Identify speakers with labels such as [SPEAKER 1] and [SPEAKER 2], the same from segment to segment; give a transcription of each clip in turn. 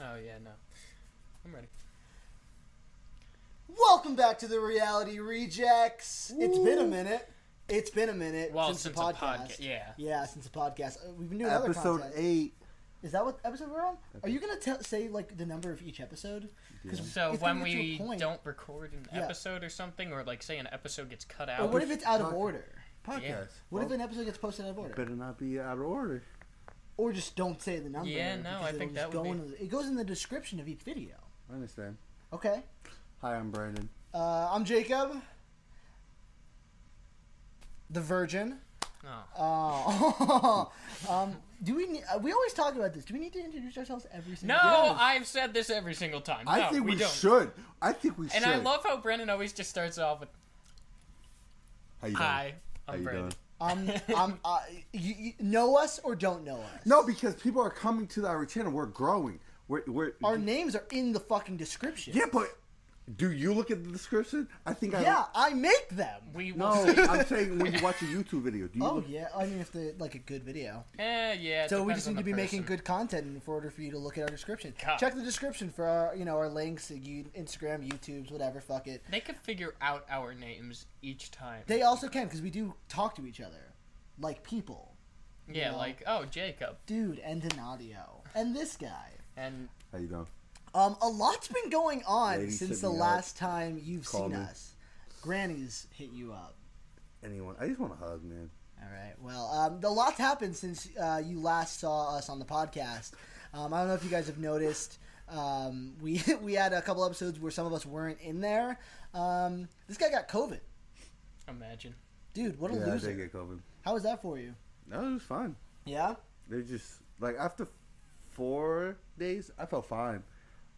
[SPEAKER 1] Oh yeah, no. I'm ready.
[SPEAKER 2] Welcome back to the Reality Rejects. It's been a minute. It's been a minute
[SPEAKER 1] Well,
[SPEAKER 2] since,
[SPEAKER 1] since,
[SPEAKER 2] the
[SPEAKER 1] a
[SPEAKER 2] podcast.
[SPEAKER 1] podcast, yeah.
[SPEAKER 2] Yeah, since the podcast. Uh, We've been doing another
[SPEAKER 3] Episode
[SPEAKER 2] contest.
[SPEAKER 3] eight.
[SPEAKER 2] Is that what episode we're on? Are you gonna tell say like the number of each episode? Because
[SPEAKER 1] So
[SPEAKER 2] it's
[SPEAKER 1] when
[SPEAKER 2] gonna get to a
[SPEAKER 1] we
[SPEAKER 2] point.
[SPEAKER 1] don't record an
[SPEAKER 2] Yeah.
[SPEAKER 1] episode or something, or like say an episode gets cut out,
[SPEAKER 2] Or what if it's out of
[SPEAKER 3] Podcast.
[SPEAKER 2] order?
[SPEAKER 3] Podcast.
[SPEAKER 1] Yeah.
[SPEAKER 2] What if
[SPEAKER 3] Well,
[SPEAKER 2] an episode gets posted out of order?
[SPEAKER 3] better not be out of order.
[SPEAKER 2] Or just don't say the number.
[SPEAKER 1] Yeah, no,
[SPEAKER 2] because
[SPEAKER 1] I
[SPEAKER 2] it'll
[SPEAKER 1] think
[SPEAKER 2] just
[SPEAKER 1] that would
[SPEAKER 2] go
[SPEAKER 1] be-
[SPEAKER 2] in the- it goes in the description of each video.
[SPEAKER 3] I understand.
[SPEAKER 2] Okay.
[SPEAKER 3] Hi, I'm Brandon.
[SPEAKER 2] Uh, I'm Jacob. The Virgin.
[SPEAKER 1] Oh.
[SPEAKER 2] Uh, um, do we need, uh, we always talk about this. Do we need to introduce ourselves every single
[SPEAKER 1] No,
[SPEAKER 2] Yes.
[SPEAKER 1] I've said this every single time.
[SPEAKER 3] I
[SPEAKER 1] no,
[SPEAKER 3] think
[SPEAKER 1] we,
[SPEAKER 3] we,
[SPEAKER 1] don't.
[SPEAKER 3] should. I think we
[SPEAKER 1] And
[SPEAKER 3] should.
[SPEAKER 1] I love how Brennan always just starts off with
[SPEAKER 3] How you doing?
[SPEAKER 1] "Hi,
[SPEAKER 3] How
[SPEAKER 1] I'm
[SPEAKER 3] you
[SPEAKER 1] Brennan."
[SPEAKER 3] doing?
[SPEAKER 2] Um, um, uh, you, you know us or don't know us.
[SPEAKER 3] No, because people are coming to our channel. We're growing. We're, we're
[SPEAKER 2] Our names are in the fucking description.
[SPEAKER 3] yeah, but do you look at the description? I think I
[SPEAKER 2] Yeah, I make them.
[SPEAKER 1] We
[SPEAKER 3] No,
[SPEAKER 1] will. say-
[SPEAKER 3] I'm saying when you watch a YouTube video, do you?
[SPEAKER 2] Oh
[SPEAKER 3] look-
[SPEAKER 2] yeah, I mean if the like a good video.
[SPEAKER 1] Eh, yeah. it
[SPEAKER 2] So we
[SPEAKER 1] depends
[SPEAKER 2] just
[SPEAKER 1] on
[SPEAKER 2] need to
[SPEAKER 1] the
[SPEAKER 2] be making
[SPEAKER 1] person.
[SPEAKER 2] good content in order for you to look at our description.
[SPEAKER 1] God.
[SPEAKER 2] Check the description for our you know our links, to you, Instagram, YouTube's, whatever. Fuck it.
[SPEAKER 1] They could figure out our names each time.
[SPEAKER 2] They also can because we do talk to each other, like people,
[SPEAKER 1] yeah,
[SPEAKER 2] know.
[SPEAKER 1] like oh Jacob
[SPEAKER 2] dude, and Donadio, and this guy.
[SPEAKER 1] and
[SPEAKER 3] How you doing?
[SPEAKER 2] Um, a lot's been going on
[SPEAKER 3] Ladies
[SPEAKER 2] since
[SPEAKER 3] hit
[SPEAKER 2] the
[SPEAKER 3] me up.
[SPEAKER 2] last time you've
[SPEAKER 3] Call
[SPEAKER 2] seen
[SPEAKER 3] me.
[SPEAKER 2] us. Grannies hit you up.
[SPEAKER 3] Anyone? I just want a hug, man.
[SPEAKER 2] All right. Well, um, a lot's happened since uh, you last saw us on the podcast. Um, I don't know if you guys have noticed. Um, we we had a couple episodes where some of us weren't in there. Um, this guy got COVID,
[SPEAKER 1] imagine.
[SPEAKER 2] dude. What a
[SPEAKER 3] yeah, I
[SPEAKER 2] loser!
[SPEAKER 3] did get COVID.
[SPEAKER 2] How was that for you?
[SPEAKER 3] No, it was fine.
[SPEAKER 2] Yeah.
[SPEAKER 3] They're just like after four days, I felt fine.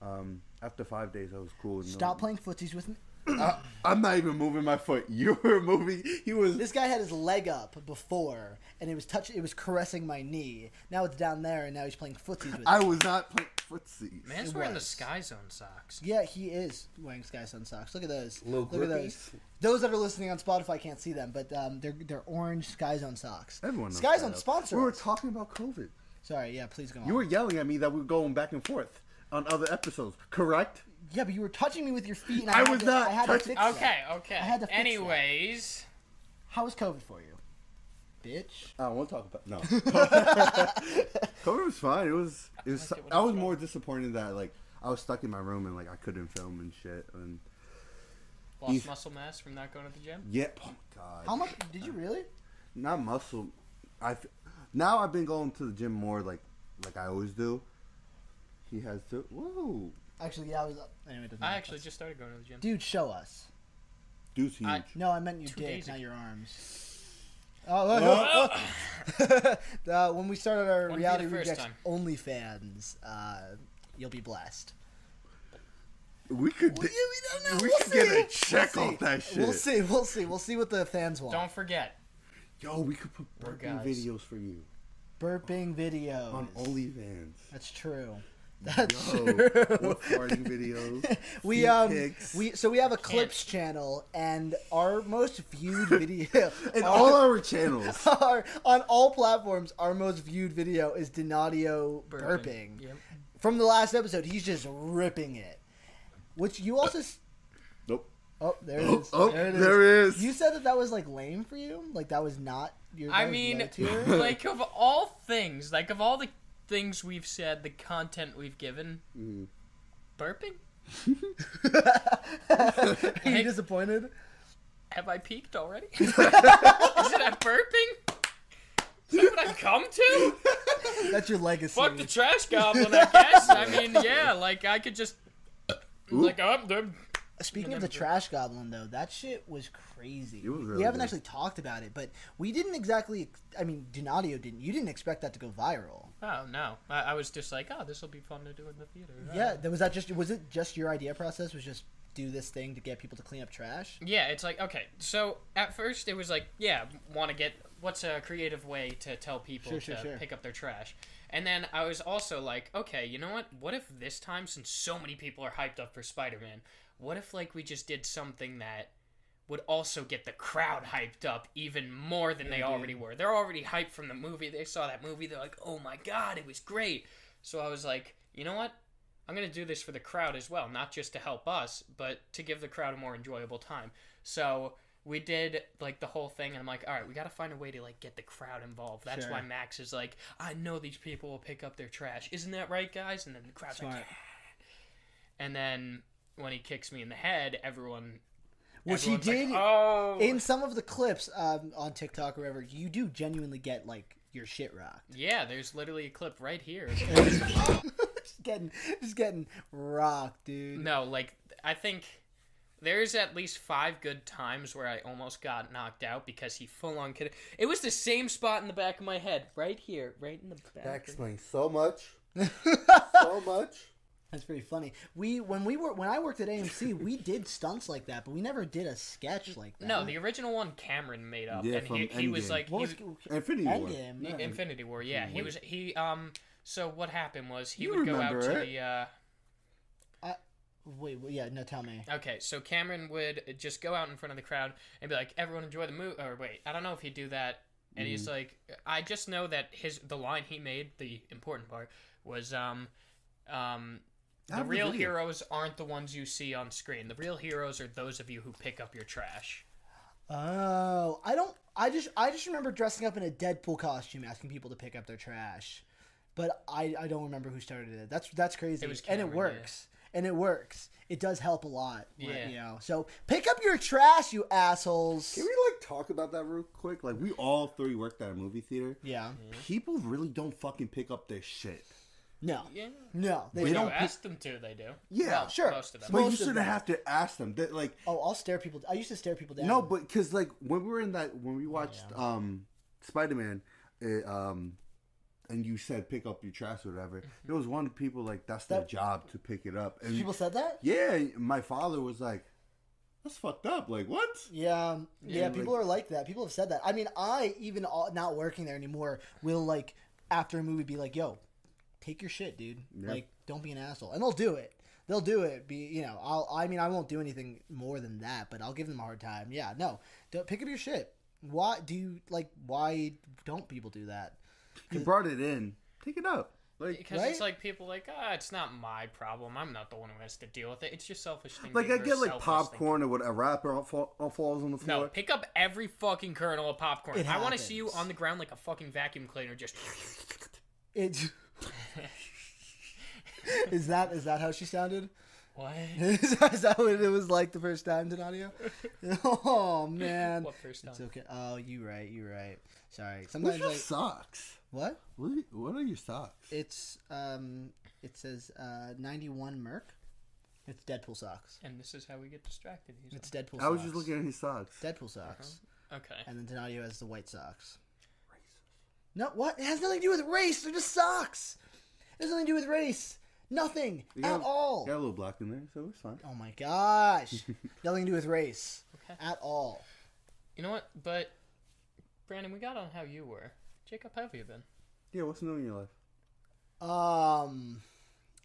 [SPEAKER 3] Um, after five days, I was cool. No-
[SPEAKER 2] Stop playing footsies with me.
[SPEAKER 3] I, I'm not even moving my foot. You were moving. He was.
[SPEAKER 2] This guy had his leg up before, and it was touch. It was caressing my knee. Now it's down there, and now he's playing footsies with.
[SPEAKER 3] I
[SPEAKER 2] me.
[SPEAKER 3] was not playing footsie.
[SPEAKER 1] Man's
[SPEAKER 2] It
[SPEAKER 1] wearing the
[SPEAKER 2] was.
[SPEAKER 1] Sky Zone socks.
[SPEAKER 2] Yeah, he is wearing Sky Sun socks. Look at those.
[SPEAKER 3] Little
[SPEAKER 2] Look at those.
[SPEAKER 3] grippies.
[SPEAKER 2] Those that are listening on Spotify can't see them, but um, they're they're orange Sky Zone socks.
[SPEAKER 3] Everyone knows
[SPEAKER 2] Sky
[SPEAKER 3] that.
[SPEAKER 2] Zone sponsor.
[SPEAKER 3] We were
[SPEAKER 2] us.
[SPEAKER 3] talking about COVID.
[SPEAKER 2] Sorry, yeah, please go on.
[SPEAKER 3] You were yelling at me that we were going back and forth on other episodes. Correct?
[SPEAKER 2] yeah, but you were touching me with your feet. And I,
[SPEAKER 3] I
[SPEAKER 2] had
[SPEAKER 3] was
[SPEAKER 2] to,
[SPEAKER 3] not
[SPEAKER 2] I had to
[SPEAKER 3] touching-
[SPEAKER 2] fix that.
[SPEAKER 1] Okay, okay.
[SPEAKER 2] I had to fix that.
[SPEAKER 1] Anyways,
[SPEAKER 2] How was COVID for you, bitch?
[SPEAKER 3] I don't want to talk about no. COVID was fine. It was. It was.
[SPEAKER 1] Look at what
[SPEAKER 3] I
[SPEAKER 1] I
[SPEAKER 3] was
[SPEAKER 1] showed.
[SPEAKER 3] more disappointed that like I was stuck in my room and like I couldn't film and shit. And
[SPEAKER 1] lost
[SPEAKER 3] He's-
[SPEAKER 1] muscle mass from not going to the gym.
[SPEAKER 3] yet, oh god,
[SPEAKER 2] How much did you really?
[SPEAKER 3] not muscle. I f- now I've been going to the gym more like like I always do. He has to. Whoa,
[SPEAKER 2] Actually, yeah, I was. Anyway, it doesn't
[SPEAKER 1] I
[SPEAKER 2] matter.
[SPEAKER 1] actually just started going to the gym.
[SPEAKER 2] Mm. Dude, show us.
[SPEAKER 3] dude's huge.
[SPEAKER 1] I-
[SPEAKER 2] No, I meant your
[SPEAKER 1] Two
[SPEAKER 2] dick,
[SPEAKER 1] days
[SPEAKER 2] not
[SPEAKER 1] ago.
[SPEAKER 2] your arms. Oh, look, look, look. uh, when we started our
[SPEAKER 1] Wouldn't be
[SPEAKER 2] reality
[SPEAKER 1] the first
[SPEAKER 2] rejects
[SPEAKER 1] time.
[SPEAKER 2] OnlyFans, uh, you'll be blessed.
[SPEAKER 3] we could.
[SPEAKER 2] Well, yeah,
[SPEAKER 3] di-
[SPEAKER 2] we don't know.
[SPEAKER 3] we
[SPEAKER 2] We'll
[SPEAKER 3] could get
[SPEAKER 2] see.
[SPEAKER 3] a check
[SPEAKER 2] We'll
[SPEAKER 3] off that
[SPEAKER 2] see.
[SPEAKER 3] shit.
[SPEAKER 2] We'll see. We'll see. We'll see what the fans want.
[SPEAKER 1] Don't forget,
[SPEAKER 3] Yo, we could put
[SPEAKER 1] We're
[SPEAKER 3] burping
[SPEAKER 1] guys.
[SPEAKER 3] videos for you
[SPEAKER 2] Burping videos.
[SPEAKER 3] on OnlyVans.
[SPEAKER 2] That's true. That's
[SPEAKER 3] Yo,
[SPEAKER 2] true.
[SPEAKER 3] we're farting videos.
[SPEAKER 2] We
[SPEAKER 3] feet
[SPEAKER 2] um
[SPEAKER 3] pics.
[SPEAKER 2] we so we have a clips channel and our most viewed video
[SPEAKER 3] in
[SPEAKER 2] our-
[SPEAKER 3] all our channels.
[SPEAKER 2] our- on all platforms our most viewed video is Donadio burping.
[SPEAKER 1] burping. Yep.
[SPEAKER 2] From the last episode, he's just ripping it. Which you also s-
[SPEAKER 3] Nope.
[SPEAKER 2] oh there it
[SPEAKER 3] Oh,
[SPEAKER 2] is
[SPEAKER 3] oh,
[SPEAKER 2] there it is.
[SPEAKER 3] there is.
[SPEAKER 2] You said that that was like lame for you. Like that was not your. that
[SPEAKER 1] I
[SPEAKER 2] was
[SPEAKER 1] mean,
[SPEAKER 2] low tier?
[SPEAKER 1] like of all things, like of all the things we've said, the content we've given, burping.
[SPEAKER 2] Are you
[SPEAKER 1] Hey.
[SPEAKER 2] disappointed?
[SPEAKER 1] Have I peaked already? Is it at burping? Is that what I've come to?
[SPEAKER 2] That's your legacy.
[SPEAKER 1] Fuck the trash goblin, I guess. I mean, yeah, like I could just like oh, I'm done.
[SPEAKER 2] Uh, Speaking
[SPEAKER 1] And
[SPEAKER 2] of the
[SPEAKER 1] then-
[SPEAKER 2] trash goblin, though, that shit was crazy.
[SPEAKER 3] It was
[SPEAKER 2] we
[SPEAKER 3] really
[SPEAKER 2] haven't
[SPEAKER 3] good.
[SPEAKER 2] actually talked about it, but we didn't exactly. I mean, Donadio didn't. You didn't expect that to go viral.
[SPEAKER 1] Oh no, I, I was just like, oh, this will be fun to do in the theater.
[SPEAKER 2] Yeah, that was that just was it just your idea process was just do this thing to get people to clean up trash?
[SPEAKER 1] Yeah, it's like okay. So at first it was like, yeah, want to get what's a creative way to tell people
[SPEAKER 2] Sure, sure,
[SPEAKER 1] to
[SPEAKER 2] sure.
[SPEAKER 1] pick up their trash. And then I was also like, okay, you know what? What if this time since so many people are hyped up for Spider-Man, what if like we just did something that would also get the crowd hyped up even more than they already were. They're already hyped from the movie. They saw that movie. They're like, "Oh my god, it was great." So I was like, "You know what? I'm going to do this for the crowd as well, not just to help us, but to give the crowd a more enjoyable time. So we did like the whole thing, and I'm like, all right, we got to find a way to like get the crowd involved. That's
[SPEAKER 2] Sure.
[SPEAKER 1] why Max is like, I know these people will pick up their trash. Isn't that right, guys? And then the crowd's like,
[SPEAKER 2] Smart.
[SPEAKER 1] "Yeah." and then when he kicks me in the head, everyone.
[SPEAKER 2] Which he
[SPEAKER 1] everyone's like,
[SPEAKER 2] did
[SPEAKER 1] oh.
[SPEAKER 2] In some of the clips um, on TikTok or wherever, you do genuinely get like your shit rocked.
[SPEAKER 1] yeah, there's literally a clip right here.
[SPEAKER 2] just getting, just getting rocked, dude.
[SPEAKER 1] No, like I think there's at least five good times where I almost got knocked out because he full on could. It was the same spot in the back of my head, right here, right in the back.
[SPEAKER 3] That explains so much. So much.
[SPEAKER 2] That's pretty funny. We when we were when I worked at AMC, we did stunts like that, but we never did a sketch like that.
[SPEAKER 1] No, the original one Cameron made up,
[SPEAKER 3] Yeah,
[SPEAKER 1] and he,
[SPEAKER 3] from
[SPEAKER 1] he was
[SPEAKER 3] Endgame.
[SPEAKER 1] like
[SPEAKER 2] what
[SPEAKER 1] he,
[SPEAKER 2] was
[SPEAKER 3] Infinity War.
[SPEAKER 2] Endgame?
[SPEAKER 1] was-
[SPEAKER 2] no.
[SPEAKER 1] Infinity War. Yeah, he
[SPEAKER 3] War.
[SPEAKER 1] was he um. So what happened was he
[SPEAKER 3] You
[SPEAKER 1] would go out
[SPEAKER 3] remember
[SPEAKER 1] to
[SPEAKER 3] it.
[SPEAKER 1] the. uh
[SPEAKER 2] Wait, wait, yeah, no, tell me.
[SPEAKER 1] Okay, so Cameron would just go out in front of the crowd and be like, "Everyone enjoy the movie." Or wait, I don't know if he'd do that. And
[SPEAKER 3] Mm.
[SPEAKER 1] he's like, "I just know that his the line he made, the important part was um, um,
[SPEAKER 3] I
[SPEAKER 1] the
[SPEAKER 3] have the
[SPEAKER 1] real
[SPEAKER 3] video.
[SPEAKER 1] heroes aren't the ones you see on screen. The real heroes are those of you who pick up your trash."
[SPEAKER 2] Oh, I don't. I just I just remember dressing up in a Deadpool costume, asking people to pick up their trash, but I I don't remember who started it. That's that's crazy.
[SPEAKER 1] It was
[SPEAKER 2] and it
[SPEAKER 1] Cameron, yeah.
[SPEAKER 2] works. And it works. It does help a lot.
[SPEAKER 1] Yeah.
[SPEAKER 2] You know. So pick up your trash, you assholes.
[SPEAKER 3] Can we like talk about that real quick? Like we all three worked at a movie theater.
[SPEAKER 2] Yeah.
[SPEAKER 3] People really don't fucking pick up their shit.
[SPEAKER 2] No.
[SPEAKER 1] Yeah,
[SPEAKER 2] No. They
[SPEAKER 3] We
[SPEAKER 1] you
[SPEAKER 2] don't.
[SPEAKER 3] don't- pick-
[SPEAKER 1] ask them to. They do.
[SPEAKER 3] Yeah,
[SPEAKER 1] Well,
[SPEAKER 2] sure.
[SPEAKER 1] Most of them.
[SPEAKER 3] But
[SPEAKER 2] Most
[SPEAKER 3] you
[SPEAKER 2] of
[SPEAKER 3] shouldn't
[SPEAKER 2] them.
[SPEAKER 3] have to ask them. That like
[SPEAKER 2] Oh, I'll stare people. I used to stare people down.
[SPEAKER 3] no, but because like when we were in that when
[SPEAKER 2] Oh,
[SPEAKER 3] we watched um Spider Man, um, and you said pick up your trash or whatever. There was one people like that's their
[SPEAKER 2] Mm-hmm. That-
[SPEAKER 3] job to pick it up. And
[SPEAKER 2] people said that.
[SPEAKER 3] yeah, my father was like, that's fucked up. Like what?
[SPEAKER 2] Yeah, yeah,
[SPEAKER 3] Yeah,
[SPEAKER 2] people
[SPEAKER 3] like-
[SPEAKER 2] are like that. People have said that. I mean, I even all, not working there anymore will like after a movie be like, "Yo, take your shit, dude.
[SPEAKER 3] Yeah.
[SPEAKER 2] Like, don't be an asshole." And they'll do it. They'll do it. Be you know, I'll. I mean, I won't do anything more than that, but I'll give them a hard time. Yeah, no, don't pick up your shit. Why do you like? Why don't people do that?
[SPEAKER 3] You brought it in. Pick it up. Like
[SPEAKER 1] because it's
[SPEAKER 2] Right?
[SPEAKER 1] like people like ah, it's not my problem. I'm not the one who has to deal with it. It's just selfish thing.
[SPEAKER 3] like I
[SPEAKER 1] being
[SPEAKER 3] get
[SPEAKER 1] selfless
[SPEAKER 3] like
[SPEAKER 1] thing to
[SPEAKER 3] popcorn or what a wrapper all fall, all falls on the floor.
[SPEAKER 1] No, pick up every fucking kernel of popcorn.
[SPEAKER 2] It
[SPEAKER 1] I want to see you
[SPEAKER 2] happens.
[SPEAKER 1] on the ground like a fucking vacuum cleaner. Just
[SPEAKER 2] It's is that is that how she sounded?
[SPEAKER 1] what?
[SPEAKER 2] is that what it was like the first time, Donadio? oh man.
[SPEAKER 1] What first time?
[SPEAKER 2] It's okay. Oh, you right. You right. Sorry.
[SPEAKER 3] Where's
[SPEAKER 2] Sometimes
[SPEAKER 3] your
[SPEAKER 2] like
[SPEAKER 3] socks?
[SPEAKER 2] what?
[SPEAKER 3] What are, you- what are your socks?
[SPEAKER 2] It's um. It says uh ninety one Merc. It's Deadpool socks.
[SPEAKER 1] And this is how we get distracted. He's
[SPEAKER 2] It's Deadpool.
[SPEAKER 3] I was
[SPEAKER 2] socks.
[SPEAKER 3] just looking at his socks.
[SPEAKER 2] Deadpool socks,
[SPEAKER 1] like, okay.
[SPEAKER 2] and then Donadio has the white socks. No, what? It has nothing to do with race. They're just socks. It has nothing to do with race. Nothing
[SPEAKER 3] You
[SPEAKER 2] at
[SPEAKER 3] got-
[SPEAKER 2] all.
[SPEAKER 3] Got a little black in there, so it's fine.
[SPEAKER 2] Oh my gosh. nothing to do with race
[SPEAKER 1] Okay.
[SPEAKER 2] at all.
[SPEAKER 1] You know what? But Brandon, we got on how you were. Jacob, how have you been?
[SPEAKER 3] Yeah, what's new in your life?
[SPEAKER 2] Um.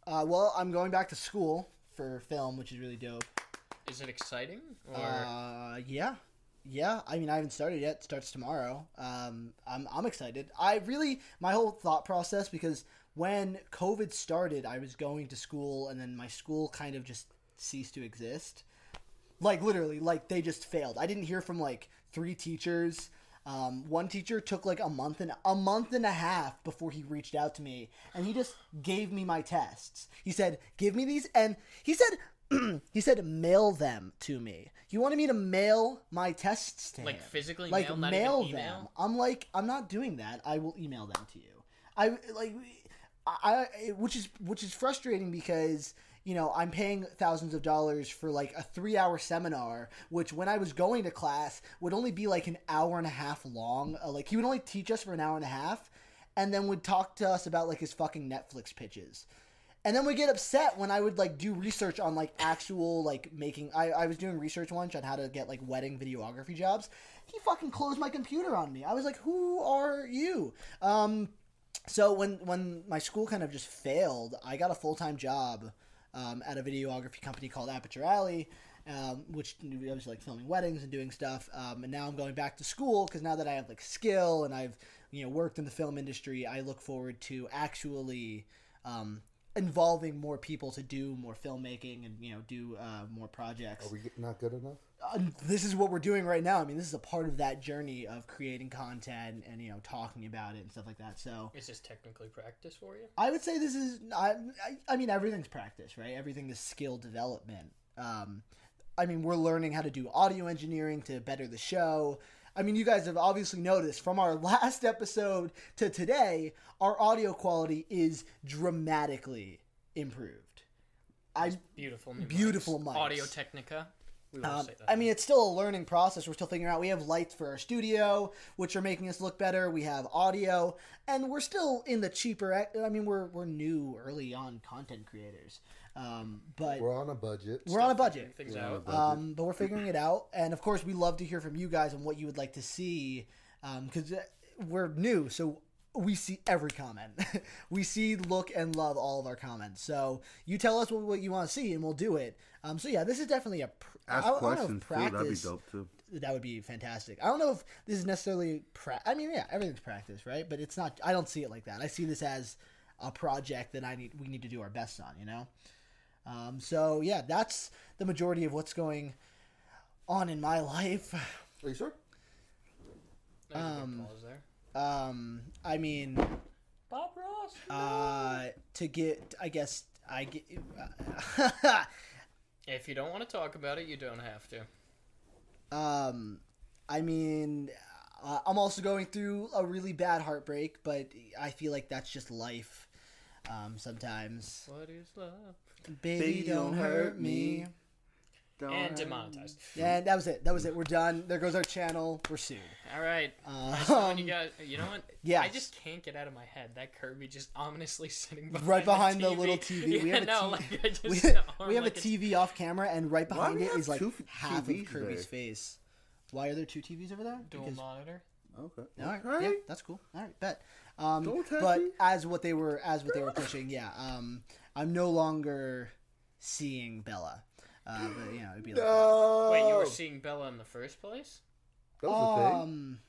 [SPEAKER 2] Uh, well, I'm going back to school for film, which is really dope.
[SPEAKER 1] Is it exciting? Or
[SPEAKER 2] Uh, yeah, yeah. I mean, I haven't started yet. It starts tomorrow. Um, I'm I'm excited. I really my whole thought process because when COVID started, I was going to school, and then my school kind of just ceased to exist. Like literally, like they just failed. I didn't hear from like three teachers. Um, one teacher took like a month and a month and a half before he reached out to me, and he just gave me my tests. He said, "Give me these," and he said, "He said mail them to me." You wanted me to mail my tests to
[SPEAKER 1] Like
[SPEAKER 2] him,
[SPEAKER 1] physically
[SPEAKER 2] like
[SPEAKER 1] mail, not even
[SPEAKER 2] mail
[SPEAKER 1] email?
[SPEAKER 2] them. I'm like, I'm not doing that. I will email them to you. I like, I, I which is which is frustrating because you know I'm paying thousands of dollars for like a three hour seminar, which when I was going to class would only be like an hour and a half long. Uh, like he would only teach us for an hour and a half, and then would talk to us about like his fucking Netflix pitches. And then we get upset when I would like do research on like actual like making. I, I was doing research once on how to get like wedding videography jobs. He fucking closed my computer on me. I was like, "Who are you?" Um, so when when my school kind of just failed, I got a full time job um, at a videography company called Aperture Alley, um, which I was like filming weddings and doing stuff. Um, and now I'm going back to school because now that I have like skill and I've you know worked in the film industry, I look forward to actually um, involving more people to do more filmmaking and you know do uh, more projects.
[SPEAKER 3] Are we not good enough?
[SPEAKER 2] Uh, this is what we're doing right now. I mean, this is a part of that journey of creating content and you know talking about it and stuff like that. So
[SPEAKER 1] Is this technically practice for you?
[SPEAKER 2] I would say this is. I, I, I mean, everything's practice, right? Everything is skill development. Um, I mean, we're learning how to do audio engineering to better the show. I mean, you guys have obviously noticed from our last episode to today, our audio quality is dramatically improved. I
[SPEAKER 1] Beautiful new mics.
[SPEAKER 2] Beautiful mics.
[SPEAKER 1] Audio Technica. We will
[SPEAKER 2] um,
[SPEAKER 1] say that.
[SPEAKER 2] I mean, it's still a learning process. We're still figuring out. We have lights for our studio, which are making us look better. We have audio, and we're still in the cheaper. ec- I mean, we're we're new, early on content creators, um, but we're,
[SPEAKER 4] We're on a budget.
[SPEAKER 2] on a budget.
[SPEAKER 1] things
[SPEAKER 3] Yeah,
[SPEAKER 1] out.
[SPEAKER 3] but-
[SPEAKER 2] Um, but we're figuring it out, and of course, we love to hear from you guys on what you would like to see, because we're new, so we see every comment. we see, look, and love all of our comments. So you tell us what, what you want to see, and we'll do it. Um, so yeah, this is definitely a pr-
[SPEAKER 3] Ask
[SPEAKER 2] I- I wanna
[SPEAKER 3] questions too. That'd be
[SPEAKER 2] practice-
[SPEAKER 3] dope too.
[SPEAKER 2] that would be fantastic. I don't know if this is necessarily pra- I mean, yeah, everything's practice, right? But it's not. I don't see it like that. I see this as a project that I need. We need to do our best on. You know. Um, so yeah, that's the majority of what's going on in my life.
[SPEAKER 4] Are you sure?
[SPEAKER 1] There's a big
[SPEAKER 2] um,
[SPEAKER 1] pause there.
[SPEAKER 2] Um, I mean,
[SPEAKER 1] Bob Ross.
[SPEAKER 2] uh, to get, I guess, I get.
[SPEAKER 1] If you don't want to talk about it, you don't have to.
[SPEAKER 2] Um, I mean, uh, I'm also going through a really bad heartbreak, but I feel like that's just life. Um, sometimes,
[SPEAKER 1] What is love?
[SPEAKER 2] baby, don't, hurt me.
[SPEAKER 3] Don't
[SPEAKER 1] And
[SPEAKER 3] hurt me.
[SPEAKER 1] demonetized.
[SPEAKER 2] And that was it. That was it. We're done. There goes our channel. We're sued.
[SPEAKER 1] All right.
[SPEAKER 2] Um,
[SPEAKER 1] you guys, you know what?
[SPEAKER 2] yes.
[SPEAKER 1] I just can't get out of my head that Kirby just ominously sitting behind
[SPEAKER 2] right behind
[SPEAKER 1] the,
[SPEAKER 2] the
[SPEAKER 1] TV.
[SPEAKER 2] little TV. We
[SPEAKER 1] yeah,
[SPEAKER 2] have a
[SPEAKER 1] no,
[SPEAKER 2] TV.
[SPEAKER 1] like I just
[SPEAKER 2] we,
[SPEAKER 1] I'm
[SPEAKER 2] we have
[SPEAKER 1] like,
[SPEAKER 2] a
[SPEAKER 1] it's-
[SPEAKER 2] TV off camera, and right
[SPEAKER 3] Why do
[SPEAKER 2] behind
[SPEAKER 3] we
[SPEAKER 2] it
[SPEAKER 3] have
[SPEAKER 2] is like
[SPEAKER 3] two f-
[SPEAKER 2] half of
[SPEAKER 3] TVs
[SPEAKER 2] Kirby's
[SPEAKER 3] there?
[SPEAKER 2] face. Why are there two TVs over there?
[SPEAKER 1] Dual
[SPEAKER 2] Because-
[SPEAKER 1] monitor.
[SPEAKER 3] Okay.
[SPEAKER 2] All right,
[SPEAKER 3] Okay.
[SPEAKER 2] yeah, that's cool. All right, bet. Um,
[SPEAKER 3] Don't touch
[SPEAKER 2] but
[SPEAKER 3] me.
[SPEAKER 2] as what they were as what they were pushing, yeah. Um, I'm no longer seeing Bella. Uh, but you know, it'd be like that.
[SPEAKER 4] No.
[SPEAKER 1] Wait, you
[SPEAKER 2] Oh.
[SPEAKER 1] were seeing Bella in the first place?
[SPEAKER 4] That was a thing.
[SPEAKER 2] um,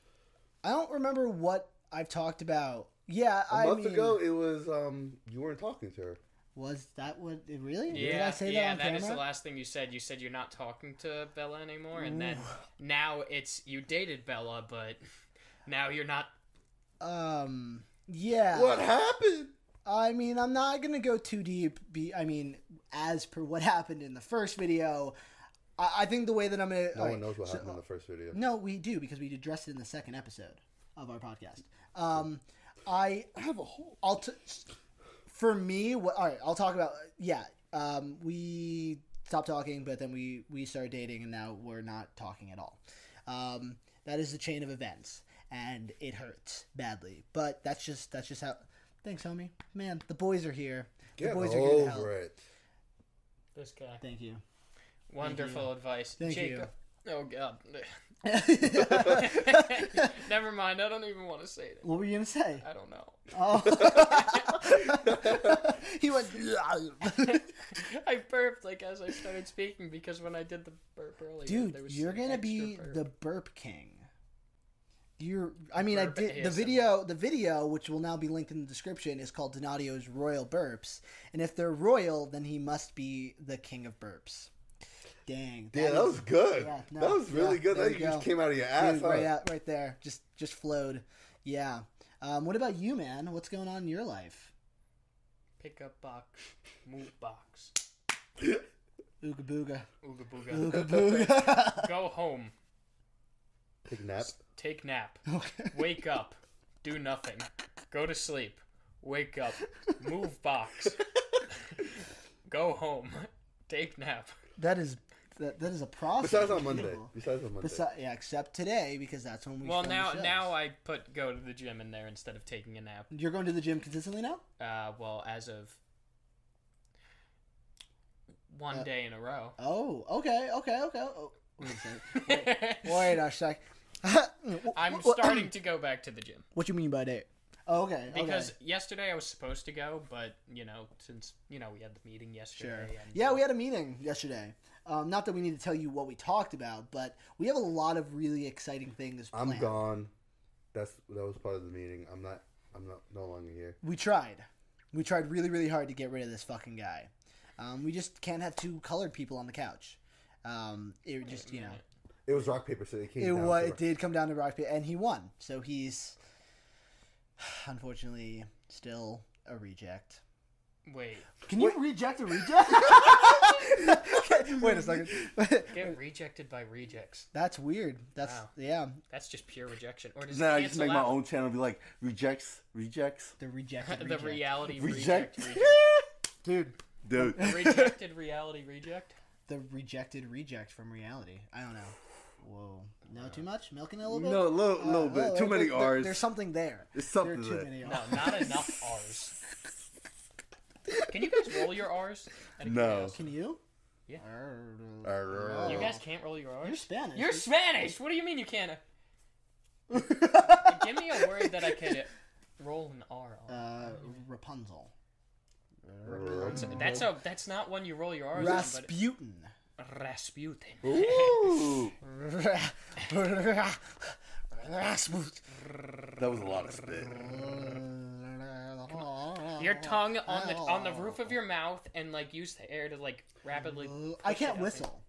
[SPEAKER 2] I don't remember what I've talked about. Yeah,
[SPEAKER 4] A
[SPEAKER 2] I
[SPEAKER 4] month
[SPEAKER 2] mean,
[SPEAKER 4] ago, it was um, you weren't talking to her.
[SPEAKER 2] was that what? Really?
[SPEAKER 1] Yeah,
[SPEAKER 2] Did I say
[SPEAKER 1] yeah,
[SPEAKER 2] that on
[SPEAKER 1] that
[SPEAKER 2] camera?
[SPEAKER 1] is the last thing you said. You said you're not talking to Bella anymore, and then now it's you dated Bella, but now you're not.
[SPEAKER 2] um, yeah.
[SPEAKER 4] What happened?
[SPEAKER 2] I mean, I'm not gonna go too deep. Be, I mean, as per what happened in the first video, I, I think the way that I'm gonna.
[SPEAKER 4] No
[SPEAKER 2] all
[SPEAKER 4] one
[SPEAKER 2] right,
[SPEAKER 4] knows what
[SPEAKER 2] so-
[SPEAKER 4] happened in the first video.
[SPEAKER 2] No, we do because we addressed it in the second episode of our podcast. Um, I have a whole. I'll t- for me. What, all right, I'll talk about. Yeah, um, we stopped talking, but then we we started dating, and now we're not talking at all. Um, that is the chain of events, and it hurts badly. But that's just that's just how. Thanks, homie. Man, the boys are here.
[SPEAKER 4] Get
[SPEAKER 2] the boys are here to help.
[SPEAKER 4] over it.
[SPEAKER 1] This guy.
[SPEAKER 2] Thank you.
[SPEAKER 1] Wonderful advice.
[SPEAKER 2] Thank
[SPEAKER 1] Jacob. Oh God. Never mind. I don't even want to say it.
[SPEAKER 2] what were you gonna say?
[SPEAKER 1] I don't know.
[SPEAKER 2] Oh, he went.
[SPEAKER 1] I burped like as I started speaking because when I did the burp earlier,
[SPEAKER 2] dude
[SPEAKER 1] there was
[SPEAKER 2] you're
[SPEAKER 1] an
[SPEAKER 2] gonna
[SPEAKER 1] extra
[SPEAKER 2] be
[SPEAKER 1] burp.
[SPEAKER 2] the burp king you're i mean
[SPEAKER 1] Burp
[SPEAKER 2] i did the
[SPEAKER 1] ASMR.
[SPEAKER 2] video the video which will now be linked in the description is called donatio's royal burps and if they're royal then he must be the king of burps dang
[SPEAKER 4] Yeah, that
[SPEAKER 2] is-
[SPEAKER 4] was good.
[SPEAKER 2] yeah, no,
[SPEAKER 4] that was really
[SPEAKER 2] yeah,
[SPEAKER 4] good.
[SPEAKER 2] there
[SPEAKER 4] That
[SPEAKER 2] you
[SPEAKER 4] just
[SPEAKER 2] go.
[SPEAKER 4] came out of your ass.
[SPEAKER 2] dude,
[SPEAKER 4] huh?
[SPEAKER 2] right out right there just just flowed yeah um, what about you man what's going on in your life
[SPEAKER 1] pickup box, move box,
[SPEAKER 2] ooga booga
[SPEAKER 1] ooga booga.
[SPEAKER 2] ooga booga
[SPEAKER 1] Go home,
[SPEAKER 4] Take a nap.
[SPEAKER 1] take nap,
[SPEAKER 2] Okay.
[SPEAKER 1] wake up, do nothing, go to sleep, wake up, move box, go home, take nap.
[SPEAKER 2] that is that, that is a process
[SPEAKER 4] Besides on Monday.
[SPEAKER 2] Beautiful.
[SPEAKER 4] Besides on Monday.
[SPEAKER 2] Besi- yeah, except today because that's when we.
[SPEAKER 1] Well,
[SPEAKER 2] film
[SPEAKER 1] now
[SPEAKER 2] the shows.
[SPEAKER 1] now I put go to the gym in there instead of taking a nap.
[SPEAKER 2] you're going to the gym consistently now.
[SPEAKER 1] Uh, well, as of one
[SPEAKER 2] Uh,
[SPEAKER 1] day in a row.
[SPEAKER 2] Oh, okay, okay, okay. Oh, wait a second. Wait, wait a sec.
[SPEAKER 1] I'm starting to go back to the gym
[SPEAKER 2] What you mean by that? Oh, okay, okay.
[SPEAKER 1] because yesterday I was supposed to go, but you know, since you know we had the meeting yesterday,
[SPEAKER 2] Sure.
[SPEAKER 1] and
[SPEAKER 2] Yeah, we had a meeting yesterday. Um, not that we need to tell you what we talked about, but we have a lot of really exciting things
[SPEAKER 4] I'm
[SPEAKER 2] planned.
[SPEAKER 4] gone. That's that was part of the meeting. I'm not. I'm not no longer here.
[SPEAKER 2] We tried. We tried really, really hard to get rid of this fucking guy. Um, we just can't have two colored people on the couch. Um, it just, you know,
[SPEAKER 4] It was rock paper, so it came.
[SPEAKER 2] it
[SPEAKER 4] down
[SPEAKER 2] wa
[SPEAKER 4] to
[SPEAKER 2] it did come down to rock paper, and he won. So he's unfortunately still a reject.
[SPEAKER 1] Wait,
[SPEAKER 2] Can you reject a reject? Wait a second.
[SPEAKER 1] get rejected by rejects.
[SPEAKER 2] That's weird. That's
[SPEAKER 1] Wow.
[SPEAKER 2] yeah.
[SPEAKER 1] That's just pure rejection. Or does
[SPEAKER 3] Then I
[SPEAKER 1] it
[SPEAKER 3] just
[SPEAKER 1] cancel
[SPEAKER 3] make my
[SPEAKER 1] out
[SPEAKER 3] own channel and be like, rejects, rejects,
[SPEAKER 2] The rejected.
[SPEAKER 1] the
[SPEAKER 2] reject.
[SPEAKER 1] reality
[SPEAKER 3] reject.
[SPEAKER 1] reject?
[SPEAKER 2] dude.
[SPEAKER 3] Dude.
[SPEAKER 1] reject. Rejected reality reject.
[SPEAKER 2] The rejected reject from reality. I don't know. Whoa. No, too much milking it a little bit.
[SPEAKER 3] No, a little,
[SPEAKER 2] Uh,
[SPEAKER 3] little bit.
[SPEAKER 2] oh,
[SPEAKER 3] Too
[SPEAKER 2] there-
[SPEAKER 3] many
[SPEAKER 2] there-
[SPEAKER 3] R's.
[SPEAKER 2] There's something there.
[SPEAKER 3] There's
[SPEAKER 2] There are
[SPEAKER 3] something
[SPEAKER 2] too
[SPEAKER 3] there.
[SPEAKER 2] many R's.
[SPEAKER 1] No, not enough R's. Can you guys roll your R's? Out of
[SPEAKER 3] No.
[SPEAKER 1] curiosity.
[SPEAKER 2] Can you?
[SPEAKER 1] Yeah.
[SPEAKER 4] Arr.
[SPEAKER 1] You guys can't roll your R's.
[SPEAKER 2] You're Spanish.
[SPEAKER 1] You're Spanish. What do you mean you can't? Give me a word that I could roll an R on.
[SPEAKER 2] uh, Rapunzel.
[SPEAKER 4] Rapunzel.
[SPEAKER 1] that's a that's not one you roll your R's on,
[SPEAKER 2] Rasputin.
[SPEAKER 1] but Rasputin.
[SPEAKER 3] Ooh.
[SPEAKER 2] Rasputin.
[SPEAKER 3] That was a lot of spit.
[SPEAKER 1] Your tongue on the on the roof of your mouth and like use the air to like rapidly.
[SPEAKER 2] I
[SPEAKER 1] push it
[SPEAKER 2] can't
[SPEAKER 1] out.
[SPEAKER 2] whistle.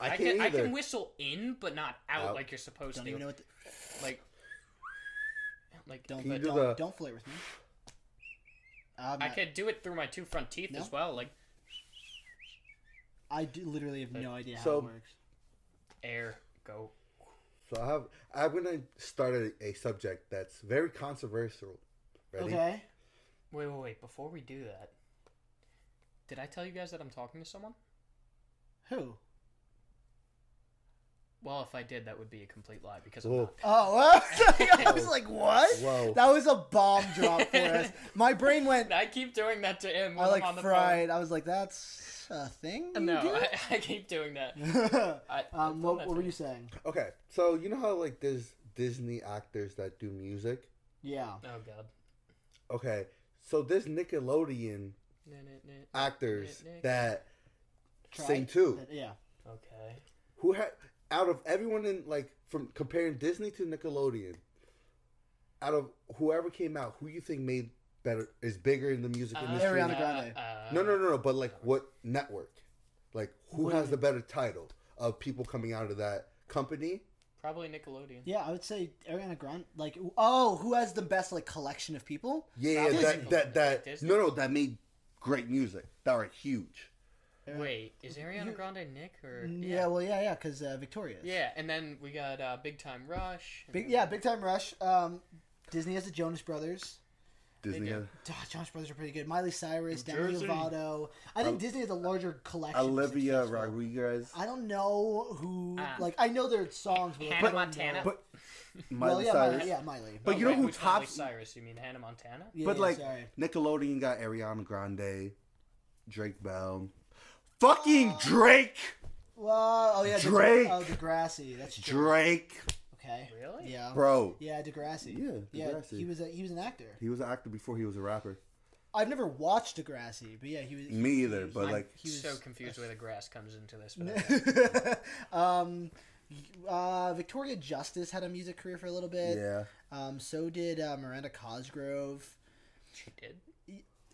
[SPEAKER 4] I
[SPEAKER 1] I
[SPEAKER 4] can't
[SPEAKER 1] can I
[SPEAKER 4] either.
[SPEAKER 1] can whistle in but not out,
[SPEAKER 4] Out.
[SPEAKER 1] like you're supposed
[SPEAKER 2] Don't
[SPEAKER 1] to.
[SPEAKER 2] even know what. The,
[SPEAKER 1] Like like
[SPEAKER 2] don't
[SPEAKER 4] you
[SPEAKER 2] but
[SPEAKER 4] do
[SPEAKER 2] don't,
[SPEAKER 4] the-
[SPEAKER 2] don't flirt with me. I'm
[SPEAKER 1] I
[SPEAKER 2] not-
[SPEAKER 1] could do it through my two front teeth
[SPEAKER 2] No?
[SPEAKER 1] as well, like
[SPEAKER 2] I do, literally have no idea how
[SPEAKER 4] So-
[SPEAKER 2] it works.
[SPEAKER 1] air go.
[SPEAKER 4] So I have. I'm gonna start a, a subject that's very controversial. Ready?
[SPEAKER 2] Okay.
[SPEAKER 1] Wait, wait, wait! Before we do that, did I tell you guys that I'm talking to someone?
[SPEAKER 2] Who?
[SPEAKER 1] Well, if I did, that would be a complete lie because I'm
[SPEAKER 4] Whoa.
[SPEAKER 1] not.
[SPEAKER 2] Oh, I was like, what?
[SPEAKER 4] Whoa.
[SPEAKER 2] That was a bomb drop for us. My brain went.
[SPEAKER 1] I keep doing that to him. When
[SPEAKER 2] I
[SPEAKER 1] I
[SPEAKER 2] like
[SPEAKER 1] am on the
[SPEAKER 2] fried. I was like, that's a thing. you
[SPEAKER 1] Phone. No,
[SPEAKER 2] do?
[SPEAKER 1] I, I keep doing that. I, I've done
[SPEAKER 2] um, what,
[SPEAKER 1] that to
[SPEAKER 2] what were
[SPEAKER 1] him.
[SPEAKER 2] you saying?
[SPEAKER 4] Okay. So you know how like there's Disney actors that do music.
[SPEAKER 2] Yeah.
[SPEAKER 1] Oh God.
[SPEAKER 4] Okay. So there's Nickelodeon
[SPEAKER 1] Nah, nah, nah.
[SPEAKER 4] actors
[SPEAKER 1] Nick- Nick.
[SPEAKER 4] that
[SPEAKER 2] Try-
[SPEAKER 4] sing too.
[SPEAKER 2] Yeah.
[SPEAKER 1] Okay.
[SPEAKER 4] Who had out of everyone in like from comparing Disney to Nickelodeon, out of whoever came out, who you think made better is bigger in the music
[SPEAKER 1] Uh,
[SPEAKER 4] industry?
[SPEAKER 2] Ariana Grande.
[SPEAKER 1] uh,
[SPEAKER 4] No, no, no, no. But like, what network? Like, who
[SPEAKER 2] What
[SPEAKER 4] has the better title of people coming out of that company?
[SPEAKER 1] Probably Nickelodeon.
[SPEAKER 2] Yeah, I would say Ariana Grande. Like, oh, who has the best like collection of people?
[SPEAKER 4] Yeah, yeah,
[SPEAKER 2] Disney.
[SPEAKER 4] that that that
[SPEAKER 1] Disney.
[SPEAKER 4] no, no, that made great music that were huge.
[SPEAKER 2] Ariana-
[SPEAKER 1] Wait, is Ariana Grande Nick or?
[SPEAKER 2] Mm, Yeah. Well, yeah, yeah, because uh, Victorious.
[SPEAKER 1] Yeah, and then we got uh, Big Time Rush. and
[SPEAKER 2] Big,
[SPEAKER 1] then-
[SPEAKER 2] yeah, Big Time Rush. Um, Disney has the Jonas Brothers.
[SPEAKER 4] Disney.
[SPEAKER 1] do.
[SPEAKER 4] had-
[SPEAKER 2] Ah, Jonas Brothers are pretty good. Miley Cyrus,
[SPEAKER 1] New
[SPEAKER 2] Demi
[SPEAKER 1] Jersey.
[SPEAKER 2] Lovato. I think Disney has a larger collection. of
[SPEAKER 3] Olivia
[SPEAKER 2] successful-
[SPEAKER 3] Rodriguez.
[SPEAKER 2] I don't know who.
[SPEAKER 1] Ah.
[SPEAKER 2] like, I know their songs. But, like, I
[SPEAKER 1] Hannah
[SPEAKER 2] don't
[SPEAKER 1] Montana.
[SPEAKER 2] know.
[SPEAKER 3] But
[SPEAKER 2] Well,
[SPEAKER 3] Miley
[SPEAKER 2] yeah,
[SPEAKER 3] Cyrus.
[SPEAKER 2] Miley, yeah, Miley.
[SPEAKER 3] But
[SPEAKER 1] Oh,
[SPEAKER 3] you know
[SPEAKER 1] wait,
[SPEAKER 3] who
[SPEAKER 1] which Miley
[SPEAKER 3] tops-
[SPEAKER 1] Cyrus? You mean Hannah Montana?
[SPEAKER 2] Yeah,
[SPEAKER 3] But
[SPEAKER 2] yeah,
[SPEAKER 3] like
[SPEAKER 2] sorry.
[SPEAKER 3] Nickelodeon got Ariana Grande, Drake Bell, fucking
[SPEAKER 2] Oh.
[SPEAKER 3] Drake,
[SPEAKER 2] Well, oh yeah,
[SPEAKER 3] Drake.
[SPEAKER 2] Oh, Degrassi. That's Drake.
[SPEAKER 3] Drake,
[SPEAKER 2] Okay.
[SPEAKER 1] Really?
[SPEAKER 2] Yeah.
[SPEAKER 3] bro.
[SPEAKER 2] Yeah, Degrassi.
[SPEAKER 4] Yeah,
[SPEAKER 2] yeah.
[SPEAKER 4] Degrassi.
[SPEAKER 2] He was a, he was an actor.
[SPEAKER 3] He was an actor before he was a rapper.
[SPEAKER 2] I've never watched Degrassi, but yeah, he was.
[SPEAKER 3] Me
[SPEAKER 2] he-
[SPEAKER 3] either,
[SPEAKER 2] he-
[SPEAKER 3] but, like-
[SPEAKER 2] he was
[SPEAKER 1] so confused where the grass comes into this. But okay.
[SPEAKER 2] um, uh, Victoria Justice had a music career for a little bit.
[SPEAKER 3] Yeah,
[SPEAKER 2] Um, so did uh, Miranda Cosgrove.
[SPEAKER 1] she did.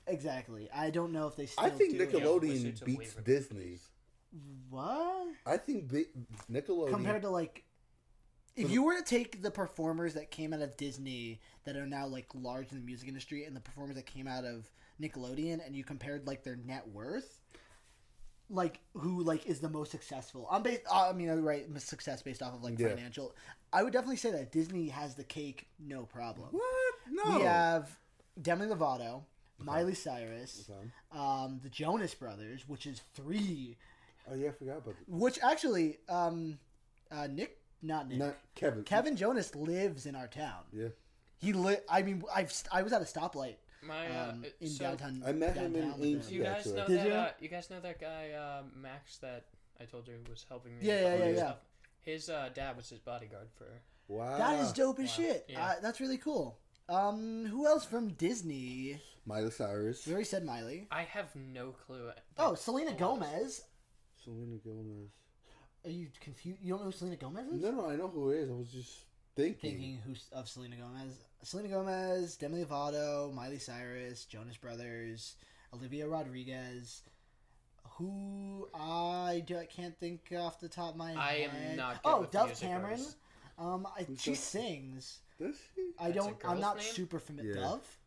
[SPEAKER 2] Exactly. I don't know if they still.
[SPEAKER 4] I think
[SPEAKER 2] do it.
[SPEAKER 1] Yeah, Wizards
[SPEAKER 4] Nickelodeon
[SPEAKER 1] of
[SPEAKER 4] beats
[SPEAKER 1] Waverly
[SPEAKER 4] Disney.
[SPEAKER 2] What
[SPEAKER 4] I think Bi- Nickelodeon.
[SPEAKER 2] compared to like. If you were to take the performers that came out of Disney that are now like large in the music industry and the performers that came out of Nickelodeon and you compared like their net worth, like who like is the most successful? I'm based. I mean, I right success based off of like
[SPEAKER 4] Yeah.
[SPEAKER 2] financial. I would definitely say that Disney has the cake, no problem.
[SPEAKER 4] what? No.
[SPEAKER 2] We have Demi Lovato, Miley Cyrus, um, the Jonas Brothers, which is three.
[SPEAKER 4] Oh yeah, I forgot about that.
[SPEAKER 2] Which actually, um, uh, Nick, not Nick,
[SPEAKER 4] Not Kevin.
[SPEAKER 2] Kevin Jonas lives in our town.
[SPEAKER 4] Yeah.
[SPEAKER 2] He li- I mean, I've st- I was at a stoplight
[SPEAKER 1] My uh,
[SPEAKER 2] um,
[SPEAKER 1] it-
[SPEAKER 2] in
[SPEAKER 1] so
[SPEAKER 2] downtown.
[SPEAKER 4] I met him in
[SPEAKER 2] downtown with
[SPEAKER 4] Ames-
[SPEAKER 1] You
[SPEAKER 2] him.
[SPEAKER 4] Yeah,
[SPEAKER 1] guys
[SPEAKER 4] sure.
[SPEAKER 1] know
[SPEAKER 2] Did
[SPEAKER 1] that
[SPEAKER 2] you?
[SPEAKER 1] you? Uh, you guys know that guy uh, Max that I told you was helping me.
[SPEAKER 2] Yeah,
[SPEAKER 1] with
[SPEAKER 2] yeah,
[SPEAKER 1] all
[SPEAKER 2] yeah,
[SPEAKER 1] this
[SPEAKER 2] yeah.
[SPEAKER 1] stuff? His uh, dad was his bodyguard for.
[SPEAKER 4] Wow.
[SPEAKER 2] That is dope as shit.
[SPEAKER 1] Yeah.
[SPEAKER 2] Uh, that's really cool. Um, who else from Disney?
[SPEAKER 4] Miley Cyrus.
[SPEAKER 2] We already said Miley.
[SPEAKER 1] I have no clue. that
[SPEAKER 2] Oh, Selena
[SPEAKER 1] was.
[SPEAKER 2] Gomez.
[SPEAKER 4] Selena Gomez.
[SPEAKER 2] Are you confused? You don't know who Selena Gomez is?
[SPEAKER 4] No, no, I know who it is. I was just
[SPEAKER 3] thinking.
[SPEAKER 2] thinking who's of Selena Gomez, Selena Gomez, Demi Lovato, Miley Cyrus, Jonas Brothers, Olivia Rodriguez. Who I do I can't think off the top of my head.
[SPEAKER 1] I am not good
[SPEAKER 2] oh,
[SPEAKER 1] with
[SPEAKER 2] Dove
[SPEAKER 1] music
[SPEAKER 2] Cameron.
[SPEAKER 1] artists.
[SPEAKER 2] Um, I,
[SPEAKER 3] Who's
[SPEAKER 2] she
[SPEAKER 3] Dove?
[SPEAKER 2] sings.
[SPEAKER 3] Does she?
[SPEAKER 2] I
[SPEAKER 1] That's a
[SPEAKER 2] don't. I'm
[SPEAKER 1] girl's
[SPEAKER 2] not
[SPEAKER 1] name?
[SPEAKER 2] super familiar.
[SPEAKER 3] Yeah.
[SPEAKER 2] Dove.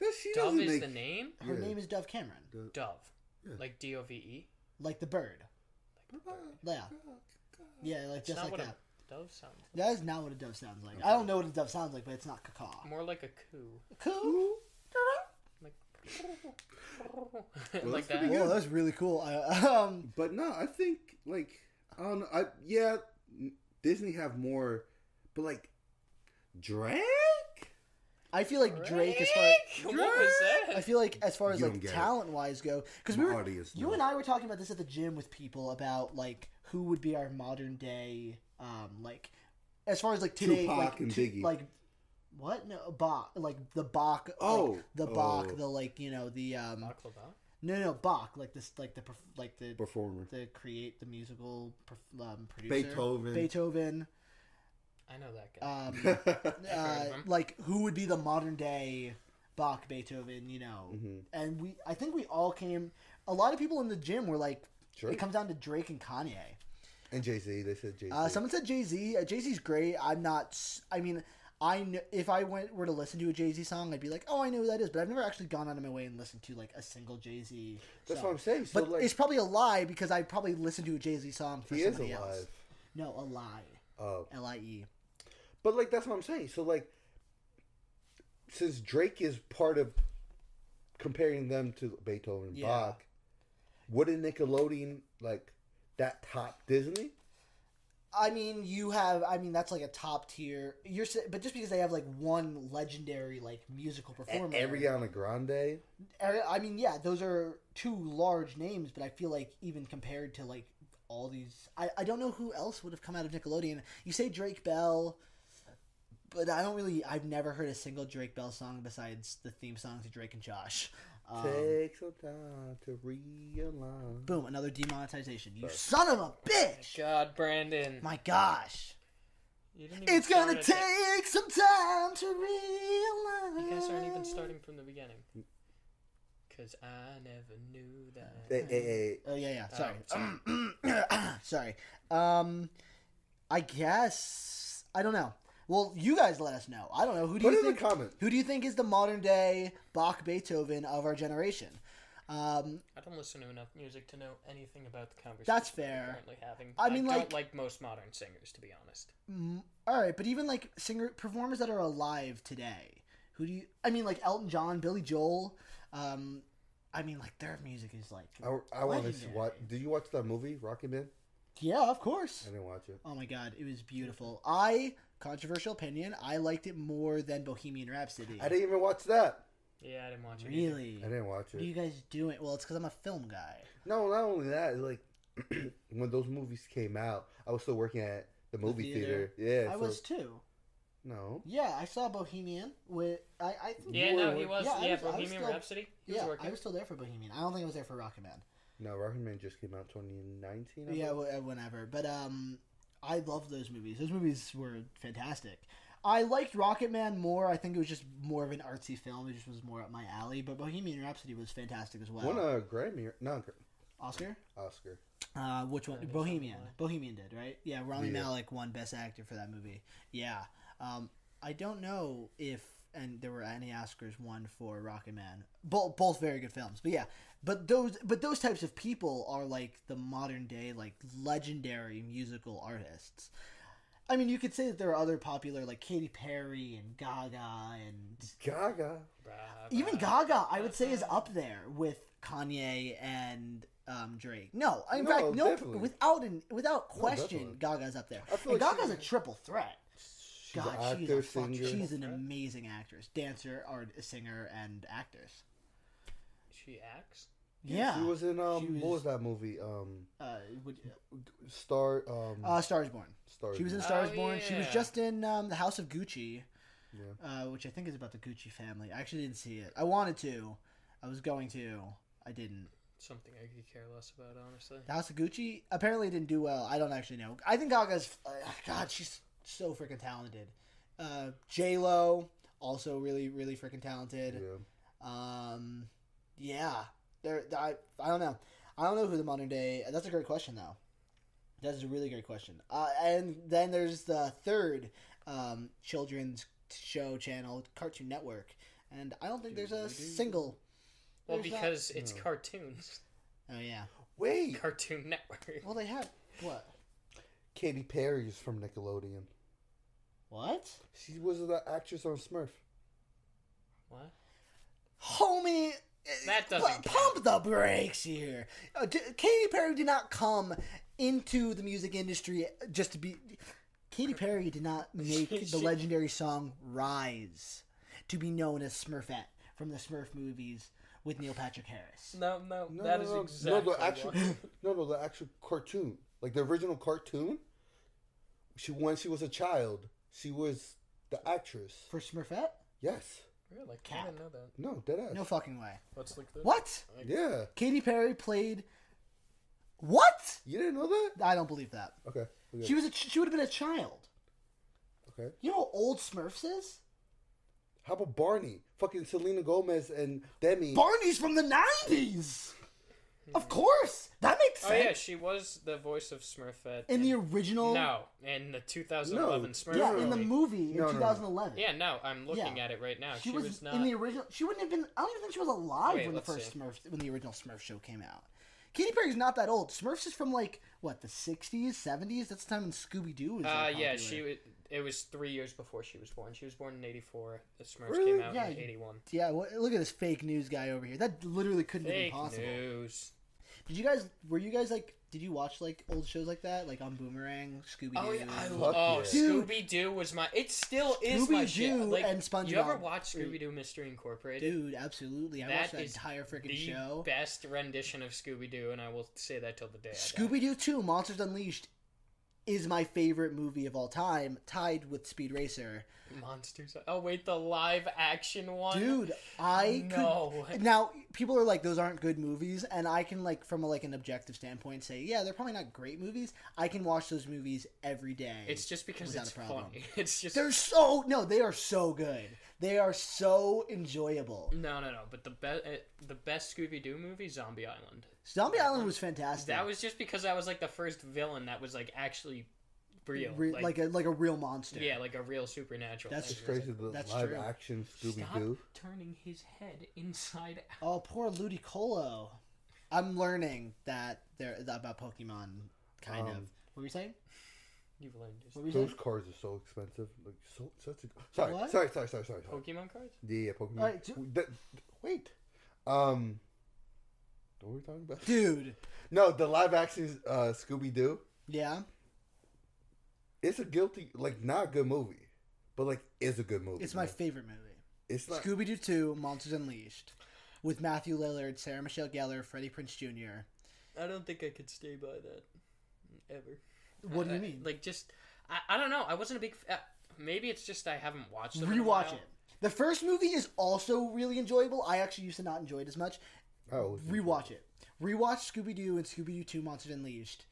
[SPEAKER 3] Does she
[SPEAKER 1] Dove
[SPEAKER 3] doesn't
[SPEAKER 1] is
[SPEAKER 3] make
[SPEAKER 1] the name?
[SPEAKER 2] Her
[SPEAKER 3] Yeah.
[SPEAKER 2] name is Dove Cameron,
[SPEAKER 1] Dove.
[SPEAKER 3] Yeah.
[SPEAKER 1] Like D O V E?
[SPEAKER 2] like the bird. Yeah, yeah, like
[SPEAKER 1] It's
[SPEAKER 2] just
[SPEAKER 1] not
[SPEAKER 2] like
[SPEAKER 1] what
[SPEAKER 2] that.
[SPEAKER 1] a dove sounds like.
[SPEAKER 2] That is not what a dove sounds like. I don't know what a dove sounds like, but it's not cacaw.
[SPEAKER 1] More like a coo.
[SPEAKER 2] Cool.
[SPEAKER 1] Like,
[SPEAKER 3] Well,
[SPEAKER 1] like
[SPEAKER 3] that's
[SPEAKER 1] that.
[SPEAKER 3] pretty
[SPEAKER 2] Whoa, that was really cool. I, um,
[SPEAKER 3] But no, I think like I don't know. I yeah, Disney have more, but like Drake.
[SPEAKER 2] I feel like Drake as far.
[SPEAKER 1] What was
[SPEAKER 2] I
[SPEAKER 1] that?
[SPEAKER 2] feel like as far as
[SPEAKER 3] You don't
[SPEAKER 2] like
[SPEAKER 3] get it.
[SPEAKER 2] talent wise go, because we
[SPEAKER 3] My
[SPEAKER 2] were
[SPEAKER 3] audience
[SPEAKER 2] you
[SPEAKER 3] knows.
[SPEAKER 2] and I were talking about this at the gym with people about like who would be our modern day um like as far as like today
[SPEAKER 3] Tupac
[SPEAKER 2] like
[SPEAKER 3] and
[SPEAKER 2] tu-
[SPEAKER 3] Biggie.
[SPEAKER 2] like what no Bach like the Bach like,
[SPEAKER 3] Oh.
[SPEAKER 2] the Bach
[SPEAKER 3] Oh.
[SPEAKER 2] the like you know the um
[SPEAKER 1] Baklava?
[SPEAKER 2] no no Bach like this like the perf- like the
[SPEAKER 3] Performer.
[SPEAKER 2] the create the musical perf- um, producer
[SPEAKER 3] Beethoven.
[SPEAKER 2] Beethoven
[SPEAKER 1] I know that guy.
[SPEAKER 2] um uh,
[SPEAKER 1] heard of him.
[SPEAKER 2] like who would be the modern day Bach, Beethoven, you know?
[SPEAKER 3] Mm-hmm.
[SPEAKER 2] And we, I think we all came. A lot of people in the gym were like,
[SPEAKER 3] Drake.
[SPEAKER 2] it comes down to Drake and Kanye.
[SPEAKER 3] and Jay Z. They said Jay Z.
[SPEAKER 2] Uh, someone said Jay Z. Uh, Jay Z's great. I'm not. s- I mean, I kn- if I went were to listen to a Jay Z song, I'd be like, oh, I know who that is. But I've never actually gone out of my way and listened to like a single Jay Z.
[SPEAKER 3] That's what I'm saying. So
[SPEAKER 2] But
[SPEAKER 3] like
[SPEAKER 2] it's probably a lie because I probably listened to a Jay Z song for
[SPEAKER 3] he is
[SPEAKER 2] somebody
[SPEAKER 3] alive.
[SPEAKER 2] else. No, a lie.
[SPEAKER 3] Uh,
[SPEAKER 2] L I E.
[SPEAKER 3] but like that's what I'm saying. So like, since Drake is part of comparing them to Beethoven, and
[SPEAKER 2] Yeah.
[SPEAKER 3] Bach, wouldn't Nickelodeon like that top Disney?
[SPEAKER 2] I mean, you have. I mean, that's like a top tier. You're, sa- but just because they have like one legendary like musical performer.
[SPEAKER 3] Ariana Grande.
[SPEAKER 2] Ari- I mean, yeah, those are two large names, but I feel like even compared to like all these, I I don't know who else would have come out of Nickelodeon. You say Drake Bell, but I don't really. I've never heard a single Drake Bell song besides the theme song to Drake and Josh. Um,
[SPEAKER 3] Take some time to realign.
[SPEAKER 2] boom! Another demonetization. You son of a bitch!
[SPEAKER 1] God, Brandon.
[SPEAKER 2] My gosh.
[SPEAKER 1] You didn't even
[SPEAKER 2] It's gonna
[SPEAKER 1] start at
[SPEAKER 2] take some time to
[SPEAKER 1] the-
[SPEAKER 2] realize.
[SPEAKER 1] You guys aren't even starting from the beginning. Because I never knew that.
[SPEAKER 3] Hey, hey, hey.
[SPEAKER 2] Oh yeah, yeah. Sorry.
[SPEAKER 1] sorry.
[SPEAKER 2] sorry. Um, I guess I don't know. Well, you guys let us know. I don't know who do
[SPEAKER 3] Put
[SPEAKER 2] you
[SPEAKER 3] in the
[SPEAKER 2] think
[SPEAKER 3] comment.
[SPEAKER 2] who do you think is the modern day Bach Beethoven of our generation? Um,
[SPEAKER 1] I don't listen to enough music to know anything about the conversation
[SPEAKER 2] That's
[SPEAKER 1] we're
[SPEAKER 2] fair.
[SPEAKER 1] currently having.
[SPEAKER 2] I mean,
[SPEAKER 1] don't
[SPEAKER 2] like-
[SPEAKER 1] most modern singers, to be honest.
[SPEAKER 2] all right, but even like singer performers that are alive today, who do you? I mean, like Elton John, Billy Joel. Um, I mean, like their music is like
[SPEAKER 3] I, I want to see
[SPEAKER 2] Legendary.
[SPEAKER 3] what. Did you watch that movie, Rocket Man?
[SPEAKER 2] yeah, of course.
[SPEAKER 3] I didn't watch it.
[SPEAKER 2] Oh my god, it was beautiful. I controversial opinion, I liked it more than Bohemian Rhapsody.
[SPEAKER 3] I didn't even watch that.
[SPEAKER 1] Yeah, I didn't watch it. either.
[SPEAKER 2] really.
[SPEAKER 3] I didn't watch
[SPEAKER 2] What are you
[SPEAKER 3] it.
[SPEAKER 2] guys doing? Well, it's because I'm a film guy.
[SPEAKER 3] No, not only that, like when those movies came out, I was still working at the movie
[SPEAKER 2] theater.
[SPEAKER 3] theater. Yeah,
[SPEAKER 2] I
[SPEAKER 3] so-
[SPEAKER 2] was too.
[SPEAKER 3] No,
[SPEAKER 2] Yeah, I saw Bohemian with I. I think
[SPEAKER 1] Yeah,
[SPEAKER 3] You
[SPEAKER 1] no,
[SPEAKER 3] were
[SPEAKER 1] he
[SPEAKER 3] working-
[SPEAKER 1] was.
[SPEAKER 2] Yeah,
[SPEAKER 1] Yeah,
[SPEAKER 2] I was- I was
[SPEAKER 1] Bohemian
[SPEAKER 2] still-
[SPEAKER 1] Rhapsody. He
[SPEAKER 2] yeah,
[SPEAKER 1] was working.
[SPEAKER 2] I was still there for Bohemian. I don't think I was there for Rocket Man.
[SPEAKER 3] no, Rocket Man just came out 2019. I
[SPEAKER 2] Yeah,
[SPEAKER 3] believe.
[SPEAKER 2] wh- whenever. But um, I loved those movies. Those movies were fantastic. I liked Rocket Man more. I think it was just more of an artsy film. It just was more up my alley. But Bohemian Rhapsody was fantastic as well.
[SPEAKER 3] won a Grammy, or- not Gra-
[SPEAKER 2] Oscar.
[SPEAKER 3] Oscar.
[SPEAKER 2] Uh, which one?
[SPEAKER 1] there's
[SPEAKER 2] Bohemian.
[SPEAKER 1] something like-
[SPEAKER 2] Bohemian did right. Yeah, Rami
[SPEAKER 3] Yeah.
[SPEAKER 2] Malek won Best Actor for that movie. Yeah. Um, I don't know if and there were any Oscars won for Rocket Man. Both both very good films. But yeah, but those but those types of people are like the modern day like legendary musical artists. I mean, you could say that there are other popular like Katy Perry and Gaga and
[SPEAKER 3] Gaga.
[SPEAKER 1] Rah,
[SPEAKER 2] even
[SPEAKER 1] rah.
[SPEAKER 2] Gaga, I would say, is
[SPEAKER 3] Uh-huh.
[SPEAKER 2] up there with Kanye and um, Drake. No, in
[SPEAKER 3] No,
[SPEAKER 2] fact, no,
[SPEAKER 3] definitely.
[SPEAKER 2] without an, without question,
[SPEAKER 3] definitely.
[SPEAKER 2] Gaga's up there.
[SPEAKER 3] I feel
[SPEAKER 2] And
[SPEAKER 3] like
[SPEAKER 2] Gaga's a
[SPEAKER 3] she's-
[SPEAKER 2] triple threat.
[SPEAKER 3] an
[SPEAKER 2] God, she's,
[SPEAKER 3] actor,
[SPEAKER 2] a fuck,
[SPEAKER 3] singer.
[SPEAKER 2] she's an amazing actress, dancer, art, singer, and actress.
[SPEAKER 1] She acts.
[SPEAKER 2] Yeah,
[SPEAKER 3] She was in um.
[SPEAKER 2] She
[SPEAKER 3] What
[SPEAKER 2] was-
[SPEAKER 3] was that movie? Um,
[SPEAKER 2] uh, would,
[SPEAKER 3] Star. Um,
[SPEAKER 2] uh, Star is Born.
[SPEAKER 3] Star.
[SPEAKER 2] She was in
[SPEAKER 1] Born.
[SPEAKER 2] Star is
[SPEAKER 1] Oh,
[SPEAKER 2] Born. She was
[SPEAKER 1] yeah.
[SPEAKER 2] just in um, the House of Gucci,
[SPEAKER 3] Yeah.
[SPEAKER 2] uh, which I think is about the Gucci family. I actually didn't see it. I wanted to. I was going to. I didn't.
[SPEAKER 1] Something I could care less about, honestly.
[SPEAKER 2] The House of Gucci apparently didn't do well. I don't actually know. I think Gaga's. Uh, God, she's so freaking talented. Uh, J Lo also really really freaking talented.
[SPEAKER 4] Yeah.
[SPEAKER 2] Um, yeah, there. I I don't know. I don't know who the modern day. That's a great question though. That's a really great question. Uh, and then there's the third um, children's show channel, Cartoon Network, and I don't think there's a single.
[SPEAKER 1] Well,
[SPEAKER 2] there's not-
[SPEAKER 1] because it's
[SPEAKER 4] No.
[SPEAKER 1] cartoons.
[SPEAKER 2] oh yeah.
[SPEAKER 4] Wait,
[SPEAKER 1] Cartoon Network.
[SPEAKER 2] Well, they have what?
[SPEAKER 4] Katy Perry is from Nickelodeon.
[SPEAKER 2] What?
[SPEAKER 4] She was the actress on Smurf.
[SPEAKER 1] What?
[SPEAKER 2] Homie. eh,
[SPEAKER 1] That
[SPEAKER 2] pu-
[SPEAKER 1] doesn't
[SPEAKER 2] pump the brakes here. Uh, d- Katy Perry did not come into the music industry just to be. Katy Perry did not make the legendary song "Rise" to be known as Smurfette from the Smurf movies with Neil Patrick Harris.
[SPEAKER 1] No, no,
[SPEAKER 4] No,
[SPEAKER 1] that
[SPEAKER 4] no,
[SPEAKER 1] is
[SPEAKER 4] no.
[SPEAKER 1] exactly
[SPEAKER 4] no, the actual,
[SPEAKER 1] what-
[SPEAKER 4] no, no, the actual cartoon, like the original cartoon. She when she was a child, she was the actress.
[SPEAKER 2] For Smurfette?
[SPEAKER 4] Yes.
[SPEAKER 1] Really? I
[SPEAKER 2] Cap.
[SPEAKER 1] didn't know that.
[SPEAKER 4] No, dead ass.
[SPEAKER 2] No fucking way.
[SPEAKER 1] Let's look this.
[SPEAKER 2] What?
[SPEAKER 4] Yeah,
[SPEAKER 2] Katy Perry played. What?
[SPEAKER 4] you didn't know that?
[SPEAKER 2] I don't believe that.
[SPEAKER 4] Okay. we good.
[SPEAKER 2] She was. A, ch- she would have been a child.
[SPEAKER 4] okay.
[SPEAKER 2] You know how old Smurfs is?
[SPEAKER 4] How about Barney? Fucking Selena Gomez and Demi.
[SPEAKER 2] Barney's from the nineties. Of course, that makes
[SPEAKER 1] Oh yeah,
[SPEAKER 2] sense.
[SPEAKER 1] she was the voice of Smurfette.
[SPEAKER 2] in the original,
[SPEAKER 1] no, in the 2011
[SPEAKER 4] No,
[SPEAKER 1] Smurf.
[SPEAKER 2] yeah,
[SPEAKER 1] movie.
[SPEAKER 2] in the movie in
[SPEAKER 4] No, no, no.
[SPEAKER 2] 2011.
[SPEAKER 1] Yeah, no, I'm looking
[SPEAKER 2] Yeah.
[SPEAKER 1] at it right now.
[SPEAKER 2] she, was,
[SPEAKER 1] not.
[SPEAKER 2] in the original. She wouldn't have been. I don't even think she was alive
[SPEAKER 1] Wait,
[SPEAKER 2] when the
[SPEAKER 1] let's
[SPEAKER 2] first
[SPEAKER 1] see.
[SPEAKER 2] Smurf, when the original Smurf show came out. Katy Perry's not that old. Smurfs is from like what the 60s, 70s. That's the time when Scooby Doo was.
[SPEAKER 1] Uh,
[SPEAKER 2] like,
[SPEAKER 1] yeah,
[SPEAKER 2] popular.
[SPEAKER 1] she. w- It was three years before she was born. She was born in '84. The Smurfs
[SPEAKER 4] Really?
[SPEAKER 1] came out
[SPEAKER 2] Yeah,
[SPEAKER 1] in
[SPEAKER 2] you-
[SPEAKER 1] '81.
[SPEAKER 2] Yeah, wha- look at this fake news guy over here. That literally couldn't have been
[SPEAKER 1] Fake
[SPEAKER 2] possible.
[SPEAKER 1] news.
[SPEAKER 2] Did you guys? Were you guys like? Did you watch like old shows like that, like on Boomerang, Scooby Doo?
[SPEAKER 1] Oh, yeah, I
[SPEAKER 4] Fuck
[SPEAKER 1] oh
[SPEAKER 4] yeah.
[SPEAKER 2] Dude.
[SPEAKER 1] Scooby Doo was my. It still is my shit.
[SPEAKER 2] Scooby-Doo
[SPEAKER 1] Like,
[SPEAKER 2] and
[SPEAKER 1] You ever
[SPEAKER 2] SpongeBob.
[SPEAKER 1] watch Scooby Doo Mystery Incorporated?
[SPEAKER 2] Dude, absolutely. I
[SPEAKER 1] That
[SPEAKER 2] watched that
[SPEAKER 1] is
[SPEAKER 2] entire freaking
[SPEAKER 1] the
[SPEAKER 2] show.
[SPEAKER 1] best rendition of Scooby Doo, and I will say that till the day. I die.
[SPEAKER 2] Scooby Doo 2 Monsters Unleashed is my favorite movie of all time, tied with Speed Racer.
[SPEAKER 1] Monsters. Oh wait, the live action one.
[SPEAKER 2] Dude, I
[SPEAKER 1] No.
[SPEAKER 2] could Now people are like those aren't good movies and I can like from a, like an objective standpoint say, yeah, they're probably not great movies. I can watch those movies every day.
[SPEAKER 1] It's just because
[SPEAKER 2] Without
[SPEAKER 1] it's
[SPEAKER 2] a problem.
[SPEAKER 1] funny. It's just
[SPEAKER 2] they're so no, they are so good. They are so enjoyable.
[SPEAKER 1] no, no, no. But the best, the best Scooby Doo movie, Zombie Island.
[SPEAKER 2] Zombie Island was fantastic.
[SPEAKER 1] That was just because I was like the first villain that was like actually real,
[SPEAKER 2] Re-
[SPEAKER 1] like,
[SPEAKER 2] like, a like a real monster.
[SPEAKER 1] yeah, like a real supernatural.
[SPEAKER 2] That's
[SPEAKER 1] thing.
[SPEAKER 4] It's crazy. The
[SPEAKER 2] That's
[SPEAKER 4] live
[SPEAKER 2] true.
[SPEAKER 4] action Scooby
[SPEAKER 1] Stop
[SPEAKER 4] Doo.
[SPEAKER 1] turning his head inside out.
[SPEAKER 2] Oh, poor Ludicolo. I'm learning that there that about Pokemon, kind of.
[SPEAKER 4] Um,
[SPEAKER 2] What were you saying?
[SPEAKER 1] You've learned his
[SPEAKER 2] What were you
[SPEAKER 4] Those
[SPEAKER 2] saying?
[SPEAKER 4] cards are so expensive. Like so, such a. Sorry,
[SPEAKER 2] What?
[SPEAKER 4] sorry, sorry, sorry, sorry, sorry.
[SPEAKER 1] Pokemon cards.
[SPEAKER 4] Yeah, yeah, Pokemon.
[SPEAKER 2] Alright, ju-
[SPEAKER 4] That- wait. Um. What were we talking about?
[SPEAKER 2] Dude.
[SPEAKER 4] No, the live action uh, Scooby Doo.
[SPEAKER 2] Yeah.
[SPEAKER 4] It's a guilty, like not a good movie, but like is a good movie.
[SPEAKER 2] It's my
[SPEAKER 4] man.
[SPEAKER 2] favorite movie.
[SPEAKER 4] It's not.
[SPEAKER 2] Scooby Doo 2 Monsters Unleashed with Matthew Lillard, Sarah Michelle Gellar, Freddie Prince Jr.
[SPEAKER 1] I don't think I could stay by that ever.
[SPEAKER 2] What do
[SPEAKER 1] I-
[SPEAKER 2] you mean?
[SPEAKER 1] Uh, Like just, I, I don't know. I wasn't a big. F- uh, maybe it's just I haven't watched. them in a
[SPEAKER 2] Rewatch
[SPEAKER 1] while.
[SPEAKER 2] it. The first movie is also really enjoyable. I actually used to not enjoy it as much.
[SPEAKER 4] oh, it's-
[SPEAKER 2] Rewatch it. Rewatch Scooby Doo and Scooby Doo 2 Monsters Unleashed.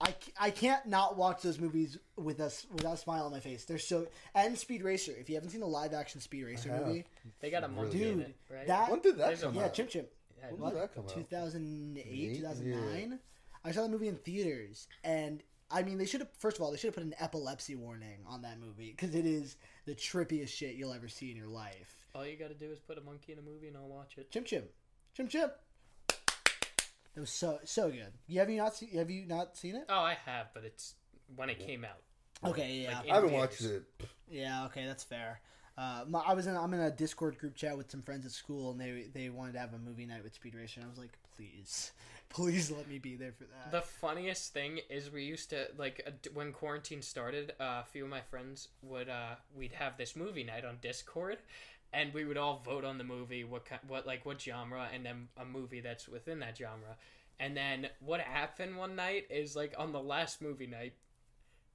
[SPEAKER 2] I, c- I can't not watch those movies with us without a smile on my face. They're so and Speed Racer. If you haven't seen the live action Speed Racer
[SPEAKER 4] have.
[SPEAKER 2] movie,
[SPEAKER 1] They got a
[SPEAKER 4] Really
[SPEAKER 1] monkey in
[SPEAKER 2] dude,
[SPEAKER 1] it, right?
[SPEAKER 2] that
[SPEAKER 4] When did that
[SPEAKER 1] There's a-
[SPEAKER 4] come
[SPEAKER 2] yeah,
[SPEAKER 4] out?
[SPEAKER 2] Chimp Chimp.
[SPEAKER 1] Yeah,
[SPEAKER 4] When did that come
[SPEAKER 2] Two
[SPEAKER 4] out?
[SPEAKER 2] thousand eight,
[SPEAKER 4] Eight?
[SPEAKER 2] two thousand nine. I saw the movie in theaters, and I mean, they should have. First of all, they should have put an epilepsy warning on that movie because it is the trippiest shit you'll ever see in your life.
[SPEAKER 1] All you got to do is put a monkey in a movie, and I'll watch it.
[SPEAKER 2] Chimp Chimp, Chimp Chimp. That was so so good. You have you not seen? Have you not seen it?
[SPEAKER 1] Oh, I have, but it's when it came out.
[SPEAKER 2] Okay, yeah,
[SPEAKER 1] Like,
[SPEAKER 4] I haven't
[SPEAKER 1] Yeah.
[SPEAKER 4] watched it.
[SPEAKER 2] yeah. Okay, that's fair. Uh, my, I was in. I'm in a Discord group chat with some friends at school, and they they wanted to have a movie night with Speed Racer, and I was like, please, please let me be there for that.
[SPEAKER 1] The funniest thing is we used to like uh, d- when quarantine started. Uh, a few of my friends would uh, we'd have this movie night on Discord, and we would all vote on the movie, what ki- what like what genre, and then a movie that's within that genre. And then what happened one night is like on the last movie night.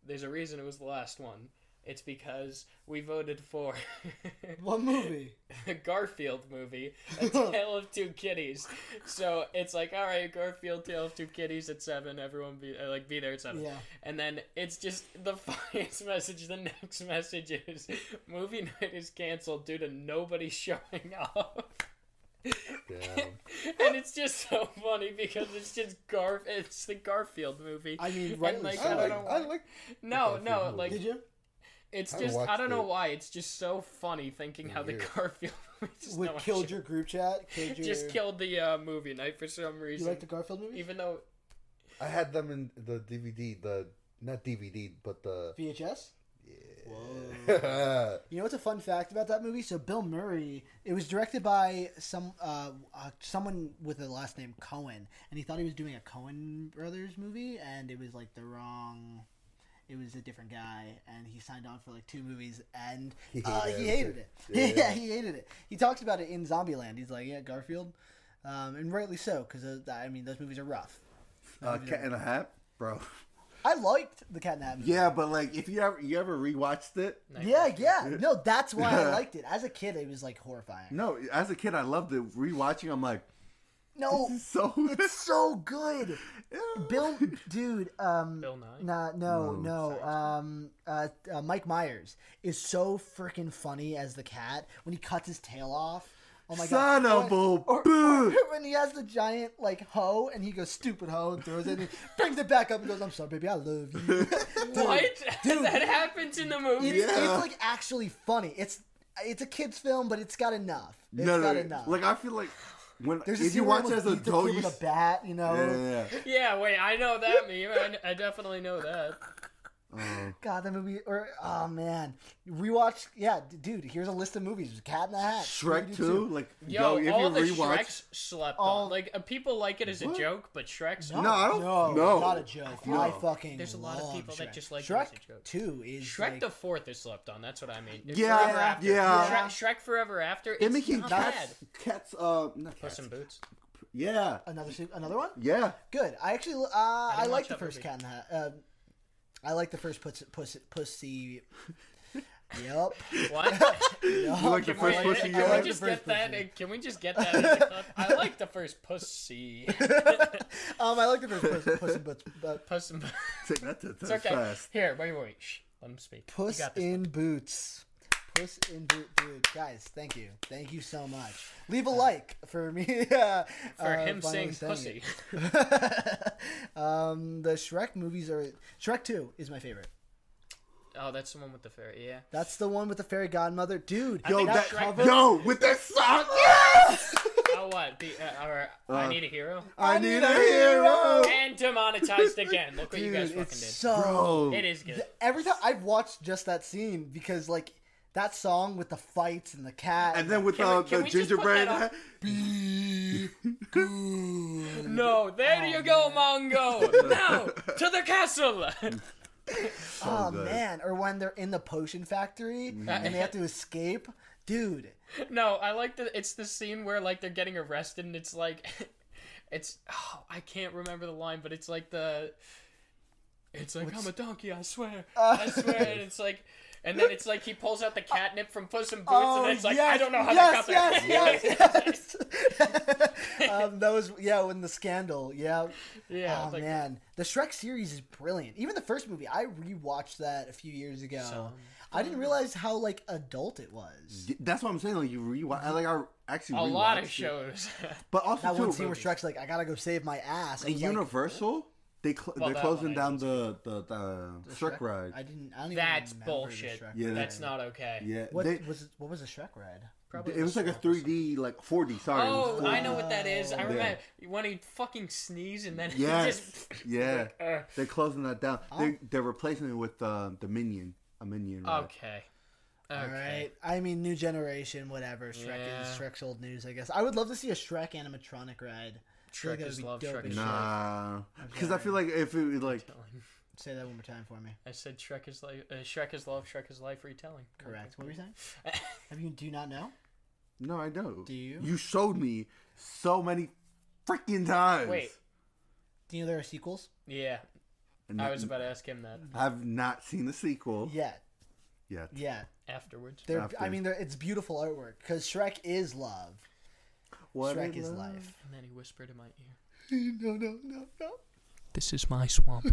[SPEAKER 1] There's a reason it was the last one. It's because we voted for
[SPEAKER 2] What movie?
[SPEAKER 1] the Garfield movie, A Tale of Two Kitties. So it's like, all right, Garfield, Tale of Two Kitties at seven. Everyone be uh, like, be there at seven.
[SPEAKER 2] Yeah.
[SPEAKER 1] And then it's just the funniest message. The next message is movie night is canceled due to nobody showing up.
[SPEAKER 4] Damn.
[SPEAKER 1] and it's just so funny because it's just Garf. It's the Garfield movie.
[SPEAKER 2] I mean,
[SPEAKER 1] And,
[SPEAKER 2] rightly
[SPEAKER 1] like,
[SPEAKER 2] so.
[SPEAKER 4] I
[SPEAKER 1] I
[SPEAKER 4] like.
[SPEAKER 1] don't know.
[SPEAKER 4] I like.
[SPEAKER 1] No,
[SPEAKER 4] Garfield
[SPEAKER 1] no,
[SPEAKER 4] movie.
[SPEAKER 1] like
[SPEAKER 2] Did you?
[SPEAKER 1] it's
[SPEAKER 4] I
[SPEAKER 1] just I
[SPEAKER 4] watched
[SPEAKER 1] don't know
[SPEAKER 4] it.
[SPEAKER 1] why it's just so funny thinking how the
[SPEAKER 4] Yeah.
[SPEAKER 1] Garfield movie just,
[SPEAKER 2] Would
[SPEAKER 1] no,
[SPEAKER 2] killed your group chat? Killed your.
[SPEAKER 1] just killed the uh, movie night for some
[SPEAKER 2] You
[SPEAKER 1] reason.
[SPEAKER 2] like the Garfield movie?
[SPEAKER 1] Even though
[SPEAKER 4] I had them in the DVD. The not DVD, but the.
[SPEAKER 2] VHS.
[SPEAKER 4] Yeah.
[SPEAKER 2] You know what's a fun fact about that movie? So Bill Murray, it was directed by some uh, uh, someone with the last name Cohen, and he thought he was doing a Cohen Brothers movie, and it was like the wrong. It was a different guy, and he signed on for like two movies, and
[SPEAKER 4] He
[SPEAKER 2] uh,
[SPEAKER 4] hated
[SPEAKER 2] he
[SPEAKER 4] it.
[SPEAKER 2] hated it. Yeah.
[SPEAKER 4] Yeah.
[SPEAKER 2] he hated it. He talks about it in Zombieland. He's like, yeah, Garfield, um, and rightly so, because I mean those movies are rough.
[SPEAKER 3] Uh, Cat in a Hat, bro.
[SPEAKER 2] I liked the Cat and Hat movie.
[SPEAKER 3] Yeah, but like if you ever you ever rewatched it,
[SPEAKER 1] Night
[SPEAKER 2] Yeah,
[SPEAKER 1] Watch-
[SPEAKER 2] yeah. No, that's why I liked it. As a kid, it was like horrifying.
[SPEAKER 3] no, as a kid I loved it. Rewatching, I'm like,
[SPEAKER 2] No,
[SPEAKER 3] this is so
[SPEAKER 2] It's so good. Bill, dude. Um,
[SPEAKER 1] Bill Nye?
[SPEAKER 2] Nah, no, no.
[SPEAKER 1] Sorry.
[SPEAKER 2] Um, uh, uh, Mike Myers is so freaking funny as the cat when he cuts his tail off. Oh my
[SPEAKER 3] Son
[SPEAKER 2] god!
[SPEAKER 3] of
[SPEAKER 2] When-
[SPEAKER 3] a
[SPEAKER 2] or-
[SPEAKER 3] bitch.
[SPEAKER 2] or when he has the giant like hoe and he goes stupid hoe and throws it, and he brings it back up and goes, "I'm sorry, baby, I love you."
[SPEAKER 1] What? that happens in the movie.
[SPEAKER 2] It's,
[SPEAKER 3] Yeah.
[SPEAKER 2] it's like actually funny. It's it's a kids film, but it's got enough. It's
[SPEAKER 3] no,
[SPEAKER 2] got
[SPEAKER 3] no, no.
[SPEAKER 2] enough.
[SPEAKER 3] Like I feel like when
[SPEAKER 2] There's a
[SPEAKER 3] if you
[SPEAKER 2] scene where
[SPEAKER 3] watch
[SPEAKER 2] he
[SPEAKER 3] it as an
[SPEAKER 2] almost beats the
[SPEAKER 3] adult,
[SPEAKER 2] kid
[SPEAKER 3] you
[SPEAKER 2] with
[SPEAKER 3] s-
[SPEAKER 2] a bat, you know.
[SPEAKER 3] yeah, yeah, yeah.
[SPEAKER 1] Yeah, wait, I know that meme. I, I definitely know that.
[SPEAKER 3] Oh.
[SPEAKER 2] God, that movie, or oh man, rewatch. Yeah, d- dude, here's a list of movies: Cat in the Hat,
[SPEAKER 3] Shrek
[SPEAKER 2] Scooby-Doo
[SPEAKER 3] Two, like
[SPEAKER 1] Yo,
[SPEAKER 3] yo, if
[SPEAKER 1] all the
[SPEAKER 3] you rewatch,
[SPEAKER 1] Shreks slept
[SPEAKER 2] All-
[SPEAKER 1] on. Like uh, people like it as a
[SPEAKER 3] What?
[SPEAKER 1] joke, but Shrek's
[SPEAKER 3] No, I don't- no.
[SPEAKER 2] not a joke.
[SPEAKER 3] No.
[SPEAKER 2] I fucking.
[SPEAKER 1] There's a lot of
[SPEAKER 2] love
[SPEAKER 1] people that
[SPEAKER 2] Shrek.
[SPEAKER 1] just like it
[SPEAKER 2] Shrek
[SPEAKER 1] as a joke.
[SPEAKER 2] Two is
[SPEAKER 1] Shrek
[SPEAKER 2] like,
[SPEAKER 1] the Fourth is slept on. That's what I mean. It's
[SPEAKER 3] Yeah,
[SPEAKER 1] Forever After.
[SPEAKER 3] yeah.
[SPEAKER 1] Shrek, Shrek Forever After.
[SPEAKER 3] they're
[SPEAKER 1] It's
[SPEAKER 3] making
[SPEAKER 1] not
[SPEAKER 3] cats,
[SPEAKER 1] bad.
[SPEAKER 3] cats, uh, not
[SPEAKER 1] Puss
[SPEAKER 3] cats.
[SPEAKER 1] in Boots.
[SPEAKER 3] yeah,
[SPEAKER 2] another se- another one.
[SPEAKER 3] yeah.
[SPEAKER 2] Good. I actually uh, I,
[SPEAKER 1] didn't
[SPEAKER 2] like
[SPEAKER 1] watch
[SPEAKER 2] the
[SPEAKER 1] that
[SPEAKER 2] first
[SPEAKER 1] movie.
[SPEAKER 2] Cat in the Hat. Um, I like the first pussy. pussy, pussy. yep.
[SPEAKER 1] What?
[SPEAKER 3] You like the
[SPEAKER 1] Can
[SPEAKER 3] first
[SPEAKER 1] we,
[SPEAKER 3] pussy?
[SPEAKER 1] can
[SPEAKER 3] you
[SPEAKER 1] we
[SPEAKER 3] like?
[SPEAKER 1] just
[SPEAKER 2] the
[SPEAKER 1] get
[SPEAKER 2] first
[SPEAKER 1] that?
[SPEAKER 2] pussy.
[SPEAKER 1] Can we just get that? As a clip? I like the first pussy.
[SPEAKER 2] Um, I like the first puss, puss in Boots. But
[SPEAKER 1] Puss in Boots.
[SPEAKER 3] Take that to
[SPEAKER 1] It's okay.
[SPEAKER 3] fast.
[SPEAKER 1] Here, wait, wait, wait. Shh, let him speak. You
[SPEAKER 2] Puss
[SPEAKER 1] got this,
[SPEAKER 2] in Boots. Puss in Boots, dude. Guys, thank you, thank you so much. Leave a like for me. Uh,
[SPEAKER 1] for
[SPEAKER 2] uh,
[SPEAKER 1] him
[SPEAKER 2] finally
[SPEAKER 1] saying pussy.
[SPEAKER 2] it. um, the Shrek movies are Shrek Two is my favorite.
[SPEAKER 1] Oh, that's the one with the fairy. Yeah.
[SPEAKER 2] That's the one with the fairy godmother, dude.
[SPEAKER 3] Yo,
[SPEAKER 1] think
[SPEAKER 3] that,
[SPEAKER 1] that's Shrek.
[SPEAKER 3] yo, with that song, yes!
[SPEAKER 1] Oh, what? The, uh, or, I need a hero.
[SPEAKER 3] I need a hero.
[SPEAKER 1] And demonetized again. Look what you
[SPEAKER 2] oh. dude,
[SPEAKER 1] guys
[SPEAKER 2] it's
[SPEAKER 1] fucking did.
[SPEAKER 2] so
[SPEAKER 3] Bro,
[SPEAKER 1] it is good.
[SPEAKER 2] every time I've watched just that scene because like that song with the fights and the cat
[SPEAKER 3] and then with
[SPEAKER 1] Can we-
[SPEAKER 3] uh,
[SPEAKER 1] can
[SPEAKER 3] the
[SPEAKER 1] we just put
[SPEAKER 3] gingerbread,
[SPEAKER 1] that
[SPEAKER 2] Be good.
[SPEAKER 1] No, there you go, Mongo. now to the castle.
[SPEAKER 3] so
[SPEAKER 2] Oh
[SPEAKER 3] good. Mm-hmm.
[SPEAKER 2] man, or when they're in the potion factory and they have to escape, dude.
[SPEAKER 1] no, I like the. It's the scene where like they're getting arrested, and it's like, it's. Oh, I can't remember the line, but it's like the. It's like I'm a donkey. I swear.
[SPEAKER 2] Uh,
[SPEAKER 1] I swear. and it's like. And then it's like he pulls out the catnip from Puss in Boots, and it's like I don't know how
[SPEAKER 2] Oh, yes,
[SPEAKER 1] they got there.
[SPEAKER 2] yes, yes, yes. um, that was yeah, when the scandal, yeah.
[SPEAKER 1] yeah.
[SPEAKER 2] oh
[SPEAKER 1] it's like,
[SPEAKER 2] man, the Shrek series is brilliant. Even the first movie, I rewatched that a few years ago.
[SPEAKER 1] Some-
[SPEAKER 2] I didn't realize how like adult it was.
[SPEAKER 3] Y- That's what I'm saying. Like you rewatch, like I actually
[SPEAKER 1] A lot
[SPEAKER 3] rewatched
[SPEAKER 1] of
[SPEAKER 3] it.
[SPEAKER 1] shows.
[SPEAKER 3] but also
[SPEAKER 2] That
[SPEAKER 3] too,
[SPEAKER 2] one scene where Shrek's like, "I gotta go save my ass." I
[SPEAKER 3] And
[SPEAKER 2] was like,
[SPEAKER 3] Universal, they cl-
[SPEAKER 1] Well,
[SPEAKER 3] they're
[SPEAKER 1] that one
[SPEAKER 3] closing
[SPEAKER 1] I
[SPEAKER 3] down the the, the,
[SPEAKER 2] "The
[SPEAKER 3] Shrek, ride.
[SPEAKER 2] I didn't. I don't even
[SPEAKER 1] That's
[SPEAKER 2] remember the
[SPEAKER 1] bullshit.
[SPEAKER 2] Shrek
[SPEAKER 3] Yeah,
[SPEAKER 2] ride.
[SPEAKER 1] That's not okay.
[SPEAKER 3] yeah,
[SPEAKER 2] What
[SPEAKER 3] they-
[SPEAKER 2] was what was a Shrek ride?
[SPEAKER 1] Probably
[SPEAKER 3] it was like a
[SPEAKER 1] small.
[SPEAKER 3] 3D, like 4D. Sorry. it was
[SPEAKER 1] Oh,
[SPEAKER 3] 4D.
[SPEAKER 1] I know what that is. I
[SPEAKER 2] Yeah.
[SPEAKER 1] remember when he fucking sneeze and then he
[SPEAKER 3] Yes.
[SPEAKER 1] just. Oh.
[SPEAKER 3] yeah.
[SPEAKER 1] Uh,
[SPEAKER 3] They're closing that down. They they're replacing it with uh, the Minion, a Minion. Ride.
[SPEAKER 1] okay.
[SPEAKER 2] All
[SPEAKER 1] Okay.
[SPEAKER 2] right. I mean, new generation, whatever. Shrek is
[SPEAKER 1] Yeah.
[SPEAKER 2] Shrek's old news, I guess. I would love to see a Shrek animatronic ride. I feel
[SPEAKER 1] Shrek
[SPEAKER 2] like that
[SPEAKER 1] is
[SPEAKER 2] would be
[SPEAKER 1] love,
[SPEAKER 2] dope
[SPEAKER 1] Shrek
[SPEAKER 2] as
[SPEAKER 1] is
[SPEAKER 2] shit.
[SPEAKER 3] Nah, because I feel like if it was like
[SPEAKER 2] Say that one more time for me.
[SPEAKER 1] I said Shrek is life. Uh, Shrek is love. Shrek is life. Retelling.
[SPEAKER 2] Correct. What were you saying? Have you do you not know?
[SPEAKER 3] no, I know.
[SPEAKER 2] Do you?
[SPEAKER 3] You showed me so many freaking times.
[SPEAKER 1] Wait.
[SPEAKER 2] Do you know there are sequels?
[SPEAKER 1] Yeah.
[SPEAKER 3] And
[SPEAKER 1] I was about to ask him that.
[SPEAKER 3] I've not seen the sequel.
[SPEAKER 2] Yeah.
[SPEAKER 3] yet.
[SPEAKER 2] Yeah,
[SPEAKER 1] afterwards.
[SPEAKER 2] they're,
[SPEAKER 3] After.
[SPEAKER 2] I mean, they're, it's beautiful artwork because Shrek is love.
[SPEAKER 3] What
[SPEAKER 2] Shrek
[SPEAKER 3] a
[SPEAKER 2] is
[SPEAKER 3] love.
[SPEAKER 2] life.
[SPEAKER 1] And then he whispered in my ear,
[SPEAKER 2] no, no, no, no.
[SPEAKER 1] "This is my swamp."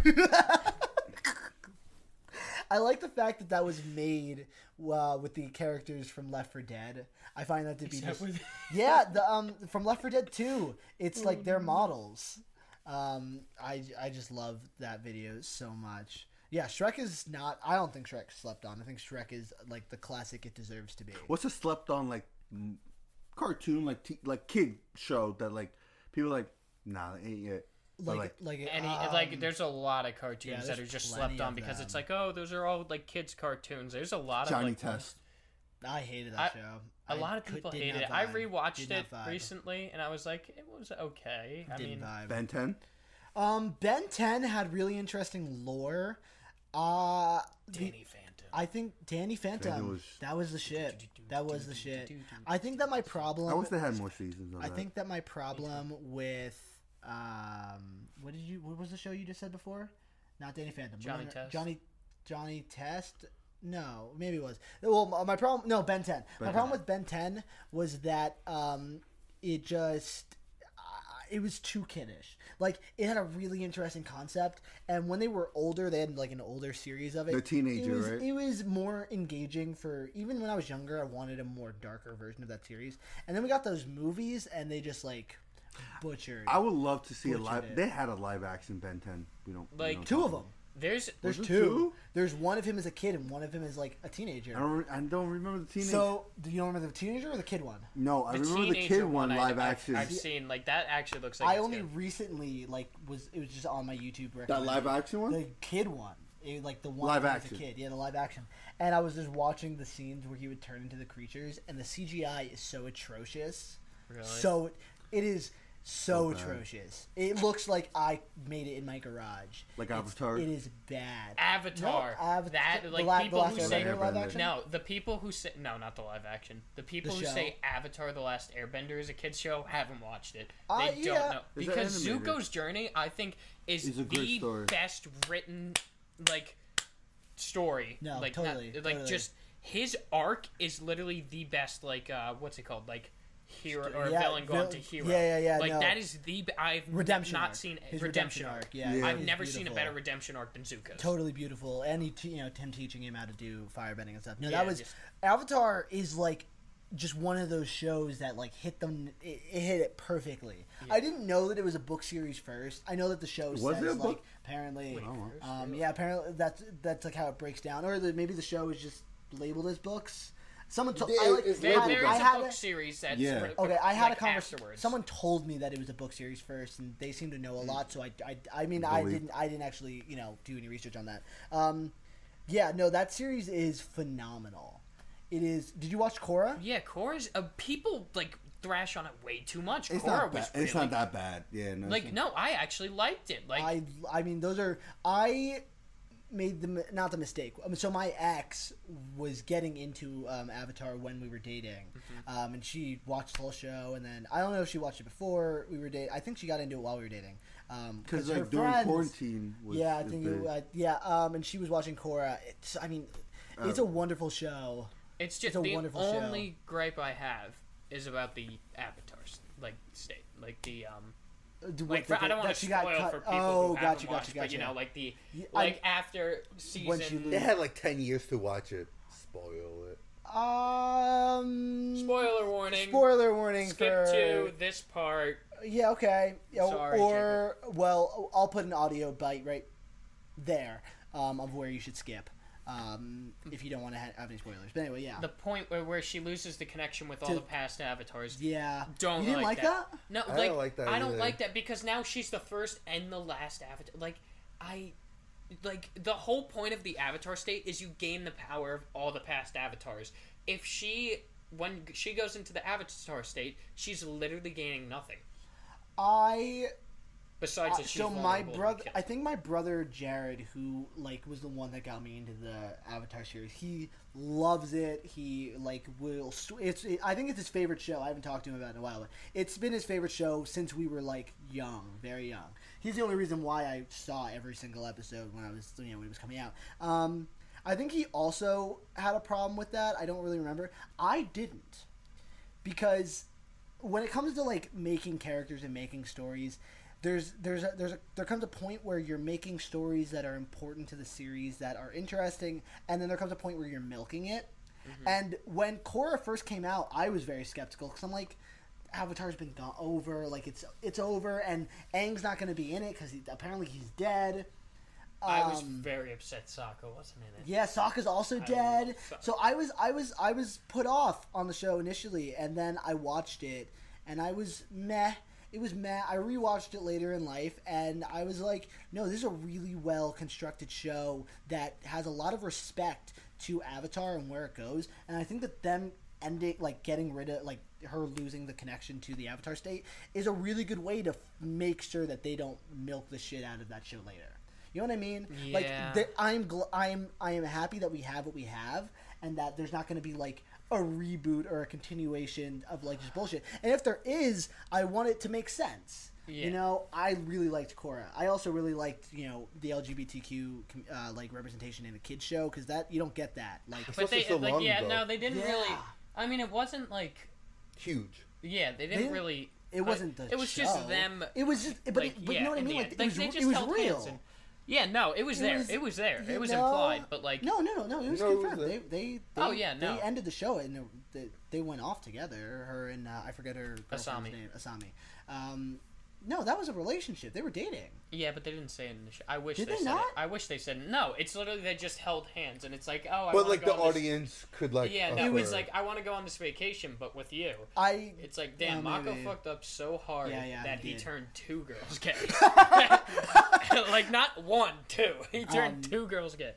[SPEAKER 2] I like the fact that that was made uh, with the characters from Left 4 Dead. I find that to be just, yeah, the um from Left 4 Dead 2. It's like
[SPEAKER 1] Mm.
[SPEAKER 2] their models. Um, I I just love that video so much. Yeah, Shrek is not. I don't think Shrek slept on. I think Shrek is like the classic it deserves to be.
[SPEAKER 3] What's a slept on like m- cartoon like t- like kid show that like people like nah it ain't yet.
[SPEAKER 2] Like
[SPEAKER 3] But, like,
[SPEAKER 2] like, it,
[SPEAKER 1] Any
[SPEAKER 2] um,
[SPEAKER 1] like, there's a lot of cartoons
[SPEAKER 2] yeah,
[SPEAKER 1] that are
[SPEAKER 2] there's
[SPEAKER 1] just
[SPEAKER 2] plenty
[SPEAKER 1] slept on
[SPEAKER 2] of
[SPEAKER 1] because it's
[SPEAKER 2] them.
[SPEAKER 1] like, oh, those are all like kids' cartoons. There's a lot
[SPEAKER 3] Johnny
[SPEAKER 1] of like,
[SPEAKER 3] Test.
[SPEAKER 2] I hated
[SPEAKER 1] I-
[SPEAKER 2] that show.
[SPEAKER 1] A
[SPEAKER 2] I
[SPEAKER 1] lot of
[SPEAKER 2] could-
[SPEAKER 1] people
[SPEAKER 2] did
[SPEAKER 1] hate
[SPEAKER 2] not
[SPEAKER 1] it. I
[SPEAKER 2] vibe.
[SPEAKER 1] rewatched
[SPEAKER 2] Did
[SPEAKER 1] it
[SPEAKER 2] not vibe.
[SPEAKER 1] recently, and I was like, it was okay. I mean,
[SPEAKER 2] Didn't vibe.
[SPEAKER 3] Ben 10.
[SPEAKER 2] Um, Ben 10 had really interesting lore. Uh, the-
[SPEAKER 1] Danny Phantom.
[SPEAKER 2] I think Danny Phantom.
[SPEAKER 3] Phantom was-
[SPEAKER 2] that was the shit. That was the shit. I think that my problem.
[SPEAKER 3] I wish they had more seasons. Of
[SPEAKER 2] I
[SPEAKER 3] that.
[SPEAKER 2] think that my problem with um, what did you? What was the show you just said before? Not Danny Phantom. but
[SPEAKER 1] Johnny
[SPEAKER 2] no, no,
[SPEAKER 1] Test.
[SPEAKER 2] Johnny Johnny Test. No, maybe it was. Well, my- my problem. No, Ben Ten. my
[SPEAKER 3] Ben
[SPEAKER 2] problem
[SPEAKER 3] 10.
[SPEAKER 2] with Ben Ten was that um, it just uh, it was too kiddish. Like it had a really interesting concept, and when they were older, they had like an older series of it.
[SPEAKER 3] They're
[SPEAKER 2] it
[SPEAKER 3] teenager,
[SPEAKER 2] was,
[SPEAKER 3] right?
[SPEAKER 2] It was more engaging for even when I was younger. I wanted a more darker version of that series, and then we got those movies, and they just like butchered
[SPEAKER 3] I would love to see a
[SPEAKER 2] Butchered
[SPEAKER 3] live.
[SPEAKER 2] it.
[SPEAKER 3] They had a live action Ben 10. We don't we
[SPEAKER 1] Like-
[SPEAKER 3] don't
[SPEAKER 2] two
[SPEAKER 3] talk
[SPEAKER 2] of
[SPEAKER 3] about
[SPEAKER 2] them.
[SPEAKER 1] There's
[SPEAKER 2] There's
[SPEAKER 3] Was
[SPEAKER 2] two.
[SPEAKER 3] it two?
[SPEAKER 2] There's one of him as a kid, and one of him as like a
[SPEAKER 3] it. I
[SPEAKER 2] teenager.
[SPEAKER 3] don't. Re- I don't remember the teenage.
[SPEAKER 2] So, do you remember the teenager or the kid one?
[SPEAKER 3] no, I
[SPEAKER 1] the
[SPEAKER 3] remember the
[SPEAKER 1] teenager
[SPEAKER 3] kid one
[SPEAKER 1] I-
[SPEAKER 3] live
[SPEAKER 1] I've-
[SPEAKER 3] action.
[SPEAKER 1] I've seen like that. Actually, looks like
[SPEAKER 2] I
[SPEAKER 1] it's
[SPEAKER 2] only
[SPEAKER 1] good.
[SPEAKER 2] recently like was it was just on my YouTube.
[SPEAKER 3] that
[SPEAKER 2] recommended.
[SPEAKER 3] live action one.
[SPEAKER 2] The kid one. It, like the one
[SPEAKER 3] Live
[SPEAKER 2] when he was
[SPEAKER 3] action.
[SPEAKER 2] a kid. Yeah, the live action. And I was just watching the scenes where he would turn into the creatures, and the CGI is so atrocious.
[SPEAKER 1] Really?
[SPEAKER 2] So it is so
[SPEAKER 3] So bad.
[SPEAKER 2] atrocious. It looks like I made it in my garage.
[SPEAKER 3] Like
[SPEAKER 2] It's-
[SPEAKER 3] Avatar?
[SPEAKER 2] It is bad.
[SPEAKER 1] Avatar.
[SPEAKER 2] No, Avatar- the
[SPEAKER 1] That like
[SPEAKER 2] la- the
[SPEAKER 1] people
[SPEAKER 2] last
[SPEAKER 1] who say
[SPEAKER 2] Airbender live
[SPEAKER 3] Airbender.
[SPEAKER 2] action?
[SPEAKER 1] no, the people who say no, not the live action. The people
[SPEAKER 2] The
[SPEAKER 1] who
[SPEAKER 2] show.
[SPEAKER 1] say Avatar: The Last Airbender is a kids show haven't watched it. They
[SPEAKER 2] Uh,
[SPEAKER 1] don't
[SPEAKER 2] yeah.
[SPEAKER 1] know
[SPEAKER 3] Is it
[SPEAKER 1] because
[SPEAKER 3] animated?
[SPEAKER 1] Zuko's journey, I think, is
[SPEAKER 3] It's a great
[SPEAKER 1] the
[SPEAKER 3] story.
[SPEAKER 1] best written like story.
[SPEAKER 2] No,
[SPEAKER 1] like
[SPEAKER 2] totally,
[SPEAKER 1] like
[SPEAKER 2] totally.
[SPEAKER 1] just his arc is literally the best. Like uh, what's it called? Like. Hero or
[SPEAKER 2] Yeah,
[SPEAKER 1] villain gone
[SPEAKER 2] vil-
[SPEAKER 1] to hero.
[SPEAKER 2] yeah, yeah, yeah,
[SPEAKER 1] Like
[SPEAKER 2] no.
[SPEAKER 1] that is the b- I've
[SPEAKER 2] Redemption.
[SPEAKER 1] not
[SPEAKER 2] arc.
[SPEAKER 1] seen a
[SPEAKER 2] His redemption, arc. Yeah,
[SPEAKER 3] Yeah.
[SPEAKER 1] I've
[SPEAKER 2] it is
[SPEAKER 1] never seen a
[SPEAKER 2] beautiful.
[SPEAKER 1] better redemption arc than Zuko's.
[SPEAKER 2] totally beautiful and he te- you know him teaching him how to do firebending and stuff no
[SPEAKER 1] Yeah,
[SPEAKER 2] that was
[SPEAKER 1] just-
[SPEAKER 2] avatar is like just one of those shows that like hit them it, it hit it perfectly i didn't know that it was a book series first i know that the show
[SPEAKER 3] Was
[SPEAKER 2] says
[SPEAKER 3] it a
[SPEAKER 2] like
[SPEAKER 3] book? Oh,
[SPEAKER 2] apparently
[SPEAKER 3] wow.
[SPEAKER 2] um, yeah apparently that's that's like how it breaks down or the, maybe the show is just labeled as books someone told i
[SPEAKER 4] It-
[SPEAKER 2] like
[SPEAKER 4] it's
[SPEAKER 2] I
[SPEAKER 1] There,
[SPEAKER 2] had-
[SPEAKER 4] labeled
[SPEAKER 1] there
[SPEAKER 2] I
[SPEAKER 1] is a
[SPEAKER 2] had
[SPEAKER 1] book
[SPEAKER 2] a-
[SPEAKER 1] series that's
[SPEAKER 3] Yeah.
[SPEAKER 1] re-
[SPEAKER 2] Okay, I had
[SPEAKER 1] like,
[SPEAKER 2] a conversation.
[SPEAKER 1] afterwards. Hmm.
[SPEAKER 2] Someone told me that it was a book series first, and they seemed to know a lot. So I, I, I mean, I
[SPEAKER 3] Believe-
[SPEAKER 2] didn't, I didn't actually, you know, do any research on that. Um, yeah, no, that series is phenomenal. It is. Did you watch Korra?
[SPEAKER 1] yeah, Korra's uh, people like thrash on it way too much.
[SPEAKER 3] it's
[SPEAKER 1] Korra
[SPEAKER 3] not
[SPEAKER 1] was
[SPEAKER 3] bad.
[SPEAKER 1] really,
[SPEAKER 3] It's not that bad. Yeah. No, it's
[SPEAKER 1] like
[SPEAKER 3] not-
[SPEAKER 1] no, I actually liked it. Like
[SPEAKER 2] I, I mean, those are. I made the m- not the mistake. I mean, so my ex was getting into um, Avatar when we were dating,
[SPEAKER 1] Mm-hmm.
[SPEAKER 2] um, and she watched the whole show. And then I don't know if she watched it before we were dating. I think she got into it while we were dating. Um,
[SPEAKER 3] Because
[SPEAKER 2] her
[SPEAKER 3] like during
[SPEAKER 2] friends-
[SPEAKER 3] quarantine, was
[SPEAKER 2] yeah, I
[SPEAKER 3] is
[SPEAKER 2] think
[SPEAKER 3] big.
[SPEAKER 2] it, uh, yeah. Um, and she was watching Cora. It's, I mean,
[SPEAKER 3] Oh.
[SPEAKER 2] it's a wonderful show.
[SPEAKER 1] it's just
[SPEAKER 2] it's a
[SPEAKER 1] the
[SPEAKER 2] wonderful show.
[SPEAKER 1] only gripe I have is about the avatars, like state, like the um.
[SPEAKER 2] Do-
[SPEAKER 1] Like
[SPEAKER 2] that-
[SPEAKER 1] I don't want
[SPEAKER 2] that
[SPEAKER 1] to
[SPEAKER 2] she
[SPEAKER 1] spoil
[SPEAKER 2] got cut-
[SPEAKER 1] for people who haven't
[SPEAKER 2] Oh, gotcha,
[SPEAKER 1] watched,
[SPEAKER 2] gotcha,
[SPEAKER 1] but you know,
[SPEAKER 2] gotcha.
[SPEAKER 1] like the
[SPEAKER 2] Yeah, I-
[SPEAKER 1] like after season.
[SPEAKER 4] They
[SPEAKER 2] loses-
[SPEAKER 4] had like ten years to watch it. Spoil it.
[SPEAKER 2] Um,
[SPEAKER 1] spoiler warning.
[SPEAKER 2] spoiler warning
[SPEAKER 1] Skip
[SPEAKER 2] for
[SPEAKER 1] to this part.
[SPEAKER 2] yeah, okay. Yeah,
[SPEAKER 1] Sorry,
[SPEAKER 2] or well, I'll put an audio bite right there um, of where you should skip um, if you don't want to have any spoilers. But anyway, yeah,
[SPEAKER 1] The point where, where she loses the connection with all
[SPEAKER 2] To-
[SPEAKER 1] the past avatars.
[SPEAKER 2] yeah.
[SPEAKER 1] Don't
[SPEAKER 2] you didn't like, that?
[SPEAKER 1] No,
[SPEAKER 4] I
[SPEAKER 1] like,
[SPEAKER 4] don't like that
[SPEAKER 1] I don't
[SPEAKER 4] either.
[SPEAKER 1] like that because now she's the first and the last avatar. Like, I, like the whole point of the avatar state is you gain the power of all the past avatars. If she when she goes into the avatar state, she's literally gaining nothing
[SPEAKER 2] I
[SPEAKER 1] besides
[SPEAKER 2] Uh,
[SPEAKER 1] that she's
[SPEAKER 2] so my
[SPEAKER 1] vulnerable to
[SPEAKER 2] brother
[SPEAKER 1] kill.
[SPEAKER 2] i think my brother jared who like was the one that got me into the avatar series he loves it he like will sw- it's it, i think it's his favorite show i haven't talked to him about it in a while but it's been his favorite show since we were like young very young he's the only reason why i saw every single episode when i was you know when it was coming out um I think he also had a problem with that. I don't really remember. I didn't because when it comes to like making characters and making stories, there's there's a, there's a, there comes a point where you're making stories that are important to the series that are interesting, and then there comes a point where you're milking it. And when Korra first came out, I was very skeptical because I'm like, Avatar's been gone over, like it's it's over, and Aang's not going to be in it because he, apparently he's dead.
[SPEAKER 1] I was
[SPEAKER 2] Um,
[SPEAKER 1] very upset Sokka wasn't in it.
[SPEAKER 2] yeah, Sokka's also dead.
[SPEAKER 1] Sokka.
[SPEAKER 2] So I was I was I was put off on the show initially and then I watched it and I was meh. It was meh. I rewatched it later in life and I was like, no, this is a really well constructed show that has a lot of respect to Avatar and where it goes. And I think that them ending like getting rid of like her losing the connection to the Avatar state is a really good way to f- make sure that they don't milk the shit out of that show later. You know what I mean? Like
[SPEAKER 1] Yeah.
[SPEAKER 2] the, I'm gl- I'm I am happy that we have what we have, and that there's not going to be like a reboot or a continuation of like just bullshit. And if there is, I want it to make sense.
[SPEAKER 1] Yeah.
[SPEAKER 2] You know, I really liked Korra. I also really liked you know the LGBTQ com- uh, like representation in a kids show because that you don't get that like
[SPEAKER 1] But
[SPEAKER 4] Especially
[SPEAKER 1] they
[SPEAKER 4] so
[SPEAKER 1] like
[SPEAKER 4] long
[SPEAKER 1] yeah
[SPEAKER 4] ago.
[SPEAKER 1] no they didn't
[SPEAKER 2] Yeah.
[SPEAKER 1] really. I mean it wasn't like
[SPEAKER 4] Huge.
[SPEAKER 1] yeah they didn't
[SPEAKER 2] didn't-
[SPEAKER 1] really.
[SPEAKER 2] it
[SPEAKER 1] I-
[SPEAKER 2] wasn't the
[SPEAKER 1] It was
[SPEAKER 2] show.
[SPEAKER 1] just them.
[SPEAKER 2] It was just but
[SPEAKER 1] like,
[SPEAKER 2] it, but
[SPEAKER 1] yeah,
[SPEAKER 2] you know what I
[SPEAKER 1] in the
[SPEAKER 2] mean?
[SPEAKER 1] end.
[SPEAKER 2] Like, it
[SPEAKER 1] Like,
[SPEAKER 2] was
[SPEAKER 1] they
[SPEAKER 2] re-
[SPEAKER 1] just
[SPEAKER 2] it was
[SPEAKER 1] held hands
[SPEAKER 2] real.
[SPEAKER 1] and- yeah no it was
[SPEAKER 2] It
[SPEAKER 1] there
[SPEAKER 2] was-
[SPEAKER 1] it was there
[SPEAKER 2] you
[SPEAKER 1] it was
[SPEAKER 2] know?
[SPEAKER 1] implied but like
[SPEAKER 2] no, no, no, no. It was
[SPEAKER 4] No, it was
[SPEAKER 2] confirmed.
[SPEAKER 4] a-
[SPEAKER 2] they, they, they,
[SPEAKER 1] Oh, yeah, no.
[SPEAKER 2] They ended the show and they- they, they went off together. Her and uh, I forget her girlfriend's
[SPEAKER 1] Asami.
[SPEAKER 2] name, Asami. Um, no, that was a relationship. They were dating.
[SPEAKER 1] Yeah, but they didn't say it in the show. I wish
[SPEAKER 2] Did
[SPEAKER 1] they,
[SPEAKER 2] they
[SPEAKER 1] said
[SPEAKER 2] not?
[SPEAKER 1] it. I wish they said no. It's literally they just held hands, and it's like, oh, I
[SPEAKER 4] But
[SPEAKER 1] wanna
[SPEAKER 4] like
[SPEAKER 1] go
[SPEAKER 4] the
[SPEAKER 1] on this-
[SPEAKER 4] audience could like.
[SPEAKER 1] Yeah, no, it was
[SPEAKER 4] affirm.
[SPEAKER 1] like I want to go on this vacation, but with you.
[SPEAKER 2] I
[SPEAKER 1] It's like, damn,
[SPEAKER 2] Yeah,
[SPEAKER 1] Mako
[SPEAKER 2] maybe.
[SPEAKER 1] fucked up so hard
[SPEAKER 2] Yeah, yeah,
[SPEAKER 1] that
[SPEAKER 2] he
[SPEAKER 1] he
[SPEAKER 2] did.
[SPEAKER 1] turned two girls gay. like not one, two. He turned
[SPEAKER 2] Um,
[SPEAKER 1] two girls gay.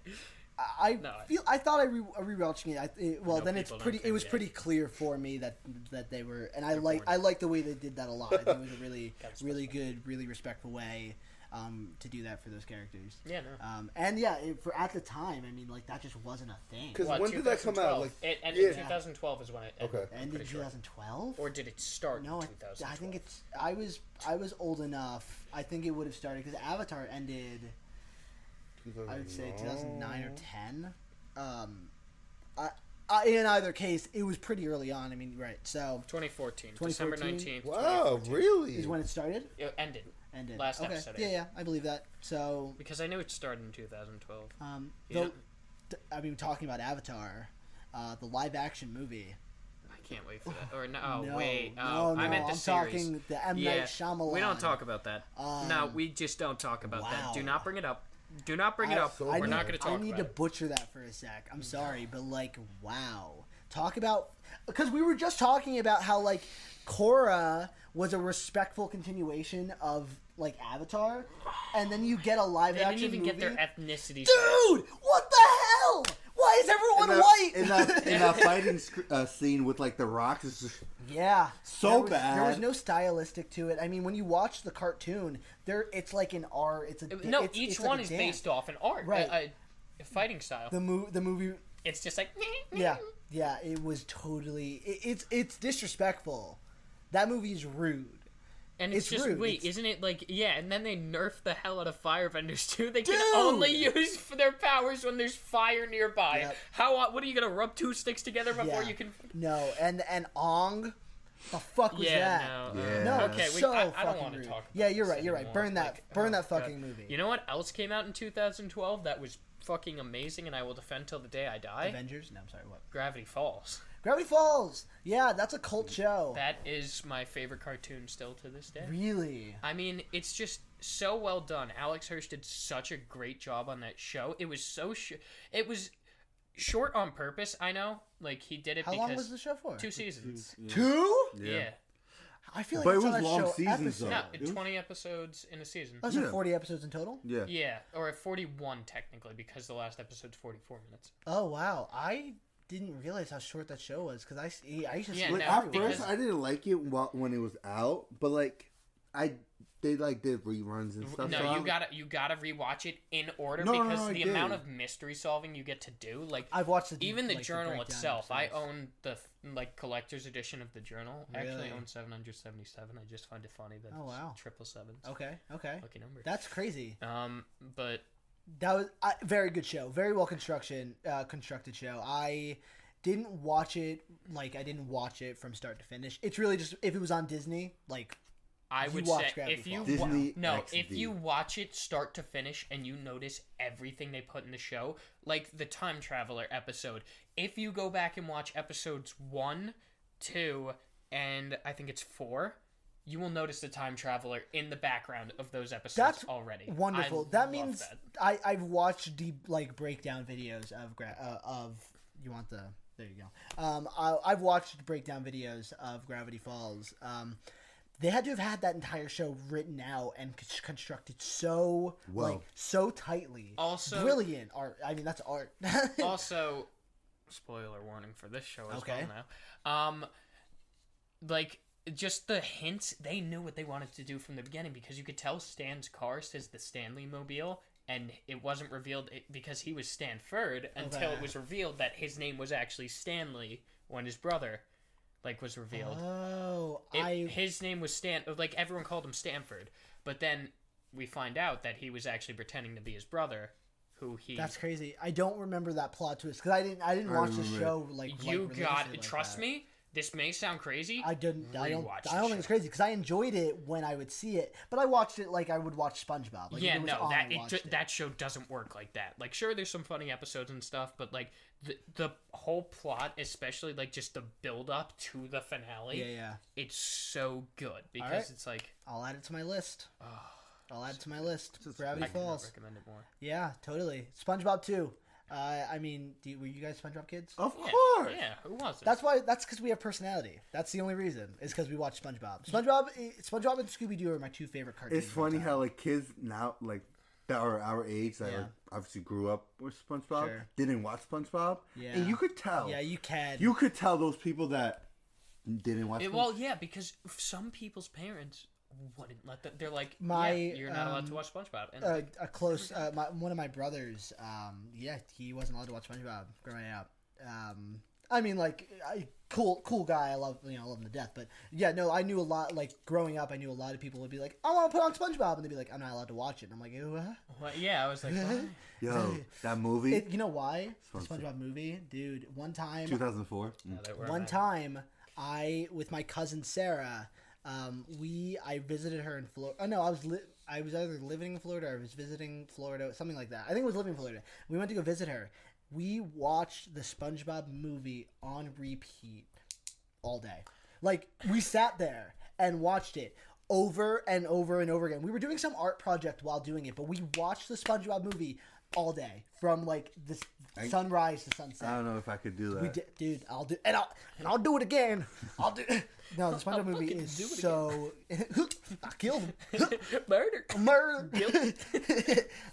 [SPEAKER 2] I I
[SPEAKER 1] No, I-
[SPEAKER 2] feel I thought I re- rewatching it. I, it well,
[SPEAKER 1] No,
[SPEAKER 2] then it's
[SPEAKER 1] people don't
[SPEAKER 2] pretty. It
[SPEAKER 1] think
[SPEAKER 2] was
[SPEAKER 1] that.
[SPEAKER 2] pretty clear for me that that they were, and I like
[SPEAKER 1] born.
[SPEAKER 2] I like the way they did that a lot. I think it was a really
[SPEAKER 1] That's
[SPEAKER 2] really good, really respectful way um, to do that for those characters.
[SPEAKER 1] Yeah, no.
[SPEAKER 2] Um, and yeah, it, for at the time, I mean, like that just wasn't a thing.
[SPEAKER 4] 'Cause when did that come out?
[SPEAKER 1] 2012.
[SPEAKER 4] Like-
[SPEAKER 1] it ended in
[SPEAKER 4] yeah.
[SPEAKER 1] 2012 is when it ended.
[SPEAKER 4] Okay.
[SPEAKER 1] I'm
[SPEAKER 2] ended
[SPEAKER 1] pretty sure.
[SPEAKER 2] 2012.
[SPEAKER 1] Or did it start
[SPEAKER 2] no,
[SPEAKER 1] in
[SPEAKER 2] I,
[SPEAKER 1] 2012?
[SPEAKER 2] I think it's. I was I was old enough. I think it would have started because Avatar ended. I would say 2009 or 10. Um, I, I, in either case, it was pretty early on. I mean, right? So
[SPEAKER 1] 2014, December
[SPEAKER 2] 2014?
[SPEAKER 1] 19th.
[SPEAKER 4] Wow, really?
[SPEAKER 2] is when it started.
[SPEAKER 1] It ended
[SPEAKER 2] Ended.
[SPEAKER 1] Last
[SPEAKER 2] okay.
[SPEAKER 1] episode,
[SPEAKER 2] Yeah,
[SPEAKER 1] yeah.
[SPEAKER 2] yeah, I believe that. So,
[SPEAKER 1] because I knew it started in 2012.
[SPEAKER 2] um,
[SPEAKER 1] Yeah.
[SPEAKER 2] the, th- I mean, talking about Avatar, uh, the live action movie.
[SPEAKER 1] I can't wait for that. Or no, oh,
[SPEAKER 2] no,
[SPEAKER 1] wait.
[SPEAKER 2] no,
[SPEAKER 1] Oh, I
[SPEAKER 2] no,
[SPEAKER 1] meant the
[SPEAKER 2] I'm
[SPEAKER 1] series.
[SPEAKER 2] talking the M Night Shyamalan. Um,
[SPEAKER 1] We don't talk about that. no, we just don't talk about that. Do
[SPEAKER 2] wow.
[SPEAKER 1] not bring it up. Do not bring it
[SPEAKER 4] I-
[SPEAKER 1] up.
[SPEAKER 4] so
[SPEAKER 1] We're
[SPEAKER 2] I need,
[SPEAKER 1] not going to talk
[SPEAKER 2] I need
[SPEAKER 1] about
[SPEAKER 2] to
[SPEAKER 1] it.
[SPEAKER 2] butcher that for a sec. I'm sorry, but like, wow. Talk about because we were just talking about how like Korra was a respectful continuation of like Avatar, and then you get a live
[SPEAKER 1] They didn't
[SPEAKER 2] action
[SPEAKER 1] even
[SPEAKER 2] movie.
[SPEAKER 1] get their ethnicity.
[SPEAKER 2] Dude, what the hell? Why is everyone
[SPEAKER 3] In that,
[SPEAKER 2] white?
[SPEAKER 3] in that, in that fighting sc- uh, scene with like the rocks, it's just,
[SPEAKER 2] yeah,
[SPEAKER 3] So
[SPEAKER 2] There was-
[SPEAKER 3] bad.
[SPEAKER 2] There was no stylistic to it. I mean, when you watch the cartoon, there it's like an R. It's a
[SPEAKER 1] No,
[SPEAKER 2] it's-
[SPEAKER 1] each
[SPEAKER 2] it's like
[SPEAKER 1] one
[SPEAKER 2] a
[SPEAKER 1] is
[SPEAKER 2] dance.
[SPEAKER 1] based off an art,
[SPEAKER 2] Right.
[SPEAKER 1] a, a fighting style.
[SPEAKER 2] the mo- the movie
[SPEAKER 1] it's just like Mm.
[SPEAKER 2] Yeah, yeah, it was totally. It, it's it's disrespectful. That movie is rude.
[SPEAKER 1] and it's,
[SPEAKER 2] it's
[SPEAKER 1] just
[SPEAKER 2] rude,
[SPEAKER 1] wait,
[SPEAKER 2] it's-
[SPEAKER 1] isn't it like yeah? And then they nerf the hell out of firebenders too. They
[SPEAKER 2] Dude!
[SPEAKER 1] can only use for their powers when there's fire nearby.
[SPEAKER 2] Yep.
[SPEAKER 1] How? uh, What are you gonna rub two sticks together before
[SPEAKER 2] Yeah.
[SPEAKER 1] you can?
[SPEAKER 2] No, and and Ong, the fuck was
[SPEAKER 1] Yeah,
[SPEAKER 2] that?
[SPEAKER 1] no.
[SPEAKER 3] Yeah.
[SPEAKER 1] uh,
[SPEAKER 2] No,
[SPEAKER 1] okay, we,
[SPEAKER 2] so
[SPEAKER 1] I, I don't
[SPEAKER 2] fucking
[SPEAKER 1] want to
[SPEAKER 2] rude.
[SPEAKER 1] talk. About
[SPEAKER 2] Yeah, you're
[SPEAKER 1] this
[SPEAKER 2] right, you're right.
[SPEAKER 1] anymore. oh,
[SPEAKER 2] Burn that- burn that fucking movie.
[SPEAKER 1] You know what else came out in 2012 that was fucking amazing, and I will defend till the day I die.
[SPEAKER 2] Avengers? No, I'm sorry. What?
[SPEAKER 1] Gravity Falls.
[SPEAKER 2] Gravity Falls. Yeah, that's a cult show.
[SPEAKER 1] That is my favorite cartoon still to this day.
[SPEAKER 2] really?
[SPEAKER 1] I mean, it's just so well done. Alex Hirsch did such a great job on that show. It was so sh- it was short on purpose. I know, like he did it
[SPEAKER 2] How
[SPEAKER 1] because
[SPEAKER 2] long was the show for?
[SPEAKER 1] two seasons.
[SPEAKER 2] Two?
[SPEAKER 1] Yeah,
[SPEAKER 2] I feel like
[SPEAKER 3] But
[SPEAKER 2] I
[SPEAKER 3] it
[SPEAKER 2] saw
[SPEAKER 3] was
[SPEAKER 2] that
[SPEAKER 3] long
[SPEAKER 2] show
[SPEAKER 3] seasons,
[SPEAKER 2] episode. Oh,
[SPEAKER 3] though.
[SPEAKER 1] no,
[SPEAKER 3] It was-
[SPEAKER 1] twenty episodes in a season.
[SPEAKER 2] Those are
[SPEAKER 3] Yeah.
[SPEAKER 2] 40 episodes in total?
[SPEAKER 3] yeah.
[SPEAKER 1] Yeah, or at forty-one technically, because the last episode's forty-four minutes.
[SPEAKER 2] Oh, wow. I didn't realize how short that show was because I, s- I used to
[SPEAKER 1] Yeah, no,
[SPEAKER 2] see it
[SPEAKER 3] Like
[SPEAKER 2] every
[SPEAKER 3] at
[SPEAKER 2] week.
[SPEAKER 1] because-
[SPEAKER 3] first, I didn't like it while, when it was out, but like I they like did reruns and stuff.
[SPEAKER 1] No,
[SPEAKER 3] so
[SPEAKER 1] you
[SPEAKER 3] I'm-
[SPEAKER 1] gotta you gotta rewatch it in order
[SPEAKER 3] No, no,
[SPEAKER 1] because
[SPEAKER 3] no, I
[SPEAKER 1] the
[SPEAKER 3] did.
[SPEAKER 1] amount of mystery solving you get to do, like
[SPEAKER 2] I've watched the
[SPEAKER 1] even the
[SPEAKER 2] Mm, like,
[SPEAKER 1] journal
[SPEAKER 2] breakdown
[SPEAKER 1] itself. I
[SPEAKER 2] episodes.
[SPEAKER 1] own the f- like collector's edition of the journal. I
[SPEAKER 2] Really?
[SPEAKER 1] actually own seven hundred seventy seven. I just find it funny that
[SPEAKER 2] Oh,
[SPEAKER 1] it's
[SPEAKER 2] wow.
[SPEAKER 1] triple seven.
[SPEAKER 2] Okay, okay.
[SPEAKER 1] Lucky number.
[SPEAKER 2] That's crazy.
[SPEAKER 1] Um, but
[SPEAKER 2] That was a very good show. Very well construction uh, constructed show. I didn't watch it like I didn't watch it from start to finish. It's really just if it was on Disney, like
[SPEAKER 1] I
[SPEAKER 2] You
[SPEAKER 1] would
[SPEAKER 2] watch
[SPEAKER 1] say
[SPEAKER 2] Gravity
[SPEAKER 1] if you
[SPEAKER 2] Falls.
[SPEAKER 1] wa-
[SPEAKER 3] Disney
[SPEAKER 1] no,
[SPEAKER 3] XD.
[SPEAKER 1] if you watch it start to finish and you notice everything they put in the show, like the time traveler episode. If you go back and watch episodes 1, 2, and I think it's 4, you will notice the time traveler in the background of those episodes
[SPEAKER 2] That's
[SPEAKER 1] already. I
[SPEAKER 2] wonderful.
[SPEAKER 1] love
[SPEAKER 2] that means
[SPEAKER 1] that.
[SPEAKER 2] I I've watched deep like breakdown videos of gra- uh, of you want the there you go. Um, I, I've watched breakdown videos of Gravity Falls. Um, they had to have had that entire show written out and con- constructed so
[SPEAKER 3] Well.
[SPEAKER 2] like so tightly.
[SPEAKER 1] Also-
[SPEAKER 2] brilliant art. I mean, that's art.
[SPEAKER 1] also spoiler warning for this show as
[SPEAKER 2] Okay.
[SPEAKER 1] well now um like just the hints they knew what they wanted to do from the beginning because you could tell stan's car says the stanley mobile and it wasn't revealed it, because he was stanford until
[SPEAKER 2] Okay.
[SPEAKER 1] it was revealed that his name was actually stanley when his brother like was revealed
[SPEAKER 2] oh,
[SPEAKER 1] it,
[SPEAKER 2] I
[SPEAKER 1] his name was Stan. Like everyone called him Stanford, but then we find out that he was actually pretending to be his brother, who he
[SPEAKER 2] That's crazy. I don't remember that plot twist because I didn't. I didn't watch the
[SPEAKER 3] remember it.
[SPEAKER 2] show. Like like,
[SPEAKER 1] You got
[SPEAKER 2] religiously like
[SPEAKER 1] trust
[SPEAKER 2] that.
[SPEAKER 1] me. This may sound crazy.
[SPEAKER 2] I didn't. I don't.
[SPEAKER 1] Rewatch
[SPEAKER 2] I don't
[SPEAKER 1] the
[SPEAKER 2] think it's
[SPEAKER 1] show.
[SPEAKER 2] crazy because I enjoyed it when I would see it, but I watched it like I would watch SpongeBob. Like, if
[SPEAKER 1] yeah,
[SPEAKER 2] it was
[SPEAKER 1] no,
[SPEAKER 2] on,
[SPEAKER 1] that
[SPEAKER 2] I
[SPEAKER 1] it,
[SPEAKER 2] watched
[SPEAKER 1] ju- that show doesn't work like that. Like, sure, there's some funny episodes and stuff, but like the the whole plot, especially like just the build up to the finale,
[SPEAKER 2] Yeah, yeah.
[SPEAKER 1] it's so good because
[SPEAKER 2] right.
[SPEAKER 1] it's like
[SPEAKER 2] I'll add it to my list. I'll add it to my list.
[SPEAKER 1] I
[SPEAKER 2] Gravity
[SPEAKER 1] cannot
[SPEAKER 2] Falls.
[SPEAKER 1] recommend it more.
[SPEAKER 2] Yeah, totally. SpongeBob too. Uh, I mean, do, were you guys SpongeBob kids?
[SPEAKER 3] Of
[SPEAKER 1] Yeah,
[SPEAKER 3] course.
[SPEAKER 1] yeah. Who was it?
[SPEAKER 2] That's why. That's because we have personality. That's the only reason. Is because we watch SpongeBob. SpongeBob, eh, SpongeBob, and Scooby Doo are my two favorite cartoons.
[SPEAKER 3] It's
[SPEAKER 2] of all
[SPEAKER 3] funny
[SPEAKER 2] time.
[SPEAKER 3] how like kids now like that are our age that
[SPEAKER 2] Yeah.
[SPEAKER 3] like, obviously grew up with SpongeBob
[SPEAKER 2] Sure.
[SPEAKER 3] didn't watch SpongeBob.
[SPEAKER 2] Yeah.
[SPEAKER 3] And you could tell.
[SPEAKER 2] Yeah, you can.
[SPEAKER 3] You could tell those people that didn't watch.
[SPEAKER 1] It-
[SPEAKER 3] SpongeBob.
[SPEAKER 1] well, yeah, because some people's parents wouldn't let them. They're like,
[SPEAKER 2] My,
[SPEAKER 1] my, you're not allowed
[SPEAKER 2] um,
[SPEAKER 1] to watch SpongeBob. And
[SPEAKER 2] a, a close uh, my, one of my brothers. Um, yeah, he wasn't allowed to watch SpongeBob growing up. Um, I mean, like, I, cool, cool guy. I love, you know, I love him to death. But yeah, no, I knew a lot. Like growing up, I knew a lot of people would be like, "I want to put on SpongeBob," and they'd be like, "I'm not allowed to watch it." And I'm like, "Ew." huh?"
[SPEAKER 1] well, yeah, I was like, why?
[SPEAKER 3] yo, that movie,
[SPEAKER 2] It, you know why? The
[SPEAKER 3] Spongebob.
[SPEAKER 2] SpongeBob movie, dude. One time,
[SPEAKER 3] 2004.
[SPEAKER 1] No, they were
[SPEAKER 2] one
[SPEAKER 1] not.
[SPEAKER 2] time i with my cousin sarah um, we i visited her in florida oh no i was li- i was either living in florida or i was visiting florida something like that i think it was living in florida we went to go visit her we watched the spongebob movie on repeat all day like we sat there and watched it over and over and over again we were doing some art project while doing it but we watched the spongebob movie all day from like the s- sunrise to sunset
[SPEAKER 3] I don't know if I could do that.
[SPEAKER 2] we did, dude. I'll do, and I'll, and I'll do it again. I'll do. No, the SpongeBob movie
[SPEAKER 1] fucking
[SPEAKER 2] is
[SPEAKER 1] do it
[SPEAKER 2] so. I killed him.
[SPEAKER 1] murder.
[SPEAKER 2] Murder.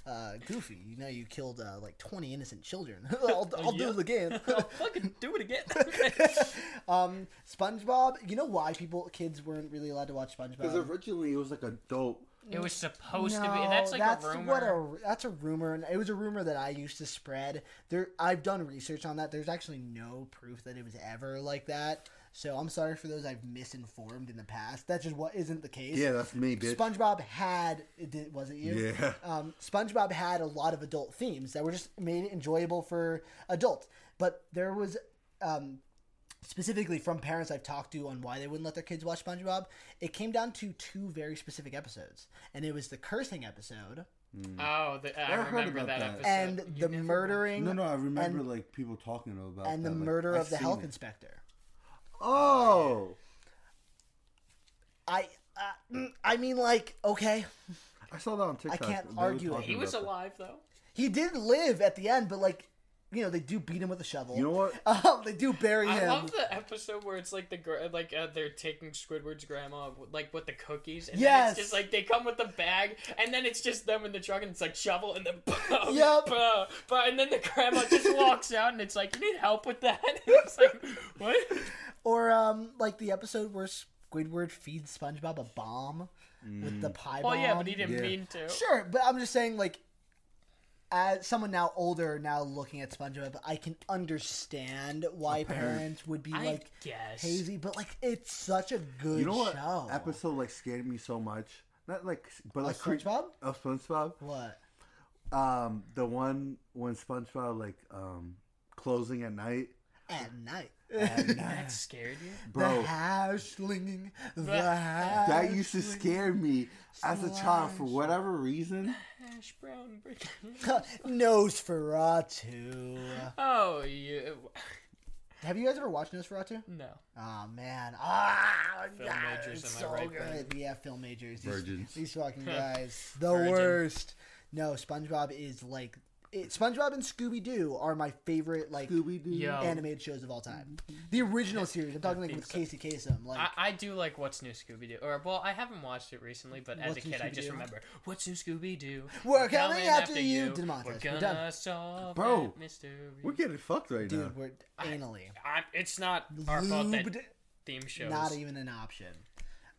[SPEAKER 2] uh, Goofy, you know you killed uh, like twenty innocent children. I'll, I'll do
[SPEAKER 1] Oh, yeah.
[SPEAKER 2] it again.
[SPEAKER 1] I'll fucking do it again.
[SPEAKER 2] um, SpongeBob. You know why people kids weren't really allowed to watch
[SPEAKER 3] Because
[SPEAKER 2] SpongeBob?
[SPEAKER 3] originally it was like adult.
[SPEAKER 1] it was supposed to be.
[SPEAKER 2] No,
[SPEAKER 1] That's like
[SPEAKER 2] that's
[SPEAKER 1] a rumor.
[SPEAKER 2] What a, that's a rumor, and it was a rumor that I used to spread. There, I've done research on that. There's actually no proof that it was ever like that. So I'm sorry for those I've misinformed in the past. That's just what isn't the case.
[SPEAKER 3] Yeah, that's me, bitch.
[SPEAKER 2] SpongeBob had it did, was it you?
[SPEAKER 3] Yeah.
[SPEAKER 2] Um, SpongeBob had a lot of adult themes that were just made enjoyable for adults, but there was um, specifically from parents I've talked to on why they wouldn't let their kids watch SpongeBob. It came down to two very specific episodes, and it was the cursing episode
[SPEAKER 1] Oh, the, I,
[SPEAKER 3] heard
[SPEAKER 1] remember
[SPEAKER 3] about
[SPEAKER 1] that,
[SPEAKER 3] that.
[SPEAKER 1] episode.
[SPEAKER 2] and
[SPEAKER 1] You
[SPEAKER 2] the
[SPEAKER 1] never-
[SPEAKER 2] murdering
[SPEAKER 3] no, no, I remember
[SPEAKER 2] and-
[SPEAKER 3] like people talking about
[SPEAKER 2] and the
[SPEAKER 3] that, like,
[SPEAKER 2] murder
[SPEAKER 3] I've
[SPEAKER 2] of the
[SPEAKER 3] seen
[SPEAKER 2] health
[SPEAKER 3] it.
[SPEAKER 2] inspector.
[SPEAKER 3] Oh,
[SPEAKER 2] I uh, mm, I mean like okay,
[SPEAKER 3] I saw that on TikTok.
[SPEAKER 2] can't
[SPEAKER 3] They were
[SPEAKER 2] argue it.
[SPEAKER 3] talking
[SPEAKER 1] He was
[SPEAKER 3] about that.
[SPEAKER 1] alive though.
[SPEAKER 2] he did live at the end, but like you know they do beat him with a shovel.
[SPEAKER 3] You know what?
[SPEAKER 2] Um, they do bury
[SPEAKER 1] I
[SPEAKER 2] him.
[SPEAKER 1] love the episode where it's like the gr- like uh, they're taking Squidward's grandma like with the cookies, and then
[SPEAKER 2] Yes.
[SPEAKER 1] it's just like they come with the bag, and then it's just them in the truck, and it's like shovel, and then boom,
[SPEAKER 2] Yep.
[SPEAKER 1] boom, boom, and then the grandma just walks out, and it's like you need help with that. it's like what?
[SPEAKER 2] Or um, like the episode where Squidward feeds SpongeBob a bomb with
[SPEAKER 3] Mm.
[SPEAKER 2] the pie
[SPEAKER 1] Well,
[SPEAKER 2] bomb.
[SPEAKER 1] yeah, but he didn't
[SPEAKER 3] Yeah.
[SPEAKER 1] mean to.
[SPEAKER 2] Sure, but I'm just saying, like, as someone now older, now looking at SpongeBob, I can understand why parents would be
[SPEAKER 1] I
[SPEAKER 2] like
[SPEAKER 1] guess.
[SPEAKER 2] hazy, but like it's such a good
[SPEAKER 3] You know what
[SPEAKER 2] show.
[SPEAKER 3] episode like scared me so much? Not like, but like
[SPEAKER 2] SpongeBob?
[SPEAKER 3] Of SpongeBob.
[SPEAKER 2] What?
[SPEAKER 3] Um, the one when SpongeBob like um closing at night.
[SPEAKER 2] At night.
[SPEAKER 3] At
[SPEAKER 1] That
[SPEAKER 3] night.
[SPEAKER 1] scared you?
[SPEAKER 3] Bro,
[SPEAKER 2] The hashling. The
[SPEAKER 1] That
[SPEAKER 3] that used to
[SPEAKER 2] hashling.
[SPEAKER 3] scare me as a child for
[SPEAKER 2] Slash.
[SPEAKER 3] whatever reason.
[SPEAKER 1] Hash brown. brick.
[SPEAKER 2] Nosferatu.
[SPEAKER 1] oh, you.
[SPEAKER 2] Have you guys ever watched Nosferatu?
[SPEAKER 1] No.
[SPEAKER 2] Oh man. Ah,
[SPEAKER 1] Film
[SPEAKER 2] God,
[SPEAKER 1] majors,
[SPEAKER 2] it's
[SPEAKER 1] am I
[SPEAKER 2] so
[SPEAKER 1] right,
[SPEAKER 2] good. Yeah, film majors. These,
[SPEAKER 3] Virgins.
[SPEAKER 2] These fucking guys. The
[SPEAKER 1] Virgin.
[SPEAKER 2] worst. No, SpongeBob is like it, SpongeBob and Scooby Doo are my favorite like
[SPEAKER 3] Scooby Doo.
[SPEAKER 1] Yo. Mm-hmm.
[SPEAKER 2] animated shows of all time. The original series. I'm talking like with Casey Kasem. Like
[SPEAKER 1] I, I do like What's New Scooby Doo. Or, well, I haven't watched it recently, but as a
[SPEAKER 2] What's New
[SPEAKER 1] kid, I just
[SPEAKER 2] Scooby-Doo?
[SPEAKER 1] remember What's New Scooby Doo?
[SPEAKER 2] We're coming after you." DeMontis,
[SPEAKER 1] We're
[SPEAKER 2] we're
[SPEAKER 1] gonna
[SPEAKER 2] done.
[SPEAKER 1] solve
[SPEAKER 3] Bro,
[SPEAKER 1] that mystery.
[SPEAKER 3] We're getting fucked right
[SPEAKER 2] dude,
[SPEAKER 3] now.
[SPEAKER 2] we're anally.
[SPEAKER 1] I, it's not our fault that
[SPEAKER 2] Lubed,
[SPEAKER 1] theme shows.
[SPEAKER 2] not even an option.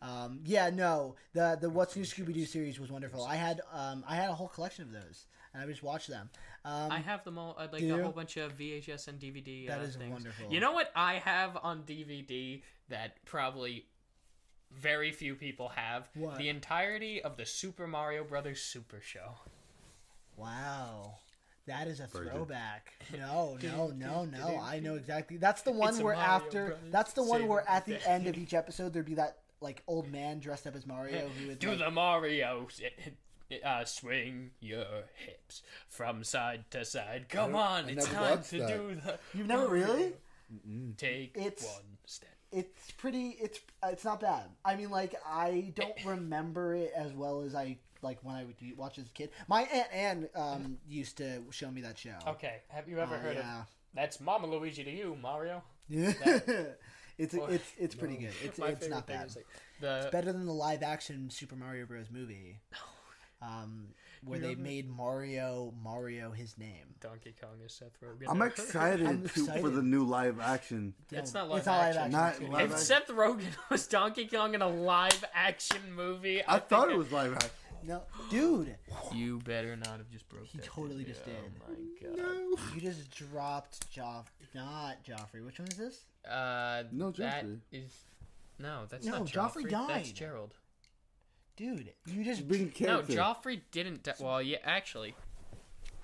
[SPEAKER 2] Um, yeah, no. The the What's New Scooby Doo series was wonderful. I had um, I had a whole collection of those, and I just watched them. Um,
[SPEAKER 1] I have them all. I like
[SPEAKER 2] Do
[SPEAKER 1] a
[SPEAKER 2] you?
[SPEAKER 1] whole bunch of VHS and DVD.
[SPEAKER 2] That
[SPEAKER 1] uh,
[SPEAKER 2] is
[SPEAKER 1] things.
[SPEAKER 2] wonderful.
[SPEAKER 1] You know what I have on DVD that probably very few people have?
[SPEAKER 2] What?
[SPEAKER 1] The entirety of the Super Mario Brothers Super Show.
[SPEAKER 2] Wow. That is a throwback. No, no, no, no. I know exactly. That's the
[SPEAKER 1] It's
[SPEAKER 2] one
[SPEAKER 1] a
[SPEAKER 2] where
[SPEAKER 1] Mario
[SPEAKER 2] after
[SPEAKER 1] Brothers
[SPEAKER 2] that's the one where
[SPEAKER 1] saving
[SPEAKER 2] at
[SPEAKER 1] the
[SPEAKER 2] the end of each episode there'd be that like old man dressed up as Mario who would
[SPEAKER 1] Do
[SPEAKER 2] like,
[SPEAKER 1] the Mario. Uh, swing your hips from side to side. Come on,
[SPEAKER 4] I
[SPEAKER 1] it's
[SPEAKER 4] never
[SPEAKER 1] time
[SPEAKER 4] watched
[SPEAKER 1] to
[SPEAKER 4] that.
[SPEAKER 1] do the.
[SPEAKER 2] You've never really?
[SPEAKER 1] Take
[SPEAKER 2] It's-
[SPEAKER 1] one step.
[SPEAKER 2] It's pretty it's uh, it's not bad. I mean like I don't remember it as well as I like when I would watch as a kid. My aunt Anne um used to show me that show.
[SPEAKER 1] Okay, have you ever
[SPEAKER 2] Uh,
[SPEAKER 1] heard
[SPEAKER 2] yeah.
[SPEAKER 1] of that's Mama Luigi to you, Mario?
[SPEAKER 2] it's
[SPEAKER 1] Or-
[SPEAKER 2] it's it's pretty good. It's
[SPEAKER 1] My
[SPEAKER 2] it's
[SPEAKER 1] favorite
[SPEAKER 2] not
[SPEAKER 1] thing
[SPEAKER 2] bad.
[SPEAKER 1] is like the
[SPEAKER 2] better than the live action Super Mario Bros. movie, um, where they made Mario Mario his name.
[SPEAKER 1] Donkey Kong is Seth Rogen.
[SPEAKER 3] I'm excited,
[SPEAKER 2] I'm
[SPEAKER 3] to- for
[SPEAKER 2] excited.
[SPEAKER 3] the new live action.
[SPEAKER 1] It's
[SPEAKER 2] No,
[SPEAKER 1] not live action.
[SPEAKER 3] Not
[SPEAKER 2] it's
[SPEAKER 3] live
[SPEAKER 2] good.
[SPEAKER 1] If
[SPEAKER 3] action.
[SPEAKER 1] Seth Rogen was Donkey Kong in a live action movie,
[SPEAKER 3] I,
[SPEAKER 1] I,
[SPEAKER 3] thought
[SPEAKER 1] think
[SPEAKER 3] it was live action.
[SPEAKER 2] No, dude,
[SPEAKER 1] You better not have just broke.
[SPEAKER 2] He
[SPEAKER 1] that,
[SPEAKER 2] totally
[SPEAKER 1] you?
[SPEAKER 2] just did.
[SPEAKER 1] Oh
[SPEAKER 2] you just dropped Joff. Not Joffrey. Which one is this?
[SPEAKER 1] my god. Uh,
[SPEAKER 3] No,
[SPEAKER 1] that
[SPEAKER 3] Joffrey.
[SPEAKER 1] is no. That's
[SPEAKER 2] No,
[SPEAKER 1] not
[SPEAKER 2] Joffrey
[SPEAKER 1] Joffrey. That's
[SPEAKER 2] died.
[SPEAKER 1] Gerald.
[SPEAKER 2] Dude, you just.
[SPEAKER 3] Big
[SPEAKER 1] No,
[SPEAKER 3] character.
[SPEAKER 1] Joffrey didn't. Di- well, yeah, actually,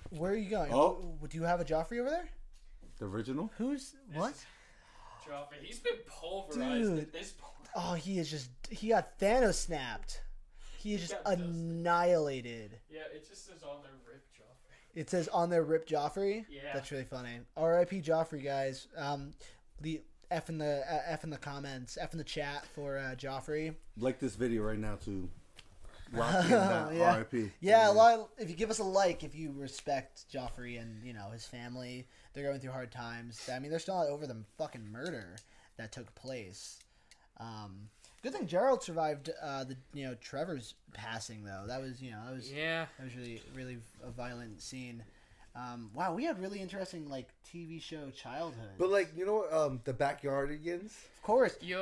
[SPEAKER 2] Where are you going?
[SPEAKER 3] Oh.
[SPEAKER 2] do you have a Joffrey over there?
[SPEAKER 3] the original.
[SPEAKER 2] Who's what?
[SPEAKER 1] Joffrey. He's been pulverized
[SPEAKER 2] pulverized Dude.
[SPEAKER 1] at
[SPEAKER 2] at
[SPEAKER 1] this point.
[SPEAKER 2] Oh, he is just. He got Thanos snapped. He is just
[SPEAKER 1] got dusted.
[SPEAKER 2] annihilated.
[SPEAKER 1] Yeah, it just says on there, "Rip Joffrey."
[SPEAKER 2] It says on there, "Rip Joffrey."
[SPEAKER 1] Yeah.
[SPEAKER 2] that's really funny. R.I.P. Joffrey, guys. Um, the f in the uh, f in the comments, f in the chat for uh, Joffrey.
[SPEAKER 3] Like this video right now too. Rocky and that
[SPEAKER 2] yeah.
[SPEAKER 3] R.I.P.
[SPEAKER 2] Yeah, a lot. If you give us a like, if you respect Joffrey and you know his family, they're going through hard times. I mean, they're still not over the fucking murder that took place. Um, good thing Gerald survived uh, the you know Trevor's passing though. That was you know that was
[SPEAKER 1] Yeah.
[SPEAKER 2] that was really, really a violent scene. Um, wow, we had really interesting like TV show childhood.
[SPEAKER 4] But like you know, what, um, the backyardigans.
[SPEAKER 2] of course,
[SPEAKER 1] Your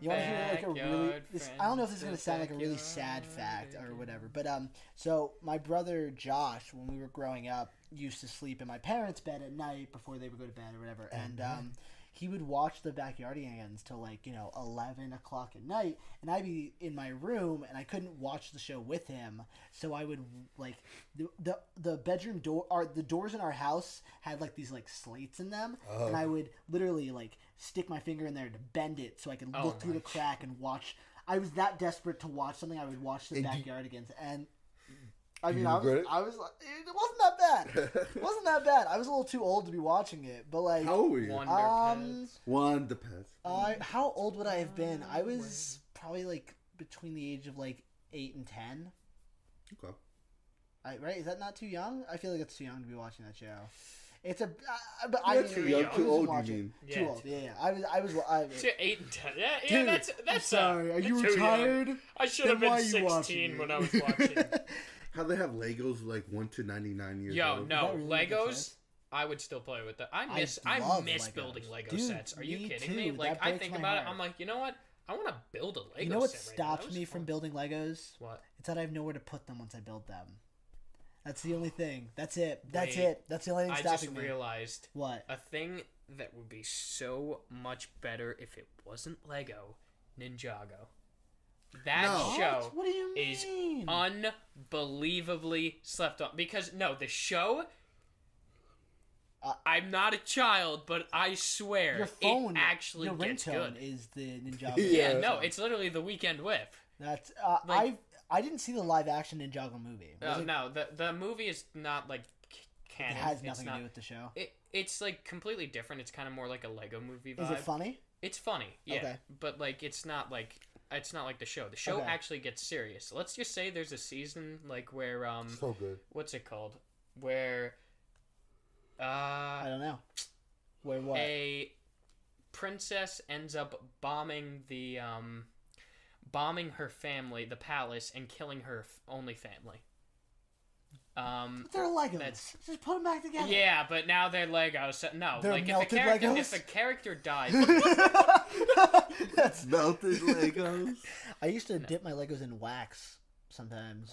[SPEAKER 2] you want to hear like a really?
[SPEAKER 1] backyard
[SPEAKER 2] This, I don't know if this is gonna
[SPEAKER 1] friends,
[SPEAKER 2] sound like a
[SPEAKER 1] the
[SPEAKER 2] really sad
[SPEAKER 1] backyard
[SPEAKER 2] fact or whatever, but um, so my brother Josh, when we were growing up, used to sleep in my parents' bed at night before they would go to bed or whatever, and um. He would watch the Backyardigans till like you know eleven o'clock at night, and I'd be in my room and I couldn't watch the show with him, so I would like the the, the bedroom door, our the doors in our house had like these like slates in them, and I would literally like stick my finger in there to bend it so I could
[SPEAKER 1] Oh
[SPEAKER 2] look through
[SPEAKER 1] my
[SPEAKER 2] the crack and watch. I was that desperate to watch something, I would watch the
[SPEAKER 4] And do-
[SPEAKER 2] Backyardigans, and I
[SPEAKER 4] Do
[SPEAKER 2] mean,
[SPEAKER 4] you
[SPEAKER 2] I was,
[SPEAKER 4] regret it?
[SPEAKER 2] I was, like, it wasn't that bad. it wasn't that bad. I was a little too old to be watching it, but like,
[SPEAKER 3] How old were you?
[SPEAKER 1] Wonder
[SPEAKER 2] Um,
[SPEAKER 1] Pets.
[SPEAKER 3] One depends.
[SPEAKER 2] I how old would I have been? I was probably like between the age of like eight and ten.
[SPEAKER 3] Okay.
[SPEAKER 2] I, right? Is that not too young? I feel like it's too young to be watching that show. It's a, uh, but I
[SPEAKER 3] You're
[SPEAKER 2] was
[SPEAKER 3] too
[SPEAKER 1] young, too
[SPEAKER 3] old, you
[SPEAKER 2] watching.
[SPEAKER 3] mean.
[SPEAKER 2] Too
[SPEAKER 1] Yeah,
[SPEAKER 2] old.
[SPEAKER 1] too
[SPEAKER 2] Yeah, yeah. I was. I was. I,
[SPEAKER 1] To eight and ten. Yeah, yeah
[SPEAKER 2] Dude,
[SPEAKER 1] that's
[SPEAKER 2] I'm
[SPEAKER 1] that's. uh,
[SPEAKER 2] sorry. Are you
[SPEAKER 1] that's too young.
[SPEAKER 2] retired?
[SPEAKER 1] I should have
[SPEAKER 2] Then why
[SPEAKER 1] been
[SPEAKER 2] are you watching
[SPEAKER 1] sixteen
[SPEAKER 2] it?
[SPEAKER 1] when I was watching.
[SPEAKER 3] How they have Legos like one to ninety nine years
[SPEAKER 1] Yo,
[SPEAKER 3] old.
[SPEAKER 1] no
[SPEAKER 2] really make a
[SPEAKER 1] Legos.
[SPEAKER 2] difference?
[SPEAKER 1] I would still play with that. I
[SPEAKER 2] I
[SPEAKER 1] miss I,
[SPEAKER 2] love
[SPEAKER 1] miss
[SPEAKER 2] Legos.
[SPEAKER 1] building Lego
[SPEAKER 2] Dude,
[SPEAKER 1] sets. Are you
[SPEAKER 2] me
[SPEAKER 1] kidding
[SPEAKER 2] too.
[SPEAKER 1] me?
[SPEAKER 2] That
[SPEAKER 1] Like I
[SPEAKER 2] breaks
[SPEAKER 1] think
[SPEAKER 2] my
[SPEAKER 1] about it,
[SPEAKER 2] heart.
[SPEAKER 1] I'm like, you know what? I want to build a Lego.
[SPEAKER 2] you know what
[SPEAKER 1] set right now. That
[SPEAKER 2] stopped
[SPEAKER 1] was
[SPEAKER 2] me from
[SPEAKER 1] fun.
[SPEAKER 2] building Legos?
[SPEAKER 1] What?
[SPEAKER 2] It's that I have nowhere to put them once I build them. That's the only thing. That's it. That's
[SPEAKER 1] Wait.
[SPEAKER 2] it. That's the only thing
[SPEAKER 1] I just
[SPEAKER 2] stopping me.
[SPEAKER 1] realized
[SPEAKER 2] What?
[SPEAKER 1] a thing that would be so much better if it wasn't Lego, Ninjago. That
[SPEAKER 3] No.
[SPEAKER 1] Uh, show
[SPEAKER 2] What do you
[SPEAKER 1] is
[SPEAKER 2] mean?
[SPEAKER 1] unbelievably slept on because no, the show.
[SPEAKER 2] Uh,
[SPEAKER 1] I'm not a child, but I swear
[SPEAKER 2] your phone
[SPEAKER 1] it actually
[SPEAKER 2] your
[SPEAKER 1] gets
[SPEAKER 2] ringtone
[SPEAKER 1] good.
[SPEAKER 2] is the Ninjago.
[SPEAKER 1] yeah,
[SPEAKER 4] Yeah.
[SPEAKER 1] no, it's literally the Weekend Whip.
[SPEAKER 2] That's uh,
[SPEAKER 1] Like-
[SPEAKER 2] I I didn't see the live action Ninjago movie. Was
[SPEAKER 1] Oh,
[SPEAKER 2] it,
[SPEAKER 1] no, the the movie is not like c-
[SPEAKER 2] it
[SPEAKER 1] canon.
[SPEAKER 2] has
[SPEAKER 1] It's
[SPEAKER 2] nothing
[SPEAKER 1] not-
[SPEAKER 2] to do with the show.
[SPEAKER 1] It, it's like completely different. It's kind of more like a Lego movie vibe.
[SPEAKER 2] Is it funny?
[SPEAKER 1] It's funny, yeah,
[SPEAKER 2] Okay.
[SPEAKER 1] but like it's not like it's not like the show. The show
[SPEAKER 2] Okay.
[SPEAKER 1] actually gets serious. Let's just say there's a season like where um
[SPEAKER 4] So good.
[SPEAKER 1] what's it called where
[SPEAKER 2] I
[SPEAKER 1] uh
[SPEAKER 2] don't know. Where what?
[SPEAKER 1] a princess ends up bombing the um bombing her family, the palace, and killing her f- only family. Um,
[SPEAKER 2] But they're Legos.
[SPEAKER 1] that's-
[SPEAKER 2] Just put them back together.
[SPEAKER 1] yeah, but now they're Legos. So, no,
[SPEAKER 2] They're
[SPEAKER 1] like if a
[SPEAKER 2] melted
[SPEAKER 1] character
[SPEAKER 2] Legos?
[SPEAKER 1] if a character dies,
[SPEAKER 2] That's-
[SPEAKER 3] Melted Legos.
[SPEAKER 2] I used to dip my Legos in wax sometimes.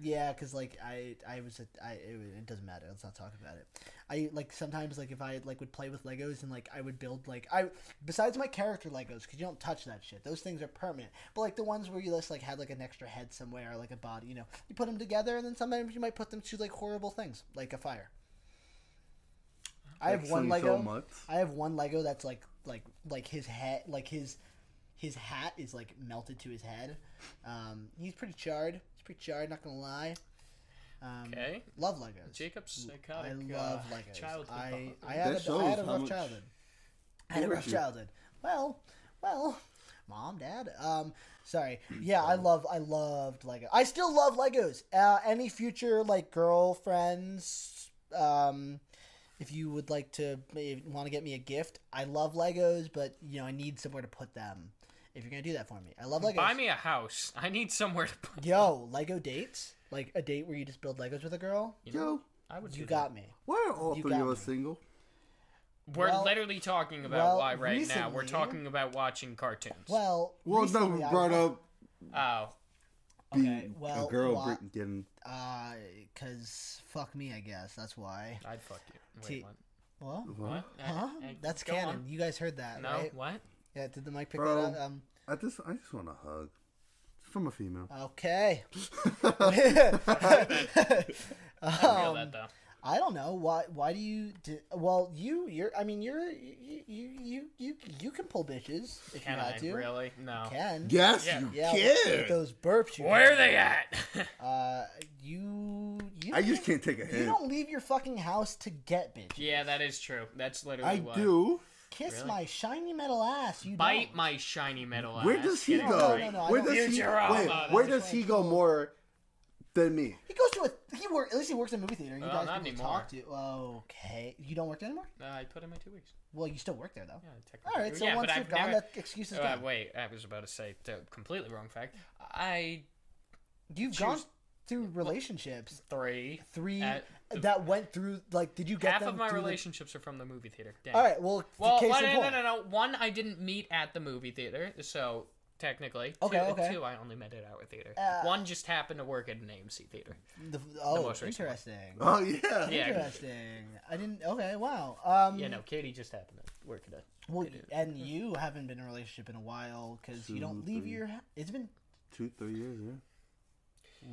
[SPEAKER 2] Yeah, because like I, I was, a, I, it, wa- it doesn't matter. Let's not talk about it. I like sometimes like if I like would play with Legos and like I would build like I besides my character Legos because you don't touch that shit. Those things are permanent. But like the ones where you just like had like an extra head somewhere or like a body, you know, you put them together and then sometimes you might put them to like horrible things like a fire. I have one
[SPEAKER 3] Thanks
[SPEAKER 2] Lego.
[SPEAKER 3] So much.
[SPEAKER 2] I have one Lego that's like like like his head like his his hat is like melted to his head. Um, he's pretty charred. He's pretty charred. Not gonna lie. Um,
[SPEAKER 1] okay.
[SPEAKER 2] Love Legos.
[SPEAKER 1] Jacob's psychotic.
[SPEAKER 2] I love
[SPEAKER 1] uh,
[SPEAKER 2] Legos.
[SPEAKER 1] Childhood.
[SPEAKER 2] I
[SPEAKER 1] bond.
[SPEAKER 2] I had, a, I
[SPEAKER 3] That
[SPEAKER 2] had a
[SPEAKER 3] shows how
[SPEAKER 2] rough
[SPEAKER 3] much-
[SPEAKER 2] childhood. I had a
[SPEAKER 3] Who
[SPEAKER 2] rough
[SPEAKER 3] hurt you?
[SPEAKER 2] childhood. Well, well, mom, dad. Um, sorry. Yeah, I love I loved Lego. I still love Legos. Uh, any future like girlfriends, um, if you would like to want to get me a gift, I love Legos, but you know I need somewhere to put them. If you're gonna do that for me, I love Legos.
[SPEAKER 1] Buy me a house. I need somewhere to put.
[SPEAKER 2] Yo, Lego dates, like a date where you just build Legos with a girl.
[SPEAKER 3] Yo,
[SPEAKER 1] I would.
[SPEAKER 2] You
[SPEAKER 1] do
[SPEAKER 2] got me.
[SPEAKER 3] why are all
[SPEAKER 2] You
[SPEAKER 3] three
[SPEAKER 2] got
[SPEAKER 3] of us
[SPEAKER 2] me.
[SPEAKER 3] single?
[SPEAKER 1] that. We're
[SPEAKER 2] well-
[SPEAKER 1] literally talking about
[SPEAKER 2] well,
[SPEAKER 1] why right now. We're
[SPEAKER 2] recently-
[SPEAKER 1] talking about watching cartoons.
[SPEAKER 2] Well,
[SPEAKER 3] Well, no,
[SPEAKER 2] recently
[SPEAKER 3] we
[SPEAKER 2] I
[SPEAKER 3] brought
[SPEAKER 2] wa-
[SPEAKER 3] up
[SPEAKER 1] oh,
[SPEAKER 3] being
[SPEAKER 2] Okay, well,
[SPEAKER 3] a girl
[SPEAKER 2] why-
[SPEAKER 3] bring- getting.
[SPEAKER 2] Uh, cause fuck me, I guess that's why.
[SPEAKER 1] I'd fuck you. Wait,
[SPEAKER 2] T-
[SPEAKER 1] what?
[SPEAKER 2] Well,
[SPEAKER 1] What?
[SPEAKER 2] huh?
[SPEAKER 1] Eh, eh,
[SPEAKER 2] That's
[SPEAKER 1] go on.
[SPEAKER 2] canon. You guys heard that,
[SPEAKER 1] No,
[SPEAKER 2] right?
[SPEAKER 1] what?
[SPEAKER 2] Yeah. Did the mic pick
[SPEAKER 3] Bro.
[SPEAKER 2] that up? Um.
[SPEAKER 3] I just, I just want a hug from a female.
[SPEAKER 2] Okay.
[SPEAKER 1] I feel
[SPEAKER 2] um,
[SPEAKER 1] that though.
[SPEAKER 2] I don't know why. Why do you? Do, well, you. You're. I mean, you're. You. You. You. You, you can pull bitches if
[SPEAKER 1] Can
[SPEAKER 2] you had
[SPEAKER 1] I
[SPEAKER 2] to.
[SPEAKER 1] really? No.
[SPEAKER 2] Can.
[SPEAKER 3] Yes,
[SPEAKER 1] Yeah.
[SPEAKER 3] you
[SPEAKER 2] Yeah.
[SPEAKER 3] can.
[SPEAKER 2] With those burps. You
[SPEAKER 1] Where are
[SPEAKER 2] can.
[SPEAKER 1] they at?
[SPEAKER 2] Uh, you. You.
[SPEAKER 3] I just can't take a
[SPEAKER 2] You
[SPEAKER 3] hint.
[SPEAKER 2] don't leave your fucking house to get bitches.
[SPEAKER 1] yeah, that is true. That's literally.
[SPEAKER 3] I
[SPEAKER 1] why.
[SPEAKER 3] do.
[SPEAKER 2] Kiss
[SPEAKER 1] Really?
[SPEAKER 2] my shiny metal ass. You
[SPEAKER 1] Bite
[SPEAKER 2] don't.
[SPEAKER 1] my shiny metal ass.
[SPEAKER 3] Where does he
[SPEAKER 1] Get
[SPEAKER 3] go?
[SPEAKER 2] no,
[SPEAKER 1] right.
[SPEAKER 2] no, I
[SPEAKER 3] where
[SPEAKER 2] don't-
[SPEAKER 3] does he?
[SPEAKER 1] Futurama,
[SPEAKER 3] Wait,
[SPEAKER 1] that's
[SPEAKER 3] where does he go more than me?
[SPEAKER 2] He goes to a he work at least he works in a movie theater. You
[SPEAKER 1] Well,
[SPEAKER 2] guys
[SPEAKER 1] Oh, not
[SPEAKER 2] can go talk to. Okay, you don't work there anymore.
[SPEAKER 1] Uh, I put in my two weeks.
[SPEAKER 2] Well, you still work there though.
[SPEAKER 1] Yeah, technically.
[SPEAKER 2] All right, so
[SPEAKER 1] yeah,
[SPEAKER 2] once
[SPEAKER 1] but
[SPEAKER 2] you're
[SPEAKER 1] I've
[SPEAKER 2] gone,
[SPEAKER 1] never-
[SPEAKER 2] that excuse is
[SPEAKER 1] Uh,
[SPEAKER 2] gone.
[SPEAKER 1] wait, I was about to say the completely wrong fact. I
[SPEAKER 2] You've
[SPEAKER 1] choose-
[SPEAKER 2] gone through relationships
[SPEAKER 1] three.
[SPEAKER 2] three
[SPEAKER 1] at the-
[SPEAKER 2] that went through. Like, did you get
[SPEAKER 1] Half
[SPEAKER 2] them
[SPEAKER 1] of my
[SPEAKER 2] through the-
[SPEAKER 1] relationships are from the movie theater. Dang.
[SPEAKER 2] All right, well,
[SPEAKER 1] Well,
[SPEAKER 2] case
[SPEAKER 1] one,
[SPEAKER 2] in
[SPEAKER 1] no, no,
[SPEAKER 2] point.
[SPEAKER 1] no, no. One I didn't meet at the movie theater, so technically.
[SPEAKER 2] Okay,
[SPEAKER 1] two,
[SPEAKER 2] okay.
[SPEAKER 1] Two I only met at our theater.
[SPEAKER 2] Uh,
[SPEAKER 1] one just happened to work at an AMC theater.
[SPEAKER 2] The, oh,
[SPEAKER 1] most recent one.
[SPEAKER 2] interesting.
[SPEAKER 3] Oh yeah.
[SPEAKER 1] Yeah.
[SPEAKER 2] Interesting. I didn't. Okay, wow. Um,
[SPEAKER 1] Yeah, no, Katie just happened to work at a.
[SPEAKER 2] Well, and you haven't been in a relationship in a while because you don't
[SPEAKER 3] Two,
[SPEAKER 2] leave
[SPEAKER 3] three.
[SPEAKER 2] your. It's been.
[SPEAKER 3] Two, three years. Yeah.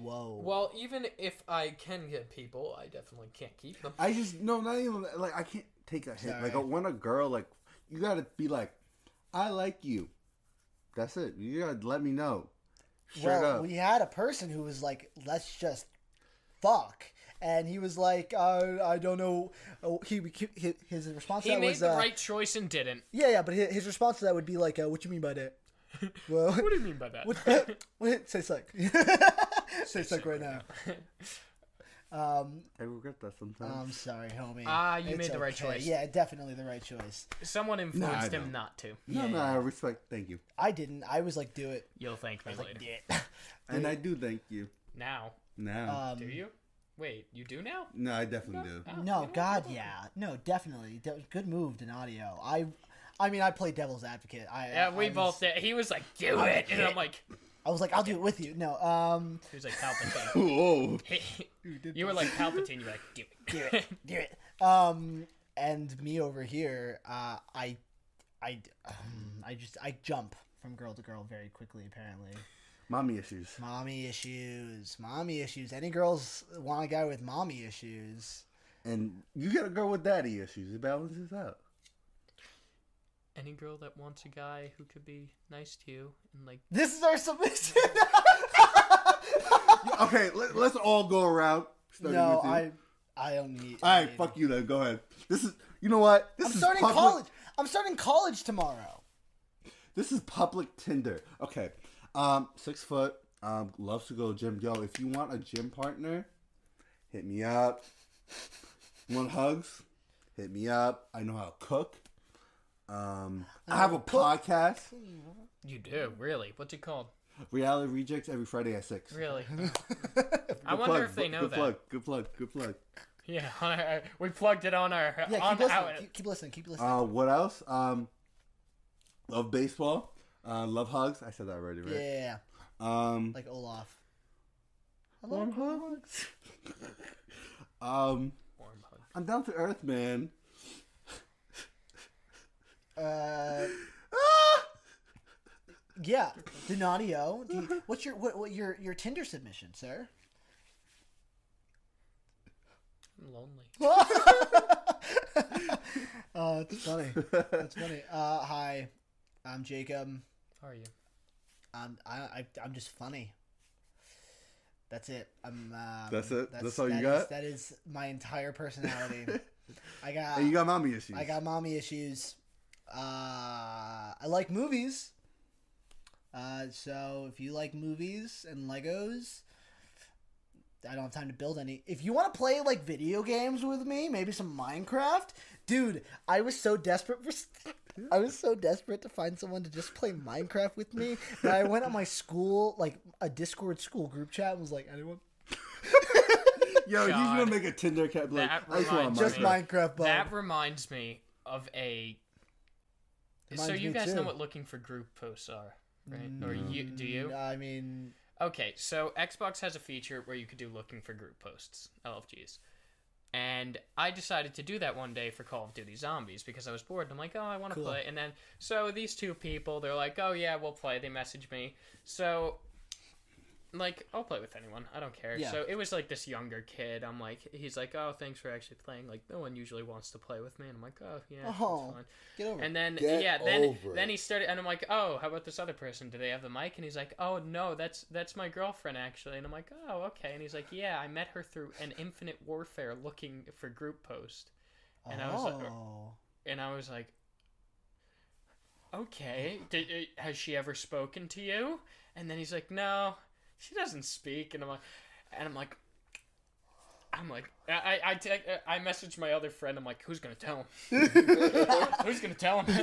[SPEAKER 2] Whoa.
[SPEAKER 1] Well, even if I can get people, I definitely can't keep
[SPEAKER 2] Uh,
[SPEAKER 1] them.
[SPEAKER 3] I just no, not even that. like I can't take a hit.
[SPEAKER 2] Sorry.
[SPEAKER 3] Like I want a girl. Like you gotta be like, I like you. That's it. You gotta let me know. Straight
[SPEAKER 2] well,
[SPEAKER 3] up.
[SPEAKER 2] we had a person who was like, "Let's just fuck," and he was like, uh, "I don't know." Oh, he, he his response to
[SPEAKER 1] He
[SPEAKER 2] that
[SPEAKER 1] made
[SPEAKER 2] was,
[SPEAKER 1] the
[SPEAKER 2] uh,
[SPEAKER 1] right choice and didn't.
[SPEAKER 2] "Yeah, yeah," but his, his response to that would be like, uh, "What you mean by that?" Well,
[SPEAKER 1] What do you mean by that?
[SPEAKER 2] what, what, say suck, say suck right now. Um,
[SPEAKER 3] I regret that sometimes.
[SPEAKER 2] I'm sorry, homie.
[SPEAKER 1] Ah, you
[SPEAKER 2] It's
[SPEAKER 1] made the right
[SPEAKER 2] okay.
[SPEAKER 1] choice.
[SPEAKER 2] Yeah, definitely the right choice.
[SPEAKER 1] Someone influenced
[SPEAKER 3] I
[SPEAKER 1] him
[SPEAKER 3] don't.
[SPEAKER 1] not to.
[SPEAKER 3] no, no, I respect. Thank you,
[SPEAKER 2] I didn't. I was like, "Do it."
[SPEAKER 1] You'll thank me
[SPEAKER 2] I was
[SPEAKER 1] later.
[SPEAKER 2] like, "Do it."
[SPEAKER 3] and I do thank you.
[SPEAKER 1] Now.
[SPEAKER 3] Now,
[SPEAKER 2] Um,
[SPEAKER 1] Do you? Wait, you do now?
[SPEAKER 3] no, I definitely do.
[SPEAKER 1] Oh, you
[SPEAKER 2] No,
[SPEAKER 1] know,
[SPEAKER 2] God,
[SPEAKER 1] okay.
[SPEAKER 2] yeah, no, definitely. That was good move, Donadio. I, I mean, I play devil's advocate. I,
[SPEAKER 1] Yeah,
[SPEAKER 2] I
[SPEAKER 1] we
[SPEAKER 2] was,
[SPEAKER 1] both did. He was like, "Do it," and I'm like,
[SPEAKER 2] I was like, I'll do it with you. No, um,
[SPEAKER 1] he was like Palpatine.
[SPEAKER 3] Whoa.
[SPEAKER 1] you were like Palpatine. You're like, "Do it, do it."
[SPEAKER 2] do it. Um, and me over here, uh, I, I, um, I just I jump from girl to girl very quickly. Apparently,
[SPEAKER 3] Mommy issues.
[SPEAKER 2] Mommy issues. Mommy issues. Any girls want a guy with mommy issues.
[SPEAKER 3] And you got a girl with daddy issues. It balances out.
[SPEAKER 1] Any girl that wants a guy who could be nice to you and like
[SPEAKER 2] This is our submission.
[SPEAKER 3] Okay, let, let's all go around. starting
[SPEAKER 2] no,
[SPEAKER 3] with you.
[SPEAKER 2] I, I don't need.
[SPEAKER 3] All right, fuck you then. Go ahead. This is. You know what? This
[SPEAKER 2] I'm
[SPEAKER 3] is
[SPEAKER 2] starting
[SPEAKER 3] public-
[SPEAKER 2] college. I'm starting college tomorrow.
[SPEAKER 3] This is public Tinder. Okay. Um, six foot. Um, loves to go to gym. Yo, if you want a gym partner, hit me up. You want hugs? Hit me up. I know how to cook. Um, I have a podcast,
[SPEAKER 1] you do really. What's it called?
[SPEAKER 3] Reality Rejects, every Friday at six.
[SPEAKER 1] Really?
[SPEAKER 3] Good
[SPEAKER 1] I wonder
[SPEAKER 3] plug,
[SPEAKER 1] if they
[SPEAKER 3] bu-
[SPEAKER 1] know
[SPEAKER 3] good
[SPEAKER 1] that.
[SPEAKER 3] Plug, good plug. Good plug.
[SPEAKER 1] Yeah, on our, we plugged it on our
[SPEAKER 2] Yeah,
[SPEAKER 1] on
[SPEAKER 2] keep listening.
[SPEAKER 1] our.
[SPEAKER 2] Keep, keep listening. Keep listening.
[SPEAKER 3] Uh, what else? Um, love baseball. Uh, love hugs. I said that already,
[SPEAKER 2] yeah,
[SPEAKER 3] right?
[SPEAKER 2] yeah, yeah.
[SPEAKER 3] Um,
[SPEAKER 2] like Olaf. I love
[SPEAKER 3] warm hugs. um,
[SPEAKER 1] Warm hug.
[SPEAKER 3] I'm down to earth, man.
[SPEAKER 2] Uh,
[SPEAKER 3] Ah!
[SPEAKER 2] yeah, Donatio. Do you, what's your what, what your your Tinder submission, sir?
[SPEAKER 1] I'm lonely.
[SPEAKER 2] Oh, Uh, it's funny. That's funny. Uh, hi, I'm Jacob.
[SPEAKER 1] How are you?
[SPEAKER 2] I'm I, I I'm just funny. That's it. I'm. Um,
[SPEAKER 3] That's it? That's all
[SPEAKER 2] that
[SPEAKER 3] you
[SPEAKER 2] is-
[SPEAKER 3] got?
[SPEAKER 2] that is my entire personality. I got.
[SPEAKER 3] Hey, you got mommy issues.
[SPEAKER 2] I got mommy issues. Uh, I like movies. Uh, so if you like movies and Legos, I don't have time to build any. If you want to play like video games with me, maybe some Minecraft, dude. I was so desperate for. I was so desperate to find someone to just play Minecraft with me that I went on my school, like a Discord school group chat, and was like, anyone?
[SPEAKER 3] Yo, he's
[SPEAKER 1] God.
[SPEAKER 3] gonna make a Tinder cat. Like,
[SPEAKER 1] That
[SPEAKER 3] I just want
[SPEAKER 1] reminds
[SPEAKER 2] Just
[SPEAKER 1] me.
[SPEAKER 3] Minecraft.
[SPEAKER 2] Minecraft, bud.
[SPEAKER 1] That reminds me of a. so
[SPEAKER 2] Reminds
[SPEAKER 1] you
[SPEAKER 2] me
[SPEAKER 1] guys know
[SPEAKER 2] too.
[SPEAKER 1] what looking for group posts are, right? Or you do you?
[SPEAKER 2] Mm, I mean,
[SPEAKER 1] Okay, so Xbox has a feature where you could do looking for group posts, LFGs. And I decided to do that one day for Call of Duty Zombies because I was bored and I'm like, oh, I want to
[SPEAKER 2] Cool.
[SPEAKER 1] play. And then, so these two people, they're like, oh, yeah, we'll play. They message me. So, like, I'll play with anyone. I don't care.
[SPEAKER 2] Yeah.
[SPEAKER 1] So it was like this younger kid. I'm like, he's like, oh, thanks for actually playing. Like, no one usually wants to play with me. And I'm like, oh, yeah, it's
[SPEAKER 2] Oh.
[SPEAKER 1] fine.
[SPEAKER 2] get over. it.
[SPEAKER 1] And then
[SPEAKER 4] Get
[SPEAKER 1] yeah, then
[SPEAKER 4] over
[SPEAKER 1] then
[SPEAKER 4] it.
[SPEAKER 1] he started, and I'm like, oh, how about this other person? Do they have the mic? And he's like, oh no, that's that's my girlfriend actually. And I'm like, oh okay. And he's like, yeah, I met her through an Infinite Warfare looking for group post, and I was like,
[SPEAKER 2] Oh.
[SPEAKER 1] and I was like, okay, did, uh, has she ever spoken to you? And then he's like, no, she doesn't speak. And I'm like, and I'm like. I'm like, I I, I, te- I messaged my other friend. I'm like, who's gonna tell him? who's gonna tell him?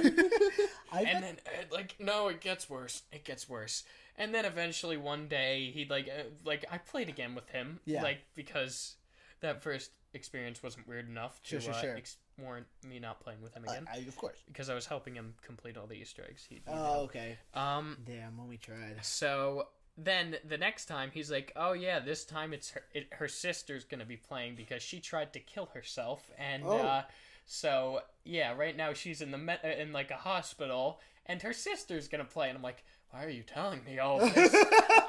[SPEAKER 2] I bet,
[SPEAKER 1] and then uh, like no it gets worse it gets worse and then eventually one day he like uh, like i played again with him
[SPEAKER 2] Yeah.
[SPEAKER 1] like because that first experience wasn't weird enough to
[SPEAKER 2] Sure, sure,
[SPEAKER 1] uh,
[SPEAKER 2] sure. Uh,
[SPEAKER 1] Ex- warrant me not playing with him
[SPEAKER 2] I,
[SPEAKER 1] again
[SPEAKER 2] I, of course.
[SPEAKER 1] because i was helping him complete all the easter eggs he
[SPEAKER 2] Oh, okay.
[SPEAKER 1] um
[SPEAKER 2] Damn, when we tried.
[SPEAKER 1] so then the next time he's like, "Oh yeah, this time it's her it, her sister's gonna be playing because she tried to kill herself and
[SPEAKER 4] Oh.
[SPEAKER 1] uh, so yeah, right now she's in the me- uh, in like a hospital and her sister's gonna play." And I'm like, "Why are you telling me all this?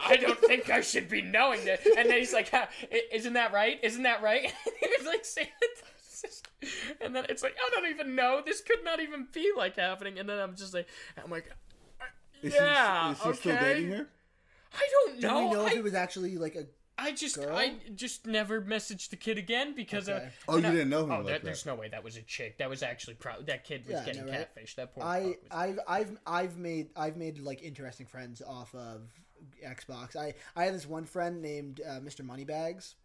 [SPEAKER 1] I don't think I should be knowing this." And then he's like, "Huh, i- "Isn't that right? Isn't that right?" And he was like saying it. to his sister. And then it's like I don't even know. This could not even be like happening. And then I'm just like, I'm like,
[SPEAKER 3] Is
[SPEAKER 1] Yeah,
[SPEAKER 3] He, is he still
[SPEAKER 1] okay.
[SPEAKER 3] dating her?
[SPEAKER 1] I don't
[SPEAKER 2] Did
[SPEAKER 1] know.
[SPEAKER 2] we know
[SPEAKER 1] I
[SPEAKER 2] if it was actually like a?
[SPEAKER 1] I just
[SPEAKER 2] girl?
[SPEAKER 1] I just never messaged the kid again because
[SPEAKER 2] Okay.
[SPEAKER 1] I,
[SPEAKER 3] Oh,
[SPEAKER 1] and
[SPEAKER 3] you
[SPEAKER 1] I-
[SPEAKER 3] didn't know him
[SPEAKER 1] Oh,
[SPEAKER 3] like
[SPEAKER 1] there-
[SPEAKER 3] that.
[SPEAKER 1] there's no way that was a chick. That was actually probably that kid was
[SPEAKER 2] Yeah, I
[SPEAKER 1] getting
[SPEAKER 2] know, right?
[SPEAKER 1] catfished. That poor
[SPEAKER 2] I,
[SPEAKER 1] fuck was-
[SPEAKER 2] I've, I've, I've made, I've made like interesting friends off of Xbox. I, I had this one friend named uh, Mr. Moneybags.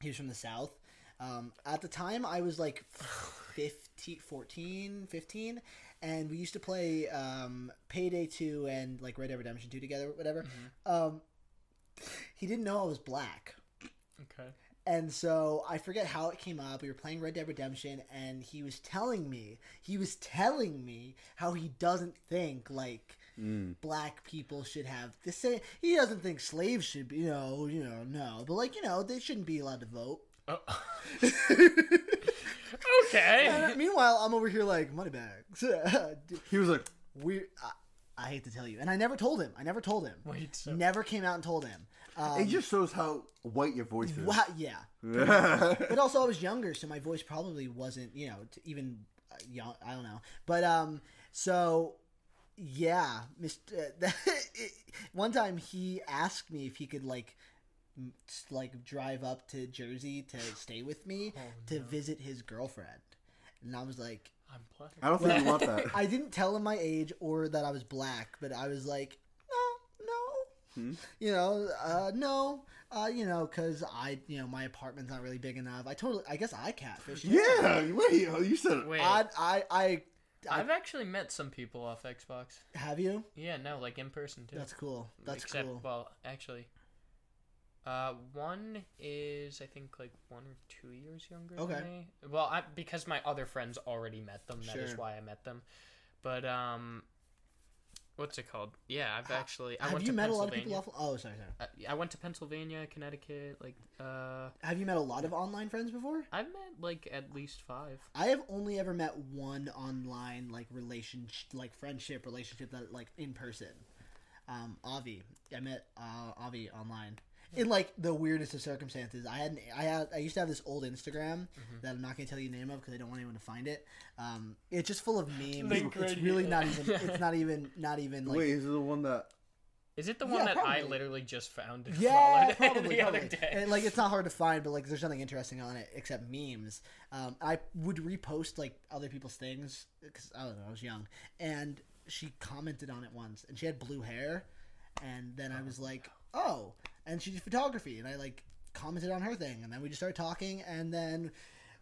[SPEAKER 2] He was from the south. Um, at the time, I was like 15, 14, 15, and we used to play um, Payday 2 and like Red Dead Redemption 2 together, whatever. Um, he didn't know I was black.
[SPEAKER 1] okay.
[SPEAKER 2] And so I forget how it came up. We were playing Red Dead Redemption, and he was telling me, he was telling me how he doesn't think like black people should have the same. He doesn't think slaves should be, you know, you know, no, but like you know, they shouldn't be allowed to vote.
[SPEAKER 1] Oh.
[SPEAKER 2] And
[SPEAKER 1] okay.
[SPEAKER 2] uh, meanwhile, I'm over here like moneybags.
[SPEAKER 3] He was like,
[SPEAKER 2] we, I, I hate to tell you, and I never told him. I never told him.
[SPEAKER 1] Wait, so-
[SPEAKER 2] never came out and told him. Um,
[SPEAKER 3] it just shows how white your voice is.
[SPEAKER 2] wow, yeah. But also, I was younger, so my voice probably wasn't, you know, t- even uh, young. I don't know. But um, so yeah, Mr. one time he asked me if he could like, m- s- like drive up to Jersey to stay with me to visit his girlfriend, and I was like,
[SPEAKER 1] I'm playing.
[SPEAKER 3] I don't think you want that.
[SPEAKER 2] I didn't tell him my age or that I was black, but I was like, no, no, you know, uh, no, uh, you know, because I, you know, my apartment's not really big enough. I totally, I guess I catfish.
[SPEAKER 3] yeah, wait, you said it.
[SPEAKER 1] Wait,
[SPEAKER 2] I, I, I, I-
[SPEAKER 1] I've actually met some people off Xbox.
[SPEAKER 2] have you?
[SPEAKER 1] Yeah, no, like in person too.
[SPEAKER 2] That's cool. That's
[SPEAKER 1] Except,
[SPEAKER 2] cool.
[SPEAKER 1] Well, actually, uh, one is I think like one or two years younger.
[SPEAKER 2] Okay.
[SPEAKER 1] Than me. Well, I, because my other friends already met them, that is
[SPEAKER 2] Sure.
[SPEAKER 1] why I met them. But um, what's it called? Yeah, I've actually I
[SPEAKER 2] have
[SPEAKER 1] went
[SPEAKER 2] you
[SPEAKER 1] to
[SPEAKER 2] met a lot of
[SPEAKER 1] Pennsylvania. Uh,
[SPEAKER 2] people off? Oh, sorry, sorry.
[SPEAKER 1] I, I went to Pennsylvania, Connecticut. Like, uh,
[SPEAKER 2] Have you met a lot of online friends before?
[SPEAKER 1] I've met like at least five.
[SPEAKER 2] I have only ever met one online like relationship, like friendship relationship that like in person. Um, Avi, I met uh, Avi online in like the weirdest of circumstances. I had I had I used to have this old Instagram
[SPEAKER 1] Mm-hmm.
[SPEAKER 2] that I'm not gonna tell you the name of because I don't want anyone to find it. Um, it's just full of memes.
[SPEAKER 1] Link
[SPEAKER 2] it's
[SPEAKER 1] right
[SPEAKER 2] really
[SPEAKER 1] here.
[SPEAKER 2] not even. It's not even. Not even like.
[SPEAKER 3] wait, is it the one that?
[SPEAKER 1] Is it the
[SPEAKER 2] Yeah,
[SPEAKER 1] one that I
[SPEAKER 2] probably.
[SPEAKER 1] literally just found? and
[SPEAKER 2] Yeah,
[SPEAKER 1] followed
[SPEAKER 2] probably.
[SPEAKER 1] the
[SPEAKER 2] probably.
[SPEAKER 1] other day?
[SPEAKER 2] And, like it's not hard to find, but like there's nothing interesting on it except memes. Um, I would repost like other people's things because I don't know, I was young, and she commented on it once, and she had blue hair, and then I was like, oh, and she did photography, and I like commented on her thing, and then we just started talking, and then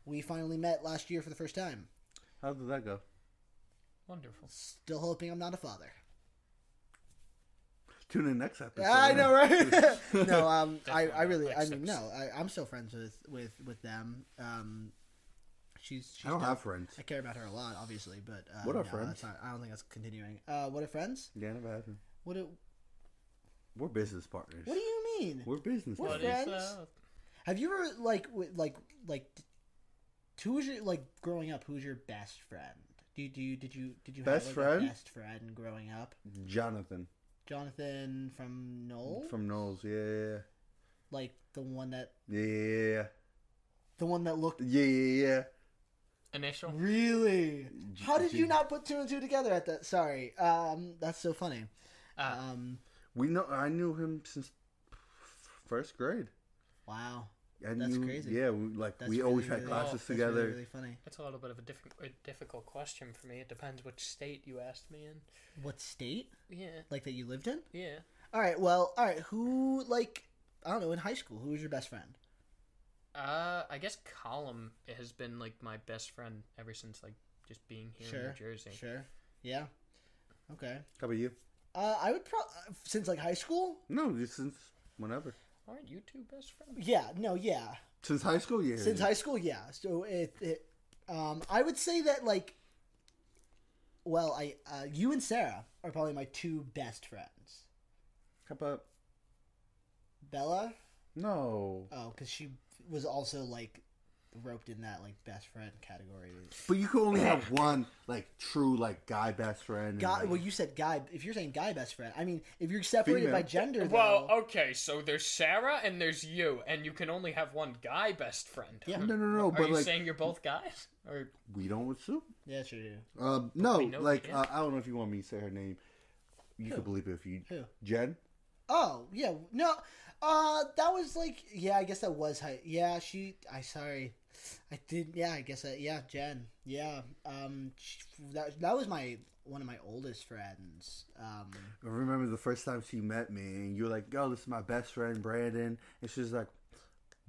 [SPEAKER 2] we finally met last year for the first time.
[SPEAKER 3] How did that go?
[SPEAKER 1] Wonderful.
[SPEAKER 2] Still hoping I'm not a father.
[SPEAKER 3] Tune in next episode.
[SPEAKER 2] I know, right? no, um, I, I
[SPEAKER 1] Definitely
[SPEAKER 2] really,
[SPEAKER 1] not
[SPEAKER 2] I
[SPEAKER 1] like
[SPEAKER 2] mean,
[SPEAKER 1] sex.
[SPEAKER 2] no, I, I'm still friends with with with them. Um, she's, she's
[SPEAKER 3] I don't
[SPEAKER 2] def-
[SPEAKER 3] have friends.
[SPEAKER 2] I care about her a lot, obviously, but uh,
[SPEAKER 3] What are
[SPEAKER 2] no,
[SPEAKER 3] friends?
[SPEAKER 2] that's Not, I don't think that's continuing. Uh, what are friends?
[SPEAKER 3] Yeah, never had them.
[SPEAKER 2] What do,
[SPEAKER 3] We're business partners.
[SPEAKER 2] What do you mean?
[SPEAKER 3] We're business
[SPEAKER 2] What
[SPEAKER 1] What
[SPEAKER 3] partners.
[SPEAKER 1] is
[SPEAKER 2] friends?
[SPEAKER 1] up?
[SPEAKER 2] Have you ever like w- like like d- who was your like growing up? Who's your best friend? Do you, do you did you did you
[SPEAKER 3] Best
[SPEAKER 2] have, like,
[SPEAKER 3] friend?
[SPEAKER 2] a best friend growing up?
[SPEAKER 3] Jonathan
[SPEAKER 2] Jonathan from Knoll,
[SPEAKER 3] from Knowles. Yeah,
[SPEAKER 2] like the one that
[SPEAKER 3] yeah, yeah,
[SPEAKER 2] the one that looked
[SPEAKER 3] yeah, yeah, yeah. yeah.
[SPEAKER 1] Initial.
[SPEAKER 2] Really? How did you
[SPEAKER 3] Dude.
[SPEAKER 2] not put two and two together at that? Sorry, um, that's so funny.
[SPEAKER 1] Uh,
[SPEAKER 2] Um,
[SPEAKER 3] We know. I knew him since first grade.
[SPEAKER 2] wow,
[SPEAKER 3] I
[SPEAKER 2] That's
[SPEAKER 3] knew-
[SPEAKER 2] crazy.
[SPEAKER 3] Yeah, we like
[SPEAKER 2] that's
[SPEAKER 3] we
[SPEAKER 2] really,
[SPEAKER 3] always had
[SPEAKER 2] really-
[SPEAKER 3] classes
[SPEAKER 2] that's really,
[SPEAKER 3] together.
[SPEAKER 2] Really, funny.
[SPEAKER 1] That's a little bit of a, diff- a difficult question for me. It depends which state you asked me in.
[SPEAKER 2] What state
[SPEAKER 1] Yeah,
[SPEAKER 2] like that you lived in?
[SPEAKER 1] yeah.
[SPEAKER 2] All right, well, all right. Who like I don't know in high school? Who was your best friend?
[SPEAKER 1] Uh, I guess Colum has been like my best friend ever since like just being here in
[SPEAKER 2] Sure,
[SPEAKER 1] New Jersey.
[SPEAKER 2] Sure. Yeah. Okay.
[SPEAKER 3] How about you?
[SPEAKER 2] Uh, I would probably since like high school.
[SPEAKER 3] No, just since whenever.
[SPEAKER 1] Aren't you two best friends?
[SPEAKER 2] Yeah. No. Yeah.
[SPEAKER 3] Since high school. Yeah.
[SPEAKER 2] Since high school, yeah. So it, it um, I would say that like, well, I, uh, you and Sarah are probably my two best friends.
[SPEAKER 3] How about
[SPEAKER 2] Bella,
[SPEAKER 3] no?
[SPEAKER 2] oh, because she was also like roped in that like best friend category.
[SPEAKER 3] But you could only have one like true like guy best friend. and,
[SPEAKER 2] Guy,
[SPEAKER 3] like-
[SPEAKER 2] well, you said guy. If you're saying guy best friend, I mean, if you're separated by
[SPEAKER 3] Female.
[SPEAKER 2] gender,
[SPEAKER 1] Well, oh.
[SPEAKER 2] though,
[SPEAKER 1] okay, so there's Sarah and there's you, and you can only have one guy best friend.
[SPEAKER 2] Yeah.
[SPEAKER 1] Hmm. Are
[SPEAKER 3] no, no, no. But
[SPEAKER 1] you
[SPEAKER 3] like
[SPEAKER 1] saying you're both guys? Or
[SPEAKER 3] we don't assume.
[SPEAKER 2] yeah, sure. you do.
[SPEAKER 3] Um, no,
[SPEAKER 1] we know we
[SPEAKER 3] like
[SPEAKER 1] can.
[SPEAKER 3] uh, I don't know if you want me to say her name. You could believe it if you
[SPEAKER 2] Who?
[SPEAKER 3] Jen.
[SPEAKER 2] Oh yeah, no, uh, that was like yeah, I guess that was high. Yeah, she. I sorry, I did. Yeah, I guess that. Yeah, Jen. Yeah, um, she, that that was my one of my oldest friends. Um,
[SPEAKER 3] I remember the first time she met me, and you were like, "Yo, this is my best friend Brandon," and she's like,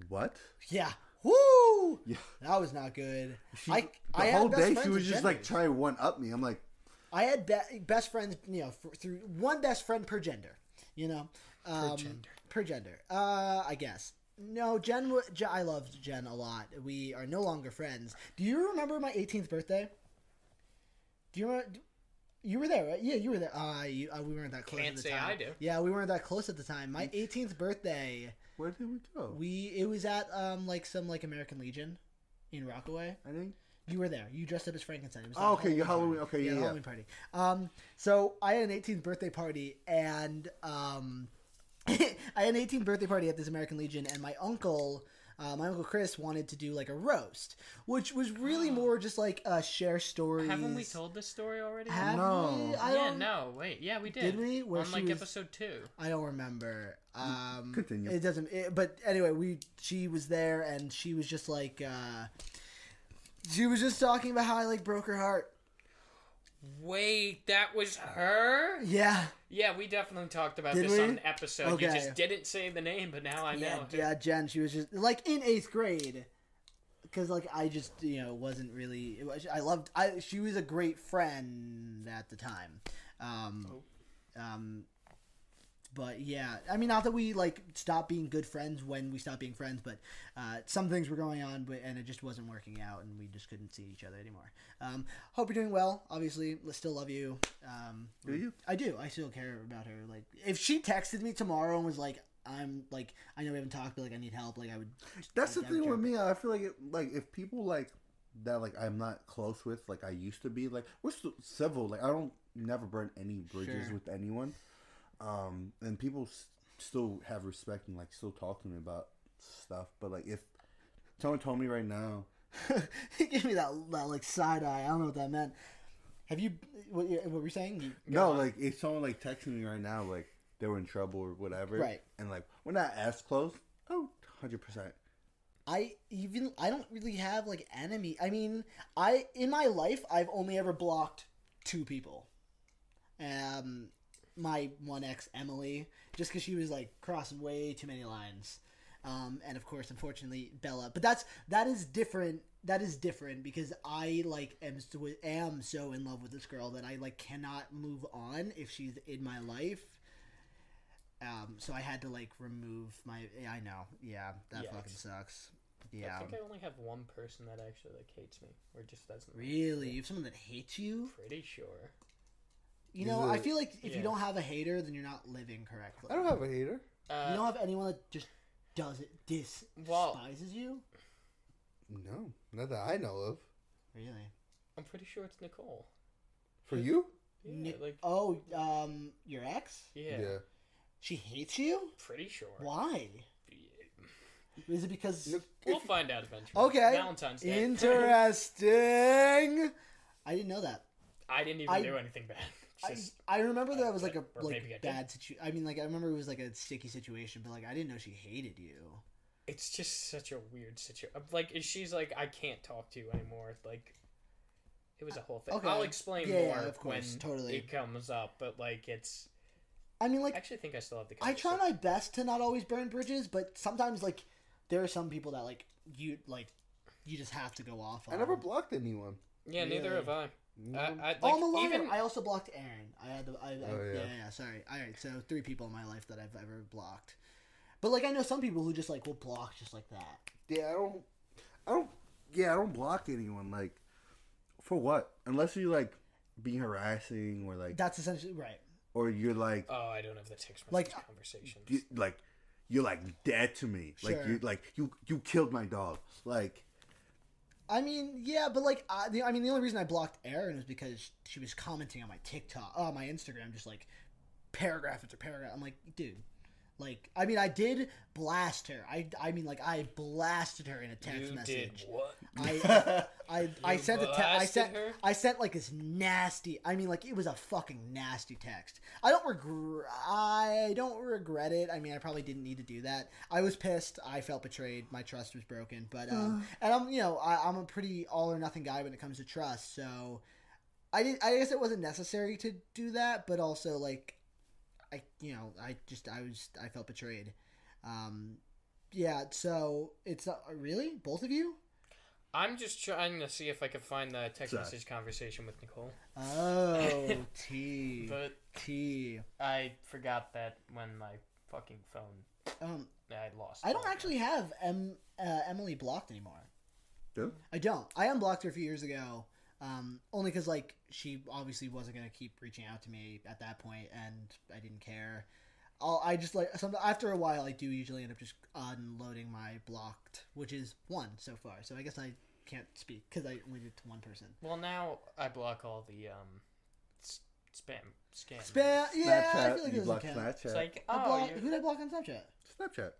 [SPEAKER 3] "What?"
[SPEAKER 2] yeah. Woo!
[SPEAKER 3] Yeah.
[SPEAKER 2] That was not good.
[SPEAKER 3] She,
[SPEAKER 2] I
[SPEAKER 3] the
[SPEAKER 2] I had
[SPEAKER 3] whole
[SPEAKER 2] best
[SPEAKER 3] day she
[SPEAKER 2] friends
[SPEAKER 3] was
[SPEAKER 2] with
[SPEAKER 3] just like
[SPEAKER 2] genders.
[SPEAKER 3] trying to one up me. I'm like,
[SPEAKER 2] I had be- best friends, you know, f- through one best friend per gender, you know, um, per
[SPEAKER 1] gender.
[SPEAKER 2] Per gender, uh, I guess. No, Jen, wa- Je- I loved Jen a lot. We are no longer friends. Do you remember my 18th birthday? Do you remember? You were there, right? Yeah, you were there. Uh, you, uh, we weren't that close.
[SPEAKER 1] Can't
[SPEAKER 2] at the
[SPEAKER 1] say
[SPEAKER 2] time.
[SPEAKER 1] I do. Mm.
[SPEAKER 2] Yeah, we weren't that close at the time. My 18th birthday,
[SPEAKER 3] "Where did we go?"
[SPEAKER 2] we it was at um like some like American Legion in Rockaway.
[SPEAKER 3] I didn't
[SPEAKER 2] You were there. You dressed up as Frankenstein. It was the
[SPEAKER 3] Oh, okay, your Halloween-
[SPEAKER 2] party.
[SPEAKER 3] okay, yeah,
[SPEAKER 2] the
[SPEAKER 3] yeah.
[SPEAKER 2] Halloween party. Um, so I had an 18th birthday party, and um, I had an 18th birthday party at this American Legion, and my uncle. Uh, my uncle Chris wanted to do like a roast, which was really more just like a share stories.
[SPEAKER 1] Haven't we told this story already?
[SPEAKER 2] Have
[SPEAKER 3] No.
[SPEAKER 2] we? I
[SPEAKER 1] yeah,
[SPEAKER 2] don't-
[SPEAKER 1] no, wait. Yeah, we did.
[SPEAKER 2] Did we? Where
[SPEAKER 1] On
[SPEAKER 2] she
[SPEAKER 1] like
[SPEAKER 2] was-
[SPEAKER 1] episode two.
[SPEAKER 2] I don't remember. Um,
[SPEAKER 3] Continue.
[SPEAKER 2] It doesn't. It, but anyway, we she was there and she was just like, uh, she was just talking about how I like broke her heart.
[SPEAKER 1] Wait, that was her?
[SPEAKER 2] Yeah,
[SPEAKER 1] Yeah, we definitely talked about
[SPEAKER 2] Did
[SPEAKER 1] this
[SPEAKER 2] we?
[SPEAKER 1] on an episode. You
[SPEAKER 2] Okay.
[SPEAKER 1] just didn't say the name, but now I
[SPEAKER 2] yeah,
[SPEAKER 1] know.
[SPEAKER 2] yeah. Jen, she was just like in eighth grade, because like I just you know wasn't really. It was, I loved. I she was a great friend at the time. Um,
[SPEAKER 1] Oh.
[SPEAKER 2] um, but yeah, I mean, not that we like stopped being good friends when we stopped being friends, but uh, some things were going on, but and it just wasn't working out, and we just couldn't see each other anymore. Um, hope you're doing well. Obviously, I still love you. Um,
[SPEAKER 3] Do you?
[SPEAKER 2] I do. I still care about her. Like, if she texted me tomorrow and was like, "I'm like, I know we haven't talked, but like, I need help," like, I would.
[SPEAKER 3] That's the
[SPEAKER 2] Like, I'm
[SPEAKER 3] thing with
[SPEAKER 2] joking.
[SPEAKER 3] me. I feel like it, like if people like that like I'm not close with like I used to be like we're still civil like I don't never burn any bridges
[SPEAKER 2] Sure.
[SPEAKER 3] with anyone, um and people s- still have respect and like still talk to me about stuff. But like if someone told me right now,
[SPEAKER 2] he gave me that that like side eye. I don't know what that meant. Have you? What, you- what were you saying? You-
[SPEAKER 3] no like if someone like texted me right now like they were in trouble or whatever,
[SPEAKER 2] Right.
[SPEAKER 3] And like we're not as close. Oh, 100 percent.
[SPEAKER 2] I even I don't really have like enemy. I mean, I in my life I've only ever blocked two people. Um, my one ex Emily, just because she was like crossing way too many lines, um, and of course, unfortunately, Bella. But that's that is different. That is different because I like am so, am so in love with this girl that I like cannot move on if she's in my life. Um, so I had to like remove my. I know, yeah, that
[SPEAKER 1] Yikes.
[SPEAKER 2] fucking sucks.
[SPEAKER 1] I
[SPEAKER 2] Yeah,
[SPEAKER 1] think I only have one person that actually like hates me, or just doesn't. like me.
[SPEAKER 2] really, you have someone that hates you.
[SPEAKER 1] Pretty sure.
[SPEAKER 2] You
[SPEAKER 4] Is
[SPEAKER 2] know, I
[SPEAKER 4] it-
[SPEAKER 2] feel like if
[SPEAKER 1] Yeah.
[SPEAKER 2] you don't have a hater, then you're not living correctly.
[SPEAKER 4] I don't have a hater.
[SPEAKER 1] Uh,
[SPEAKER 2] you don't have anyone that just does it dis-
[SPEAKER 1] Well-
[SPEAKER 2] despises you.
[SPEAKER 4] No, not that I know of.
[SPEAKER 2] Really?
[SPEAKER 1] I'm pretty sure it's Nicole.
[SPEAKER 4] For you?
[SPEAKER 1] Yeah,
[SPEAKER 2] Ni-
[SPEAKER 1] like
[SPEAKER 2] Oh, um, your ex?
[SPEAKER 1] yeah,
[SPEAKER 2] She hates you?
[SPEAKER 1] pretty sure.
[SPEAKER 2] Why? Is it because?
[SPEAKER 4] Look,
[SPEAKER 1] We'll
[SPEAKER 4] if-
[SPEAKER 1] find out eventually.
[SPEAKER 2] Okay.
[SPEAKER 1] Valentine's Day.
[SPEAKER 2] Interesting. I didn't know that.
[SPEAKER 1] I didn't even
[SPEAKER 2] I-
[SPEAKER 1] do anything bad. It's
[SPEAKER 2] I,
[SPEAKER 1] Just,
[SPEAKER 2] I remember that was like a
[SPEAKER 1] Or maybe I did.
[SPEAKER 2] like bad situation. I mean, like I remember it was like a sticky situation, but like I didn't know she hated you.
[SPEAKER 1] it's just such a weird situation. Like if she's like, I can't talk to you anymore. Like it was a whole thing.
[SPEAKER 2] Okay.
[SPEAKER 1] I'll explain
[SPEAKER 2] Yeah, yeah,
[SPEAKER 1] more
[SPEAKER 2] of course,
[SPEAKER 1] when
[SPEAKER 2] totally.
[SPEAKER 1] it comes up. But like it's,
[SPEAKER 2] I mean,
[SPEAKER 1] I
[SPEAKER 2] like
[SPEAKER 1] actually think I still have the.
[SPEAKER 2] I try
[SPEAKER 1] conversation.
[SPEAKER 2] my best to not always burn bridges, but sometimes like there are some people that like you like you just have to go off. On.
[SPEAKER 4] I
[SPEAKER 1] Um,
[SPEAKER 4] never blocked anyone.
[SPEAKER 1] Yeah, neither
[SPEAKER 2] Really.
[SPEAKER 1] have I. I, I like,
[SPEAKER 2] oh, I'm a liar.
[SPEAKER 1] even
[SPEAKER 2] I also blocked Aaron. I had the. I, I,
[SPEAKER 4] Oh,
[SPEAKER 2] yeah.
[SPEAKER 4] yeah.
[SPEAKER 2] yeah, yeah. Sorry. All right. So three people in my life that I've ever blocked, but like I know some people who just like will block just like that.
[SPEAKER 4] Yeah, I don't.
[SPEAKER 3] I don't. Yeah, I don't block anyone. Like, for what? Unless you like being harassing or like,
[SPEAKER 2] That's essentially right.
[SPEAKER 3] or you're like,
[SPEAKER 1] Oh, I don't have the text
[SPEAKER 2] Like,
[SPEAKER 1] message conversation.
[SPEAKER 3] you, like, you're like dead to me. Like
[SPEAKER 2] Sure.
[SPEAKER 3] you, like you, you killed my dog. Like,
[SPEAKER 2] I mean, yeah, but like, I, the, I mean, the only reason I blocked Erin was because she was commenting on my TikTok, on my Instagram, just like paragraph after paragraph. I'm like, dude, like, I mean, I did blast her. I, I mean, like, I blasted her in a text
[SPEAKER 1] you did
[SPEAKER 2] message.
[SPEAKER 1] what?
[SPEAKER 2] I, I, I
[SPEAKER 1] You
[SPEAKER 2] sent a text. I
[SPEAKER 1] blasted
[SPEAKER 2] sent,
[SPEAKER 1] her?
[SPEAKER 2] I sent like this nasty. I mean, like it was a fucking nasty text. I don't regret. I don't regret it. I mean, I probably didn't need to do that. I was pissed. I felt betrayed. My trust was broken. But um, and I'm, you know, I, I'm a pretty all or nothing guy when it comes to trust. So I did. I guess it wasn't necessary to do that, but also like, I, you know, I just, I was, I felt betrayed. Um, yeah. So it's not really both of you.
[SPEAKER 1] I'm just trying to see if I can find the text
[SPEAKER 3] Sorry.
[SPEAKER 1] message conversation with Nicole,
[SPEAKER 2] Oh, T.
[SPEAKER 1] but
[SPEAKER 2] T.
[SPEAKER 1] I forgot that when my fucking phone,
[SPEAKER 2] Um,
[SPEAKER 1] I lost.
[SPEAKER 2] I don't
[SPEAKER 1] all of
[SPEAKER 2] actually have em, uh, Emily blocked anymore.
[SPEAKER 3] dude,
[SPEAKER 2] I don't. I unblocked her a few years ago, um, only because like she obviously wasn't gonna keep reaching out to me at that point, and I didn't care. I'll, I just like some after a while, I do usually end up just unloading my blocked, which is one so far. So I guess I can't speak because I only did it to one person.
[SPEAKER 1] Well, now I block all the um, s- spam scam.
[SPEAKER 2] Spam. Yeah, I feel
[SPEAKER 3] Snapchat.
[SPEAKER 2] like it
[SPEAKER 3] you
[SPEAKER 2] doesn't
[SPEAKER 3] block
[SPEAKER 2] count.
[SPEAKER 3] Snapchat.
[SPEAKER 1] It's like
[SPEAKER 2] I
[SPEAKER 1] oh,
[SPEAKER 2] block,
[SPEAKER 1] you
[SPEAKER 2] who did I block on Snapchat?
[SPEAKER 3] Snapchat.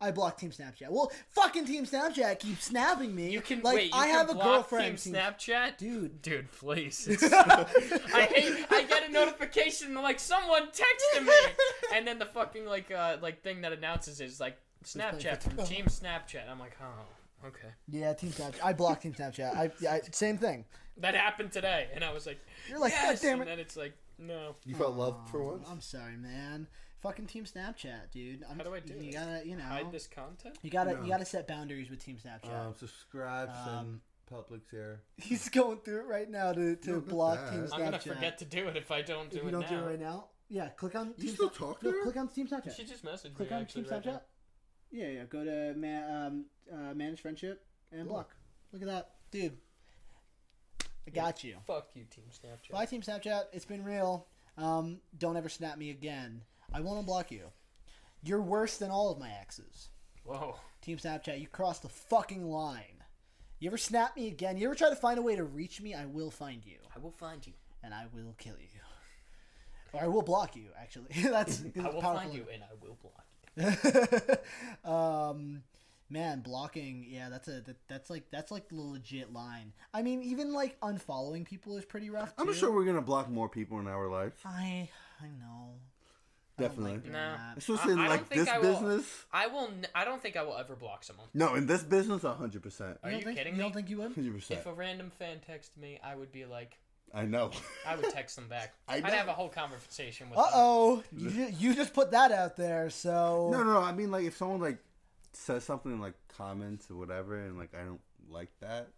[SPEAKER 2] I blocked Team Snapchat. Well, fucking Team Snapchat keeps snapping me.
[SPEAKER 1] you can
[SPEAKER 2] like
[SPEAKER 1] wait. You
[SPEAKER 2] I
[SPEAKER 1] can
[SPEAKER 2] have a
[SPEAKER 1] block
[SPEAKER 2] girlfriend.
[SPEAKER 1] Team
[SPEAKER 2] Team
[SPEAKER 1] Snapchat,
[SPEAKER 2] Dude.
[SPEAKER 1] Dude, please. I hate. I get a notification like someone texted me, and then the fucking like uh like thing that announces is like Snapchat from Team Snapchat. I'm like, oh, okay.
[SPEAKER 2] Yeah, Team Snapchat. I blocked Team Snapchat. I, yeah, I same thing.
[SPEAKER 1] That happened today, and I was like,
[SPEAKER 2] You're like,
[SPEAKER 1] yes!
[SPEAKER 2] God damn
[SPEAKER 1] and
[SPEAKER 2] it.
[SPEAKER 1] then it's like, no.
[SPEAKER 4] You felt loved for once.
[SPEAKER 2] I'm sorry, man. Fucking Team Snapchat, dude. I'm,
[SPEAKER 1] How do I do
[SPEAKER 2] You
[SPEAKER 1] this?
[SPEAKER 2] gotta, you know,
[SPEAKER 1] Hide this content.
[SPEAKER 2] you gotta,
[SPEAKER 3] No.
[SPEAKER 2] you gotta set boundaries with Team Snapchat.
[SPEAKER 3] Um, subscribe. Send
[SPEAKER 2] Um,
[SPEAKER 3] publics here.
[SPEAKER 2] He's going through it right now to, to
[SPEAKER 3] No, not
[SPEAKER 2] block
[SPEAKER 3] that.
[SPEAKER 2] Team Snapchat.
[SPEAKER 1] I'm gonna forget to do it if I don't do
[SPEAKER 2] If
[SPEAKER 1] it
[SPEAKER 2] you don't
[SPEAKER 1] now.
[SPEAKER 2] do it right now, yeah, click on.
[SPEAKER 3] You still
[SPEAKER 2] Snap-
[SPEAKER 3] talk to
[SPEAKER 2] no,
[SPEAKER 3] her?
[SPEAKER 2] Click on Team Snapchat.
[SPEAKER 1] She just messaged
[SPEAKER 2] click
[SPEAKER 1] me.
[SPEAKER 2] on
[SPEAKER 1] actually
[SPEAKER 2] Team
[SPEAKER 1] right
[SPEAKER 2] Snapchat.
[SPEAKER 1] now.
[SPEAKER 2] Yeah, yeah. Go to ma- um, uh, manage friendship and block. Look at that, dude. I got you.
[SPEAKER 1] Fuck you, Team Snapchat.
[SPEAKER 2] Bye, Team Snapchat. It's been real. Um, don't ever snap me again. I won't unblock you. You're worse than all of my exes.
[SPEAKER 1] Whoa.
[SPEAKER 2] Team Snapchat, you crossed the fucking line. You ever snap me again? You ever try to find a way to reach me? I will find you,
[SPEAKER 1] I will find you.
[SPEAKER 2] and I will kill you, or I will block you. Actually, that's
[SPEAKER 1] I will
[SPEAKER 2] powerful.
[SPEAKER 1] find you, and I will block you.
[SPEAKER 2] um man blocking yeah that's a that, that's like that's like the legit line i mean even like unfollowing people is pretty rough
[SPEAKER 3] I'm
[SPEAKER 2] too.
[SPEAKER 3] sure we're gonna block more people in our lives.
[SPEAKER 2] i i know
[SPEAKER 3] Definitely.
[SPEAKER 2] doing
[SPEAKER 1] No.
[SPEAKER 2] that.
[SPEAKER 3] Especially in
[SPEAKER 1] I- I don't
[SPEAKER 3] like
[SPEAKER 1] think
[SPEAKER 3] this
[SPEAKER 1] I will.
[SPEAKER 3] business.
[SPEAKER 1] I will. N- I don't think I will ever block someone.
[SPEAKER 3] No, in this business, hundred percent.
[SPEAKER 1] Are
[SPEAKER 2] don't
[SPEAKER 1] you
[SPEAKER 2] think,
[SPEAKER 1] kidding
[SPEAKER 2] you
[SPEAKER 1] me?
[SPEAKER 2] don't think you would
[SPEAKER 3] Hundred percent.
[SPEAKER 1] If a random fan texted me, I would be like,
[SPEAKER 3] I know.
[SPEAKER 1] I would text them back.
[SPEAKER 3] I
[SPEAKER 1] I'd
[SPEAKER 3] know.
[SPEAKER 1] have a whole conversation with them.
[SPEAKER 2] uh-oh you, ju- you just put that out there so
[SPEAKER 3] No, no, no. I mean, like, if someone like says something in like comments or whatever, and like I don't like that.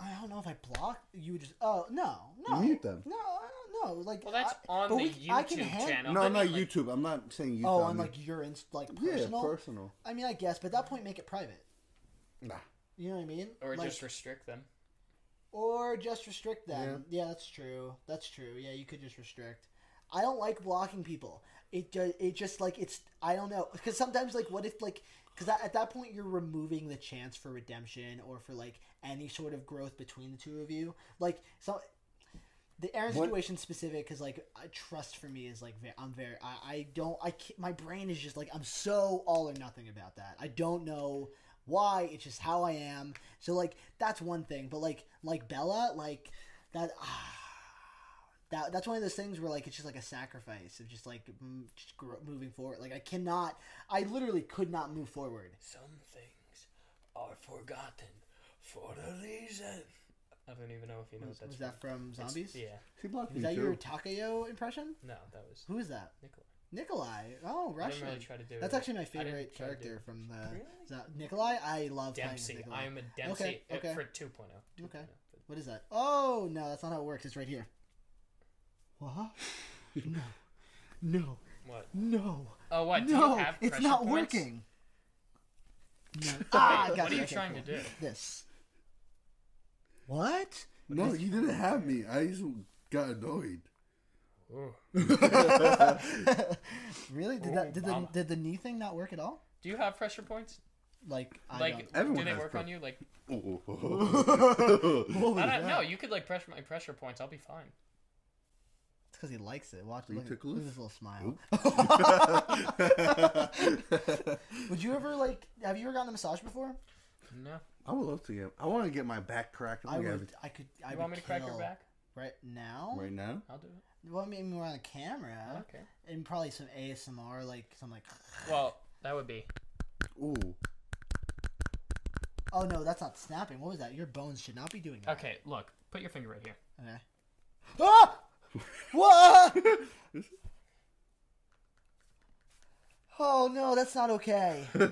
[SPEAKER 2] i don't know if i block you would just oh no no
[SPEAKER 3] Mute them.
[SPEAKER 2] no I don't know like
[SPEAKER 1] Well, that's
[SPEAKER 2] I-
[SPEAKER 1] on
[SPEAKER 2] but
[SPEAKER 1] the
[SPEAKER 2] we- I can
[SPEAKER 1] YouTube
[SPEAKER 2] hand-
[SPEAKER 1] channel.
[SPEAKER 3] No,
[SPEAKER 1] I
[SPEAKER 3] I'm not
[SPEAKER 1] mean, like,
[SPEAKER 3] YouTube. I'm not saying YouTube.
[SPEAKER 2] oh
[SPEAKER 3] I
[SPEAKER 2] on
[SPEAKER 3] mean-
[SPEAKER 2] like your inst- like
[SPEAKER 3] yeah,
[SPEAKER 2] personal
[SPEAKER 3] personal.
[SPEAKER 2] i mean i guess but at that point make it private
[SPEAKER 4] Nah.
[SPEAKER 2] you know what i mean
[SPEAKER 1] Or
[SPEAKER 2] Like-
[SPEAKER 1] just restrict them.
[SPEAKER 2] Or just restrict them. Yeah. that's true. That's true. Yeah, you could just restrict. I don't like blocking people. It ju- it just like it's I don't know because sometimes like what if like because at that point you're removing the chance for redemption or for like any sort of growth between the two of you. Like so, the Aaron
[SPEAKER 3] What-
[SPEAKER 2] situation specific because like I, trust for me is like ve- I'm very I, I don't I can't, my brain is just like I'm so all or nothing about that. I don't know why it's just how I am. So like that's one thing, but like like Bella like that. ah, that that's one of those things where like it's just like a sacrifice of just like m- just gro- moving forward. Like I cannot, I literally could not move forward.
[SPEAKER 1] Some things are forgotten for a reason. I don't even know if you know what that's
[SPEAKER 2] was that from
[SPEAKER 1] It's-
[SPEAKER 2] Zombies?
[SPEAKER 1] Yeah.
[SPEAKER 3] She blocked
[SPEAKER 2] Is
[SPEAKER 3] me
[SPEAKER 2] that
[SPEAKER 3] too.
[SPEAKER 2] your Takayo impression?
[SPEAKER 1] No, that was
[SPEAKER 2] Who is that?
[SPEAKER 1] Nikolai.
[SPEAKER 2] Nikolai. Oh,
[SPEAKER 1] I
[SPEAKER 2] Russian.
[SPEAKER 1] didn't really try to do
[SPEAKER 2] That's
[SPEAKER 1] it.
[SPEAKER 2] actually my
[SPEAKER 1] I didn't
[SPEAKER 2] favorite
[SPEAKER 1] try to do
[SPEAKER 2] character
[SPEAKER 1] it.
[SPEAKER 2] from the
[SPEAKER 1] Really?
[SPEAKER 2] is that Nikolai. I love playing as
[SPEAKER 1] Dempsey.
[SPEAKER 2] Nikolai.
[SPEAKER 1] I am a Dempsey uh,
[SPEAKER 2] okay.
[SPEAKER 1] for 2.0. 2.0.
[SPEAKER 2] Okay. What is that? Oh no, that's not how it works. It's right here. What? no, no,
[SPEAKER 1] What?
[SPEAKER 2] no,
[SPEAKER 1] Oh, what? Do
[SPEAKER 2] no!
[SPEAKER 1] you have
[SPEAKER 2] it's
[SPEAKER 1] pressure
[SPEAKER 2] not
[SPEAKER 1] points?
[SPEAKER 2] working. No. ah,
[SPEAKER 1] Wait,
[SPEAKER 2] gotcha,
[SPEAKER 1] what are you
[SPEAKER 2] okay,
[SPEAKER 1] trying
[SPEAKER 2] cool.
[SPEAKER 1] to do?
[SPEAKER 2] This. What?
[SPEAKER 3] No, you didn't have me. I just got annoyed.
[SPEAKER 1] Ooh.
[SPEAKER 2] really? Did
[SPEAKER 1] Ooh,
[SPEAKER 2] that? Did the
[SPEAKER 1] Oh, mama.
[SPEAKER 2] did the knee thing not work at all?
[SPEAKER 1] Do you have pressure points?
[SPEAKER 2] Like, I
[SPEAKER 1] Like,
[SPEAKER 2] don't.
[SPEAKER 3] Everyone
[SPEAKER 1] do they
[SPEAKER 3] has
[SPEAKER 1] work
[SPEAKER 3] pre-
[SPEAKER 1] on you? Like,
[SPEAKER 3] you
[SPEAKER 1] I don't know. You could like pressure my pressure points. I'll be fine.
[SPEAKER 2] It's because he likes it. Watch.
[SPEAKER 3] you
[SPEAKER 2] Look, at- look
[SPEAKER 3] ticklish?
[SPEAKER 2] at his little smile. Would you ever like? Have you ever gotten a massage before?
[SPEAKER 1] No.
[SPEAKER 3] I would love to get. I want to get my back cracked.
[SPEAKER 2] I
[SPEAKER 3] I
[SPEAKER 2] would. I could. I
[SPEAKER 1] You
[SPEAKER 2] would
[SPEAKER 1] want me to crack your
[SPEAKER 2] kill
[SPEAKER 1] back?
[SPEAKER 2] right now?
[SPEAKER 3] right now.
[SPEAKER 1] I'll do it.
[SPEAKER 2] Well, I mean, we're on camera,
[SPEAKER 1] Okay.
[SPEAKER 2] and probably some ASMR, like some like.
[SPEAKER 1] Well, that would be.
[SPEAKER 3] Ooh,
[SPEAKER 2] Oh no, that's not snapping. What was that? Your bones should not be doing that.
[SPEAKER 1] Okay, look. Put your finger right here.
[SPEAKER 2] Okay. Ah! What? oh no, that's not okay.
[SPEAKER 1] Uh,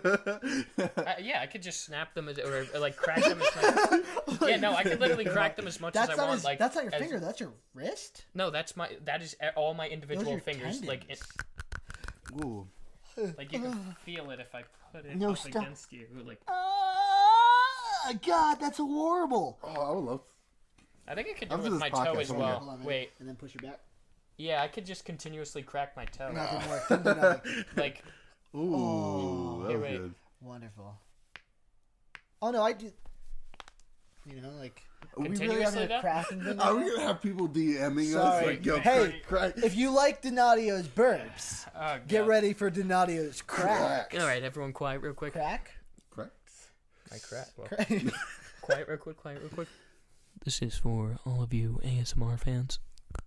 [SPEAKER 1] yeah, I could just snap them as, or, or, like crack them as much. yeah, no, I could literally crack them as much
[SPEAKER 2] That's
[SPEAKER 1] as I
[SPEAKER 2] not
[SPEAKER 1] want.
[SPEAKER 2] his,
[SPEAKER 1] like
[SPEAKER 2] that's not your
[SPEAKER 1] as-
[SPEAKER 2] finger. That's your wrist.
[SPEAKER 1] No, that's my that is a- all my
[SPEAKER 2] Those are
[SPEAKER 1] individual
[SPEAKER 2] your
[SPEAKER 1] fingers.
[SPEAKER 2] tendons.
[SPEAKER 1] Like it,
[SPEAKER 3] ooh.
[SPEAKER 1] like you can feel it if I put it
[SPEAKER 2] No,
[SPEAKER 1] up
[SPEAKER 2] stop.
[SPEAKER 1] against you. Like
[SPEAKER 2] Ah, God, that's horrible.
[SPEAKER 3] Oh, I would love.
[SPEAKER 1] I think I could do
[SPEAKER 3] I'll
[SPEAKER 1] it
[SPEAKER 3] do
[SPEAKER 1] with my
[SPEAKER 3] this pocket
[SPEAKER 1] toe as
[SPEAKER 3] from here.
[SPEAKER 1] well.
[SPEAKER 2] Hold on, man.
[SPEAKER 1] Wait,
[SPEAKER 2] and then push your back.
[SPEAKER 1] yeah, I could just continuously crack my toe.
[SPEAKER 2] Nothing worked. Didn't work.
[SPEAKER 1] Like
[SPEAKER 3] Ooh,
[SPEAKER 2] Oh.
[SPEAKER 3] that
[SPEAKER 1] Hey,
[SPEAKER 3] was
[SPEAKER 1] wait.
[SPEAKER 3] good.
[SPEAKER 2] Wonderful. Oh no, I do. You know, like
[SPEAKER 3] Are we really
[SPEAKER 1] Continuously
[SPEAKER 3] having
[SPEAKER 2] having
[SPEAKER 1] though?
[SPEAKER 2] a cracking thing.
[SPEAKER 3] Are
[SPEAKER 2] on
[SPEAKER 3] we
[SPEAKER 2] it?
[SPEAKER 3] gonna have people DMing us
[SPEAKER 2] Sorry.
[SPEAKER 3] like, yo,
[SPEAKER 2] Hey.
[SPEAKER 3] crack, crack.
[SPEAKER 2] If you like Donatio's burps,
[SPEAKER 1] Oh,
[SPEAKER 2] get
[SPEAKER 1] God.
[SPEAKER 2] ready for Donatio's crack.
[SPEAKER 1] All right, everyone, quiet real quick.
[SPEAKER 2] Crack.
[SPEAKER 3] crack.
[SPEAKER 1] I crack. Well,
[SPEAKER 2] Crack.
[SPEAKER 1] quiet real quick. Quiet real quick. This is for all of you ASMR fans.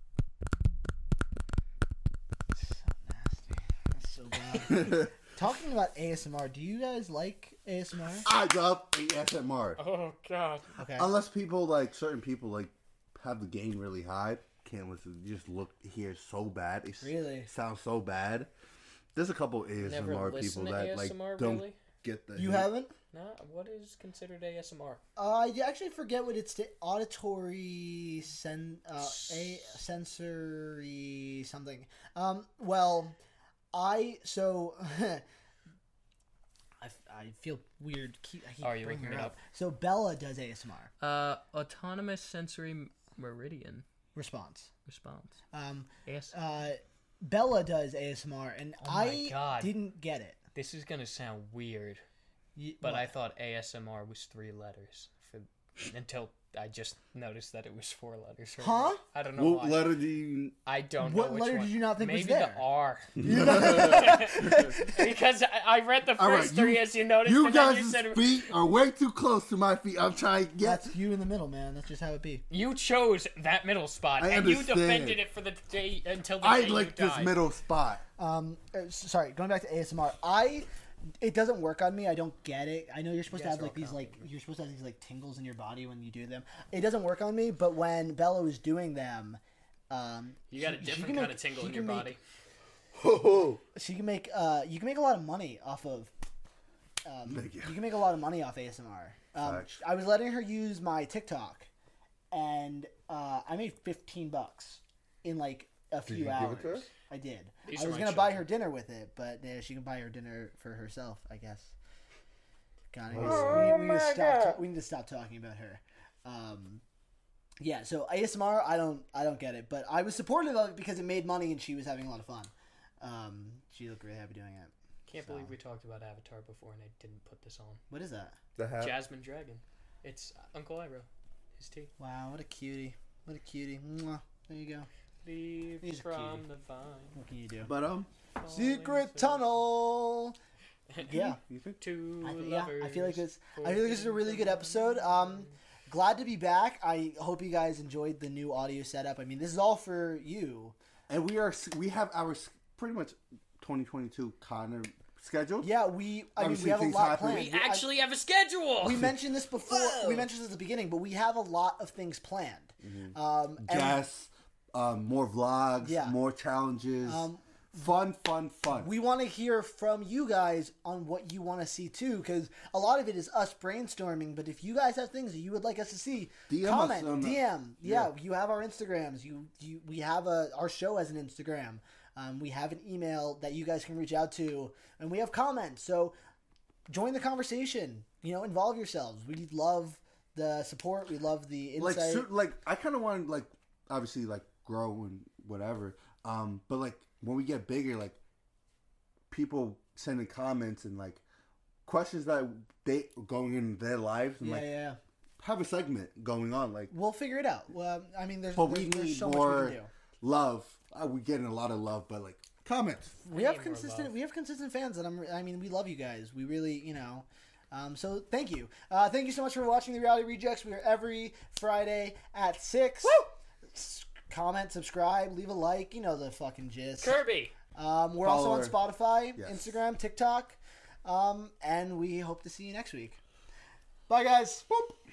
[SPEAKER 2] That's so bad. Talking about ASMR, do you guys like ASMR?
[SPEAKER 3] I love ASMR.
[SPEAKER 1] Oh God.
[SPEAKER 2] Okay.
[SPEAKER 3] Unless people like certain people like have the game really high, can't listen. You just look here so bad. It s-
[SPEAKER 2] Really?
[SPEAKER 3] sounds so bad. There's a couple
[SPEAKER 1] Never
[SPEAKER 3] ASMR
[SPEAKER 1] listen
[SPEAKER 3] people
[SPEAKER 1] to
[SPEAKER 3] that
[SPEAKER 1] ASMR
[SPEAKER 3] like don't
[SPEAKER 1] really.
[SPEAKER 3] get the.
[SPEAKER 2] You
[SPEAKER 3] hint.
[SPEAKER 2] haven't?
[SPEAKER 1] No, what is considered ASMR?
[SPEAKER 2] Uh, you actually forget what it's t- auditory sen uh, a sensory something. Um, well, I so I, I feel weird. Keep, I keep
[SPEAKER 1] Oh, you're waking
[SPEAKER 2] bringing her
[SPEAKER 1] me
[SPEAKER 2] up.
[SPEAKER 1] up.
[SPEAKER 2] So Bella does ASMR
[SPEAKER 1] Uh, autonomous sensory meridian
[SPEAKER 2] response.
[SPEAKER 1] response.
[SPEAKER 2] Um,
[SPEAKER 1] Yes.
[SPEAKER 2] uh, Bella does ASMR, and
[SPEAKER 1] Oh my
[SPEAKER 2] I
[SPEAKER 1] God.
[SPEAKER 2] didn't get it.
[SPEAKER 1] This is gonna sound weird,
[SPEAKER 2] Y-
[SPEAKER 1] but
[SPEAKER 2] what?
[SPEAKER 1] I thought ASMR was three letters for until I just noticed that it was four letters. right
[SPEAKER 2] Huh?
[SPEAKER 1] now. I don't know
[SPEAKER 3] What
[SPEAKER 1] why.
[SPEAKER 3] letter do you?
[SPEAKER 1] I don't know.
[SPEAKER 2] What
[SPEAKER 1] which
[SPEAKER 2] letter
[SPEAKER 1] one.
[SPEAKER 2] did you not think
[SPEAKER 1] Maybe
[SPEAKER 2] was
[SPEAKER 1] the
[SPEAKER 2] there?
[SPEAKER 1] R. because I, I read the first
[SPEAKER 3] All right,
[SPEAKER 1] three as you noticed,
[SPEAKER 3] you
[SPEAKER 1] and then you
[SPEAKER 3] guys'
[SPEAKER 1] said
[SPEAKER 3] feet are way too close to my feet. I'm trying to get.
[SPEAKER 2] That's you in the middle, man. That's just how it be.
[SPEAKER 1] you chose that middle spot,
[SPEAKER 3] I
[SPEAKER 1] and you
[SPEAKER 3] understand.
[SPEAKER 1] defended it for the day until the
[SPEAKER 3] I
[SPEAKER 1] day
[SPEAKER 3] like
[SPEAKER 1] you
[SPEAKER 3] this
[SPEAKER 1] died.
[SPEAKER 3] middle spot.
[SPEAKER 2] um uh, s- sorry going back to asmr i it doesn't work on me i don't get it i know you're supposed to have like these like you're supposed to have these like tingles in your body when you do them it doesn't work on me but when bella was doing them um
[SPEAKER 1] You got a
[SPEAKER 2] she- she
[SPEAKER 1] different
[SPEAKER 2] can
[SPEAKER 1] kind
[SPEAKER 2] make-
[SPEAKER 1] of tingle
[SPEAKER 2] she
[SPEAKER 1] in your
[SPEAKER 2] can make-
[SPEAKER 1] body.
[SPEAKER 4] Oh,
[SPEAKER 2] she can make uh you can make a lot of money off of um
[SPEAKER 3] Thank
[SPEAKER 2] you.
[SPEAKER 3] you.
[SPEAKER 2] can make a lot of money off asmr um
[SPEAKER 3] Facts.
[SPEAKER 2] i was letting her use my tiktok and uh i made 15 bucks in like a few
[SPEAKER 4] you give
[SPEAKER 2] hours
[SPEAKER 4] it to her?
[SPEAKER 2] i did
[SPEAKER 1] These
[SPEAKER 2] i
[SPEAKER 1] are
[SPEAKER 2] was
[SPEAKER 1] my
[SPEAKER 2] gonna buy
[SPEAKER 1] children.
[SPEAKER 2] her dinner with it but uh, she can buy her dinner for herself i guess god I need to- we, we need to stop ta- we need to stop talking about her um yeah so asmr i don't i don't get it but i was supportive of it because it made money and she was having a lot of fun um she looked really happy doing it
[SPEAKER 1] Can't believe we talked about Avatar before, and I didn't put this on.
[SPEAKER 2] what is that
[SPEAKER 4] the hat.
[SPEAKER 1] Jasmine Dragon. It's uh, Uncle Iroh. His tea.
[SPEAKER 2] wow what a cutie what a cutie Mwah. there you go
[SPEAKER 1] Leave
[SPEAKER 2] He's a
[SPEAKER 1] from
[SPEAKER 2] cutie.
[SPEAKER 1] the vine.
[SPEAKER 2] what can you do
[SPEAKER 3] But um,
[SPEAKER 1] falling
[SPEAKER 2] secret
[SPEAKER 1] to-
[SPEAKER 2] tunnel yeah
[SPEAKER 3] you think?
[SPEAKER 1] Two
[SPEAKER 2] I th- yeah,
[SPEAKER 1] lovers.
[SPEAKER 2] I feel like this. I feel like this is a really good episode. Um, glad to be back. I hope you guys enjoyed the new audio setup. I mean, this is all for you.
[SPEAKER 3] And we are we have our s- pretty much 2022 Connor scheduled.
[SPEAKER 2] Yeah, we. I mean,
[SPEAKER 3] Obviously,
[SPEAKER 2] we have a
[SPEAKER 3] things
[SPEAKER 2] lot
[SPEAKER 3] happen.
[SPEAKER 2] planned.
[SPEAKER 1] We actually have a schedule.
[SPEAKER 2] I- we mentioned this before. We mentioned this at the beginning, but we have a lot of things planned.
[SPEAKER 3] Mm-hmm.
[SPEAKER 2] Um, and
[SPEAKER 3] Guests, um, more vlogs,
[SPEAKER 2] Yeah. Um,
[SPEAKER 3] more challenges, fun, fun, fun.
[SPEAKER 2] we want to hear from you guys on what you want to see too, because a lot of it is us brainstorming. But if you guys have things that you would like us to see,
[SPEAKER 3] DM us
[SPEAKER 2] comment,
[SPEAKER 3] on-
[SPEAKER 2] DM. Yeah, you have our Instagrams. You, you, we have a our show as an Instagram. Um, we have an email that you guys can reach out to, and we have comments. So join the conversation. You know, involve yourselves. We love the support. We love the
[SPEAKER 3] like,
[SPEAKER 2] insight.
[SPEAKER 3] cer- like I kind of want to like obviously like grow and whatever. Um, but like when we get bigger, like people sending comments and like questions that they going in their lives and
[SPEAKER 2] yeah,
[SPEAKER 3] like
[SPEAKER 2] yeah, yeah.
[SPEAKER 3] have a segment going on like
[SPEAKER 2] We'll figure it out. Well, I mean, there's,
[SPEAKER 3] But we
[SPEAKER 2] there's, there's
[SPEAKER 3] need
[SPEAKER 2] so much
[SPEAKER 3] more
[SPEAKER 2] we can do.
[SPEAKER 3] love. Uh, we're getting a lot of love, but like comments.
[SPEAKER 2] we
[SPEAKER 1] need
[SPEAKER 2] have
[SPEAKER 1] more
[SPEAKER 2] consistent
[SPEAKER 1] love.
[SPEAKER 2] we have consistent fans and I'm I mean we love you guys we really you know um, so thank you uh, thank you so much for watching the reality rejects we are every Friday at six S- comment subscribe leave a like you know the fucking gist
[SPEAKER 1] Kirby.
[SPEAKER 2] um, we're
[SPEAKER 3] Follow
[SPEAKER 2] also
[SPEAKER 3] her.
[SPEAKER 2] on Spotify
[SPEAKER 3] Yes.
[SPEAKER 2] Instagram TikTok um, and we hope to see you next week bye guys Boop.